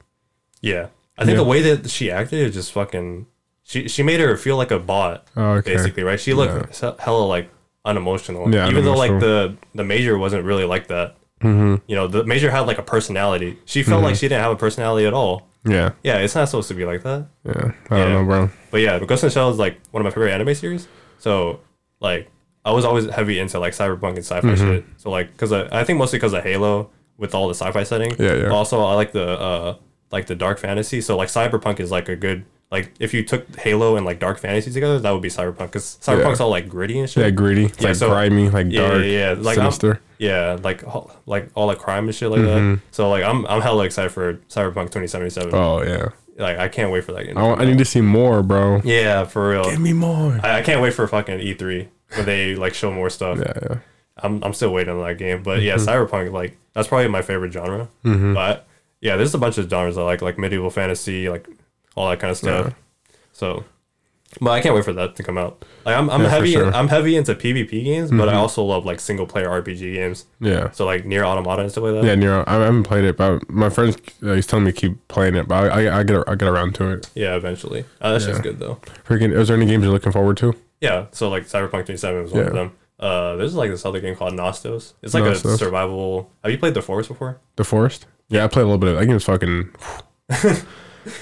[SPEAKER 2] Yeah, I think
[SPEAKER 1] Yeah.
[SPEAKER 2] the way that she acted is just fucking. She she made her feel like a bot.
[SPEAKER 1] Oh, okay.
[SPEAKER 2] basically, right? She looked se- hella like unemotional.
[SPEAKER 1] Yeah,
[SPEAKER 2] even though like
[SPEAKER 1] unemotional.
[SPEAKER 2] the the major wasn't really like that. Mm-hmm. You know, the major had like a personality. She
[SPEAKER 1] Mm-hmm.
[SPEAKER 2] felt like she didn't have a personality at all.
[SPEAKER 1] Yeah,
[SPEAKER 2] Yeah, it's not supposed to be like that.
[SPEAKER 1] yeah. I don't
[SPEAKER 2] Yeah.
[SPEAKER 1] know, bro.
[SPEAKER 2] But yeah, Ghost in the Shell is like one of my favorite anime series. So like, I was always heavy into like cyberpunk and sci-fi
[SPEAKER 1] Mm-hmm.
[SPEAKER 2] shit. So like, cause I, I think mostly because of Halo with all the sci-fi setting.
[SPEAKER 1] Yeah, yeah.
[SPEAKER 2] But also, I like the uh like the dark fantasy. So like, cyberpunk is like a good like if you took Halo and like Dark Fantasy together, that would be Cyberpunk because Cyberpunk's all like gritty and shit.
[SPEAKER 1] Yeah, gritty. It's
[SPEAKER 2] Yeah,
[SPEAKER 1] like
[SPEAKER 2] so-
[SPEAKER 1] grimy, like
[SPEAKER 2] yeah,
[SPEAKER 1] dark,
[SPEAKER 2] yeah, yeah. Like I'm-
[SPEAKER 1] sinister.
[SPEAKER 2] Yeah, like all- like all the crime and shit like that. So like I'm I'm hella excited for Cyberpunk 2077.
[SPEAKER 1] Mm-hmm. oh yeah,
[SPEAKER 2] Like I can't wait for that. Game.
[SPEAKER 1] I, want, I need to see more, bro.
[SPEAKER 2] yeah, for real.
[SPEAKER 1] Give me more.
[SPEAKER 2] I, I can't wait for fucking E3 when they like show more stuff.
[SPEAKER 1] Yeah, Mm-hmm. yeah.
[SPEAKER 2] I'm I'm still waiting on that game, but yeah, cyberpunk like that's probably my favorite genre.
[SPEAKER 1] Mm-hmm.
[SPEAKER 2] But yeah, there's a bunch of genres I like, like medieval fantasy, like all that kind of stuff. So, but I can't wait for that to come out. Like I'm I'm
[SPEAKER 1] Yeah, for
[SPEAKER 2] heavy
[SPEAKER 1] sure. Mm-hmm.
[SPEAKER 2] I'm heavy into PvP games, but I also love like single player RPG games.
[SPEAKER 1] Yeah.
[SPEAKER 2] So like near Automata and stuff like that.
[SPEAKER 1] Yeah, Nero. I haven't played it, but my friends uh, he's telling me to keep playing it, but I, I, I get I get around to it.
[SPEAKER 2] Yeah, eventually. Uh, that's just good though.
[SPEAKER 1] Freaking, is there any games you're looking forward to?
[SPEAKER 2] Yeah, so like Cyberpunk 27 was one of
[SPEAKER 1] Yeah.
[SPEAKER 2] them. Uh, there's like this other game called Nostos. It's like a
[SPEAKER 1] Nostos.
[SPEAKER 2] survival. Have you played The Forest before?
[SPEAKER 1] The Forest? Yeah, I played a little bit of it. That game's fucking.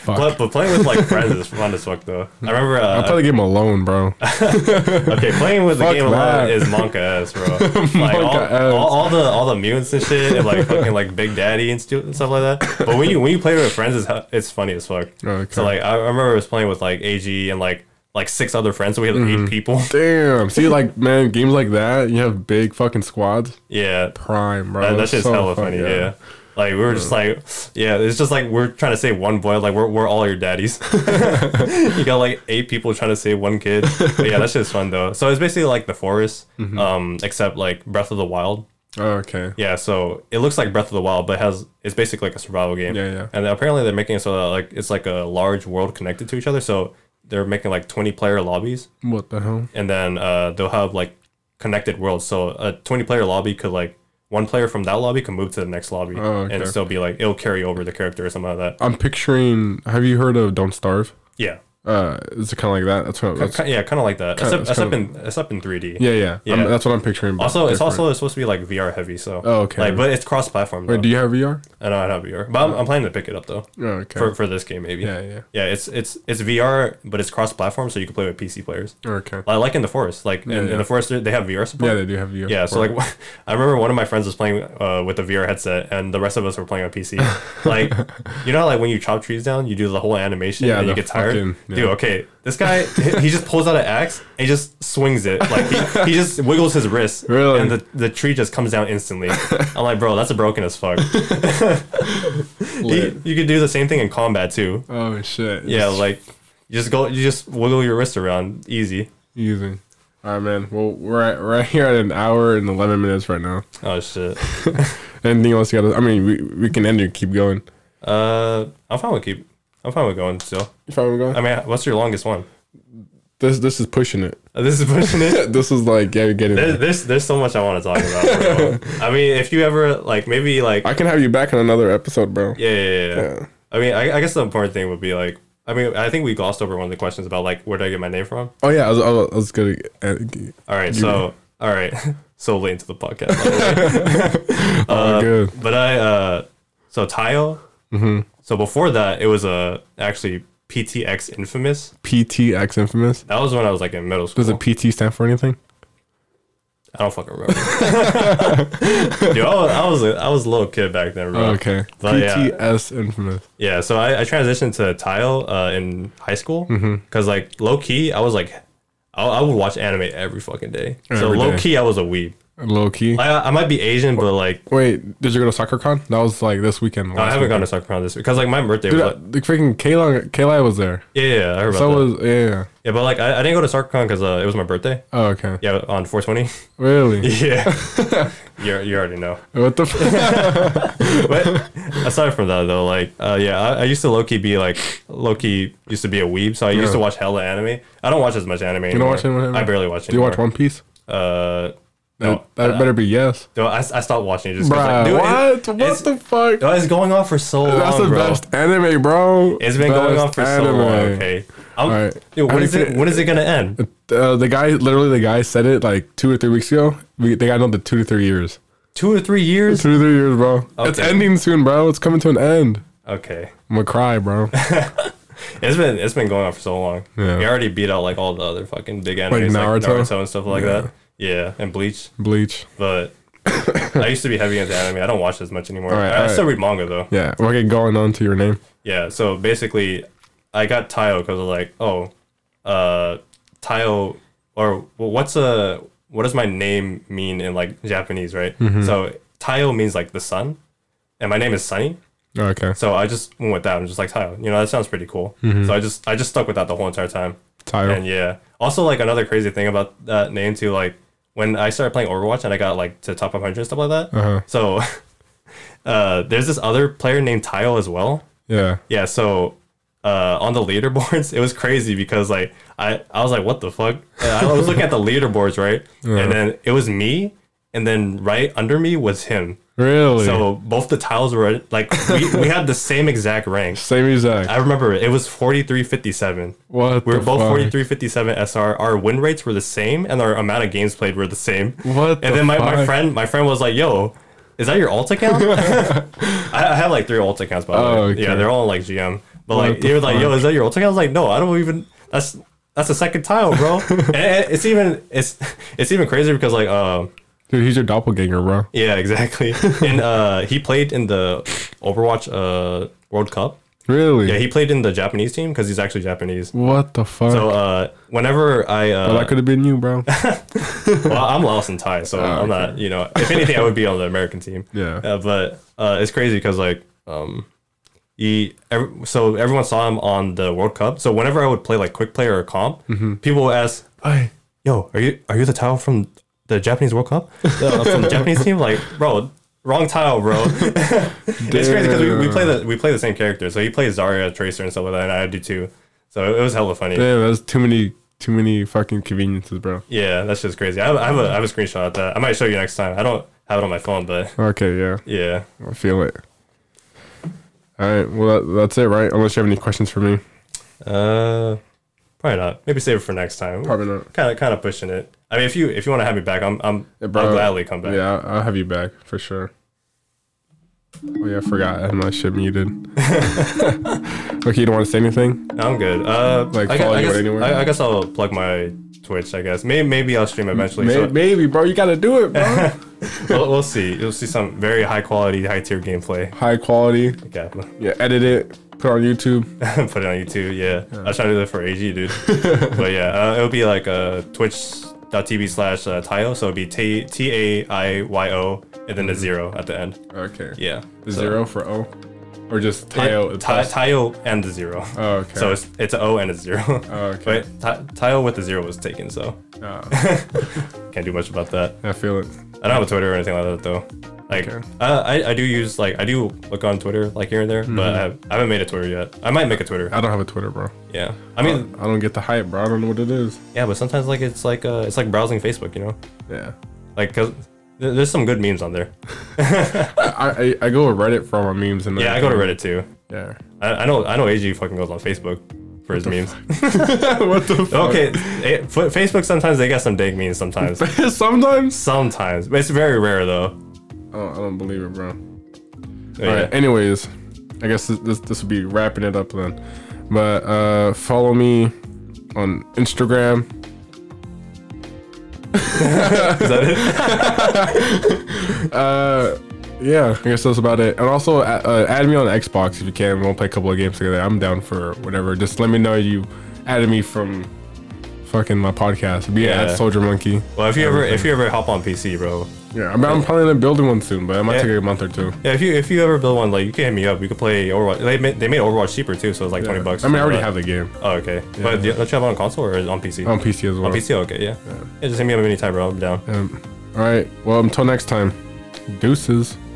[SPEAKER 2] But, but playing with like friends is fun as fuck though. I remember uh,
[SPEAKER 1] I play the game alone, bro.
[SPEAKER 2] Okay, playing with the
[SPEAKER 1] Fuck
[SPEAKER 2] game alone
[SPEAKER 1] that.
[SPEAKER 2] is Monka S, bro. Like all,
[SPEAKER 1] Monka S.
[SPEAKER 2] all, all the all the mutants and shit, and like fucking like Big Daddy and, stu- and stuff like that. But when you when you play with friends, it's, hu- it's funny as fuck.
[SPEAKER 1] Oh, Okay.
[SPEAKER 2] So like I I remember I was playing with like AG and like like six other friends, so we had like,
[SPEAKER 1] Mm-hmm.
[SPEAKER 2] eight people.
[SPEAKER 1] Damn. See, like, man, games like that, you have big fucking squads.
[SPEAKER 2] Yeah,
[SPEAKER 1] Prime, bro.
[SPEAKER 2] that, that
[SPEAKER 1] That's
[SPEAKER 2] shit's
[SPEAKER 1] so
[SPEAKER 2] hella
[SPEAKER 1] fun,
[SPEAKER 2] funny. Yeah. Like we were just like, yeah, it's just like we're trying to say one boy, like we're, we're all your daddies. you got like eight people trying to say one kid. But yeah, that shit's fun though. So it's basically like the forest, um, except like Breath of the Wild.
[SPEAKER 1] Okay.
[SPEAKER 2] Yeah, so it looks like Breath of the Wild, but it has it's basically like a survival game.
[SPEAKER 1] Yeah, yeah.
[SPEAKER 2] And apparently they're making it so that like it's like a large world connected to each other. So they're making like twenty player lobbies,
[SPEAKER 1] What the hell?
[SPEAKER 2] and then uh, they'll have like connected worlds. So a twenty player lobby could like one player from that lobby can move to the next lobby,
[SPEAKER 1] Oh, okay.
[SPEAKER 2] and still be like it'll carry over the character or something like that.
[SPEAKER 1] I'm picturing. Have you heard of Don't Starve?
[SPEAKER 2] Yeah,
[SPEAKER 1] Uh, is it kind of like that? That's what. That's,
[SPEAKER 2] Ki- yeah, kind of like that. except
[SPEAKER 1] it's
[SPEAKER 2] except in except in three D.
[SPEAKER 1] yeah, yeah.
[SPEAKER 2] Yeah.
[SPEAKER 1] I'm, that's what I'm picturing. but
[SPEAKER 2] Also, it's
[SPEAKER 1] different.
[SPEAKER 2] also supposed to be like VR heavy. So
[SPEAKER 1] Oh, okay.
[SPEAKER 2] like, but it's cross platform.
[SPEAKER 1] Wait, do you have VR?
[SPEAKER 2] I don't have VR, but I'm, I'm planning to pick it up though.
[SPEAKER 1] Oh, okay.
[SPEAKER 2] for, for this game maybe.
[SPEAKER 1] Yeah, yeah.
[SPEAKER 2] Yeah, it's it's it's VR, but it's cross platform, so you can play with PC players.
[SPEAKER 1] okay.
[SPEAKER 2] Like, like in the forest, like in,
[SPEAKER 1] yeah.
[SPEAKER 2] in the forest, they they have VR support.
[SPEAKER 1] Yeah, they do have VR.
[SPEAKER 2] Yeah, so
[SPEAKER 1] support.
[SPEAKER 2] like I remember one of my friends was playing uh, with a VR headset, and the rest of us were playing on PC. like, you know, how, like when you chop trees down, you do the whole animation,
[SPEAKER 1] Yeah,
[SPEAKER 2] and you
[SPEAKER 1] the
[SPEAKER 2] get tired.
[SPEAKER 1] fucking- yeah.
[SPEAKER 2] Dude, okay, this guy he he just pulls out an axe and just swings it. Like he, he just wiggles his wrist,
[SPEAKER 1] Really?
[SPEAKER 2] and the, the tree just comes down instantly. I'm like, bro, that's broken as fuck.
[SPEAKER 1] Lit.
[SPEAKER 2] you, you could do the same thing in combat too.
[SPEAKER 1] Oh shit.
[SPEAKER 2] Yeah,
[SPEAKER 1] It's
[SPEAKER 2] like you just go, you just wiggle your wrist around, easy.
[SPEAKER 1] easy. All right, man. Well, we're at, we're here at an hour and eleven minutes right now.
[SPEAKER 2] Oh shit.
[SPEAKER 1] Anything else you got? to I mean, we, we can end it. Keep going.
[SPEAKER 2] Uh, I'm fine with keep. I'm fine with going still.
[SPEAKER 1] You find where I'm going?
[SPEAKER 2] I mean, what's your longest one?
[SPEAKER 1] this this is pushing it.
[SPEAKER 2] Uh, This is pushing it.
[SPEAKER 1] This is like yeah, you're getting.
[SPEAKER 2] There-
[SPEAKER 1] There.
[SPEAKER 2] There's there's so much I want to talk about. bro. I mean, if you ever like maybe like
[SPEAKER 1] I can have you back on another episode, bro.
[SPEAKER 2] yeah yeah, yeah, yeah.
[SPEAKER 1] Yeah.
[SPEAKER 2] I mean, I, I guess the important thing would be like I mean I think we glossed over one of the questions about like where did I get my name from?
[SPEAKER 1] Oh yeah, I was, I was, I was gonna. Uh, g-
[SPEAKER 2] All right, so all right, so late into the podcast. by the way. Uh,
[SPEAKER 1] oh, good.
[SPEAKER 2] but I uh so Tayo. Mm-hmm. So before that, it was uh, actually PTX Infamous.
[SPEAKER 1] PTX infamous.
[SPEAKER 2] That was when I was like in middle school.
[SPEAKER 1] Does a PT stand for anything?
[SPEAKER 2] I don't fucking remember. Dude, I was, I was a, I was a little kid back then, bro.
[SPEAKER 1] Oh, okay.
[SPEAKER 2] But Uh, yeah.
[SPEAKER 1] PTS infamous.
[SPEAKER 2] Yeah, so I, I transitioned to tile uh, in high school because
[SPEAKER 1] Mm-hmm.
[SPEAKER 2] like low key, I was like, I, I would watch anime every fucking day. so
[SPEAKER 1] Every
[SPEAKER 2] low
[SPEAKER 1] day.
[SPEAKER 2] key, I was a weeb.
[SPEAKER 1] Low key.
[SPEAKER 2] I, I might be Asian, but like
[SPEAKER 1] Wait, did you go to soccer con? That was like this weekend.
[SPEAKER 2] I
[SPEAKER 1] last
[SPEAKER 2] haven't gone
[SPEAKER 1] weekend.
[SPEAKER 2] to soccer con this because like my birthday was
[SPEAKER 1] Dude,
[SPEAKER 2] like,
[SPEAKER 1] uh, the freaking Kayla, Kayla was there.
[SPEAKER 2] yeah, yeah, I heard about
[SPEAKER 1] So
[SPEAKER 2] that.
[SPEAKER 1] was yeah, yeah.
[SPEAKER 2] yeah, but like I, I didn't go to soccer con because uh, it was my birthday.
[SPEAKER 1] Oh, okay.
[SPEAKER 2] Yeah, on 420.
[SPEAKER 1] Really?
[SPEAKER 2] yeah, you you already know.
[SPEAKER 1] What the? F-
[SPEAKER 2] but aside from that though, like uh, yeah, I, I used to low key be like low key used to be a weeb, so I used to watch hella anime. I don't watch as much anime. You
[SPEAKER 1] don't watch anime?
[SPEAKER 2] I barely watch.
[SPEAKER 1] Do you watch One Piece?
[SPEAKER 2] Uh,
[SPEAKER 1] That,
[SPEAKER 2] no,
[SPEAKER 1] that better be yes.
[SPEAKER 2] no, I, I stopped watching it just 'cause,
[SPEAKER 1] Bruh,
[SPEAKER 2] like, dude, it-
[SPEAKER 1] what?
[SPEAKER 2] it's,
[SPEAKER 1] what the fuck?
[SPEAKER 2] no, it's going on for so long,
[SPEAKER 1] That's the
[SPEAKER 2] bro.
[SPEAKER 1] best anime, bro.
[SPEAKER 2] It's been going
[SPEAKER 1] Best
[SPEAKER 2] on for so long. Okay, I'm,
[SPEAKER 1] Alright.
[SPEAKER 2] dude,
[SPEAKER 1] I
[SPEAKER 2] when
[SPEAKER 1] mean,
[SPEAKER 2] is it?
[SPEAKER 1] can-
[SPEAKER 2] When is it gonna end?
[SPEAKER 1] Uh, the guy, literally, the guy said it like two or three weeks ago. We, they got another two to three years.
[SPEAKER 2] Two or three years?
[SPEAKER 1] Two to three years, bro. It's
[SPEAKER 2] Okay.
[SPEAKER 1] ending soon, bro. It's coming to an end.
[SPEAKER 2] Okay,
[SPEAKER 1] I'm gonna cry, bro.
[SPEAKER 2] it's been it's been going on for so long.
[SPEAKER 1] Yeah.
[SPEAKER 2] We already beat out like all the other fucking big animes, like Naruto,
[SPEAKER 1] Naruto?
[SPEAKER 2] and stuff like that. Yeah, and Bleach.
[SPEAKER 1] Bleach.
[SPEAKER 2] But I used to be heavy into anime. I don't watch as much anymore.
[SPEAKER 1] Alright,
[SPEAKER 2] I, I
[SPEAKER 1] alright.
[SPEAKER 2] still read manga though.
[SPEAKER 1] Yeah. Okay, going on to your name.
[SPEAKER 2] Yeah, so basically, I got Tile because like oh, uh, Tile or well, what's a what does my name mean in like Japanese, right? So Tile means like the sun, and my name is Sunny.
[SPEAKER 1] Oh, okay.
[SPEAKER 2] So I just went with that. I'm just like Tile. You know that sounds pretty cool. So I just I just stuck with that the whole entire time.
[SPEAKER 1] Tile.
[SPEAKER 2] And yeah. Also, like another crazy thing about that name too, like when I started playing Overwatch and I got like to top 100 and stuff like that.
[SPEAKER 1] Uh-huh.
[SPEAKER 2] So uh, there's this other player named Tile as well.
[SPEAKER 1] Yeah.
[SPEAKER 2] Yeah. So uh, on the leaderboards, it was crazy because like I I was like, what the fuck? And I was looking at the leaderboards, right? And then it was me, and then right under me was him.
[SPEAKER 1] Really?
[SPEAKER 2] So both the tiles were like we, we had the same exact rank.
[SPEAKER 1] Same exact.
[SPEAKER 2] I remember it. It was 4357.
[SPEAKER 1] what?
[SPEAKER 2] We were
[SPEAKER 1] the
[SPEAKER 2] both
[SPEAKER 1] fuck?
[SPEAKER 2] 4357 SR. Our win rates were the same, and our amount of games played were the same.
[SPEAKER 1] What
[SPEAKER 2] And
[SPEAKER 1] the
[SPEAKER 2] then my, my
[SPEAKER 1] fuck?
[SPEAKER 2] friend my friend was like, "Yo, is that your alt account?" I, I had like three alt accounts by the
[SPEAKER 1] Oh,
[SPEAKER 2] way.
[SPEAKER 1] okay.
[SPEAKER 2] Yeah, they're all like GM. But like
[SPEAKER 1] the
[SPEAKER 2] he was like, "Yo,
[SPEAKER 1] fuck?
[SPEAKER 2] is that your alt account?" I was like, "No, I don't even." That's that's the second tile, bro. and it- it's even it's it's even crazier because like um.
[SPEAKER 1] Dude, he's your doppelganger, bro.
[SPEAKER 2] Yeah, exactly. and uh, he played in the Overwatch uh, World Cup.
[SPEAKER 1] Really?
[SPEAKER 2] Yeah, he played in the Japanese team because he's actually Japanese.
[SPEAKER 1] what the fuck?
[SPEAKER 2] So uh, whenever I, uh,
[SPEAKER 1] that could have been you, bro.
[SPEAKER 2] well, I'm lost in Thai, so I'm not. You know, if anything, I would be on the American team.
[SPEAKER 1] Yeah.
[SPEAKER 2] Uh, but uh, it's crazy because like um, he ev- so everyone saw him on the World Cup. So whenever I would play like quick play or comp, people would ask,
[SPEAKER 1] I,
[SPEAKER 2] yo, are you are you the tile from the Japanese World Cup? Uh, from the Japanese team? Like, bro, wrong tile, bro. it's crazy because we, we play the we play the same character. So he plays Zarya, Tracer, and stuff like that, and I do too. So it was hella funny.
[SPEAKER 1] damn, that's too many, too many fucking conveniences, bro.
[SPEAKER 2] Yeah, that's just crazy. I have, I have a I have a screenshot of that. I might show you next time. I don't have it on my phone, but
[SPEAKER 1] Okay, yeah,
[SPEAKER 2] yeah.
[SPEAKER 1] I feel it. All right, well, that, that's it, right? Unless you have any questions for me,
[SPEAKER 2] Uh, probably not. Maybe save it for next time.
[SPEAKER 1] probably not.
[SPEAKER 2] Kind of kind of pushing it. I mean, if you if you want to have me back, I'm I'm
[SPEAKER 1] Yeah,
[SPEAKER 2] I'll gladly come back.
[SPEAKER 1] Yeah, I'll, I'll have you back for sure. Oh yeah, I forgot. I had my shit muted. okay, you don't want to say anything?
[SPEAKER 2] No, I'm good. Uh,
[SPEAKER 1] Like,
[SPEAKER 2] I, gu-
[SPEAKER 1] follow
[SPEAKER 2] I
[SPEAKER 1] you
[SPEAKER 2] guess,
[SPEAKER 1] anywhere?
[SPEAKER 2] I, I guess I'll plug my Twitch. I guess maybe maybe I'll stream eventually.
[SPEAKER 1] May-
[SPEAKER 2] so
[SPEAKER 1] maybe, bro. You gotta do it, bro.
[SPEAKER 2] we'll, we'll see. You'll see some very high quality, high tier gameplay.
[SPEAKER 1] High quality.
[SPEAKER 2] Yeah, put
[SPEAKER 1] Yeah, edit it. Put it on YouTube.
[SPEAKER 2] it on YouTube. Yeah, I was trying to do that for AG, dude. but yeah, uh, it'll be like uh, twitch.tv slash uh, Tayo. So it'll be T T A I Y O and then a zero at the end.
[SPEAKER 1] Okay.
[SPEAKER 2] Yeah,
[SPEAKER 1] The Mm-hmm.
[SPEAKER 2] so-
[SPEAKER 1] zero for O, or just
[SPEAKER 2] Tayo,
[SPEAKER 1] Tayo.
[SPEAKER 2] Tayo and the zero.
[SPEAKER 1] Oh, okay. Oh,
[SPEAKER 2] So it's it's an O and a zero.
[SPEAKER 1] okay.
[SPEAKER 2] But Ta- Tayo with the zero was taken, so Oh.
[SPEAKER 1] Ah,
[SPEAKER 2] can't do much about that.
[SPEAKER 1] I feel it.
[SPEAKER 2] I don't have a Twitter or anything like that though. Like
[SPEAKER 1] Okay.
[SPEAKER 2] uh, I, I do use like I do look on Twitter like here and there, but I,
[SPEAKER 1] Mm-hmm.
[SPEAKER 2] have, I haven't made a Twitter yet. I might make a Twitter.
[SPEAKER 1] I don't have a Twitter, bro.
[SPEAKER 2] Yeah. I mean,
[SPEAKER 1] I don't get the hype, bro. I don't know what it is.
[SPEAKER 2] yeah, but sometimes like it's like uh, it's like browsing Facebook, you know?
[SPEAKER 1] Yeah.
[SPEAKER 2] Like cuz there's some good memes on there.
[SPEAKER 1] I, I, I go with Reddit for all my memes and
[SPEAKER 2] Yeah, I go to Reddit too.
[SPEAKER 1] Yeah.
[SPEAKER 2] I, I know I know AG fucking goes on Facebook for his memes.
[SPEAKER 1] what the fuck?
[SPEAKER 2] Okay, it, F- Facebook sometimes they got some dank memes sometimes.
[SPEAKER 1] Sometimes.
[SPEAKER 2] sometimes. But it's very rare though.
[SPEAKER 1] Oh, I don't believe it, bro.
[SPEAKER 2] But
[SPEAKER 1] All
[SPEAKER 2] yeah.
[SPEAKER 1] right. Anyways, I guess this this, this will be wrapping it up then. But uh, follow me on Instagram.
[SPEAKER 2] Is that it?
[SPEAKER 1] Uh, yeah, I guess that's about it. And also, uh, uh, add me on Xbox if you can. We'll play a couple of games together. I'm down for whatever. Just let me know you added me from fucking my podcast. Be
[SPEAKER 2] Yeah.
[SPEAKER 1] at Soldier Monkey.
[SPEAKER 2] Well, if you ever if you ever hop on PC, bro.
[SPEAKER 1] Yeah, I'm, I'm probably gonna build one soon, but it might
[SPEAKER 2] Yeah.
[SPEAKER 1] take a month or two.
[SPEAKER 2] Yeah, if you if you ever build one, like you can hit me up. We could play Overwatch. They made, they made Overwatch cheaper too, so it's like twenty bucks.
[SPEAKER 1] I mean, I
[SPEAKER 2] for
[SPEAKER 1] already
[SPEAKER 2] that.
[SPEAKER 1] have Um, the game
[SPEAKER 2] Oh, okay. But do, don't you have it on console or on PC?
[SPEAKER 1] on PC as well.
[SPEAKER 2] On PC, okay, yeah. yeah. just hit me up anytime, bro. I'm down.
[SPEAKER 1] Um, all right. Well, until next time, deuces.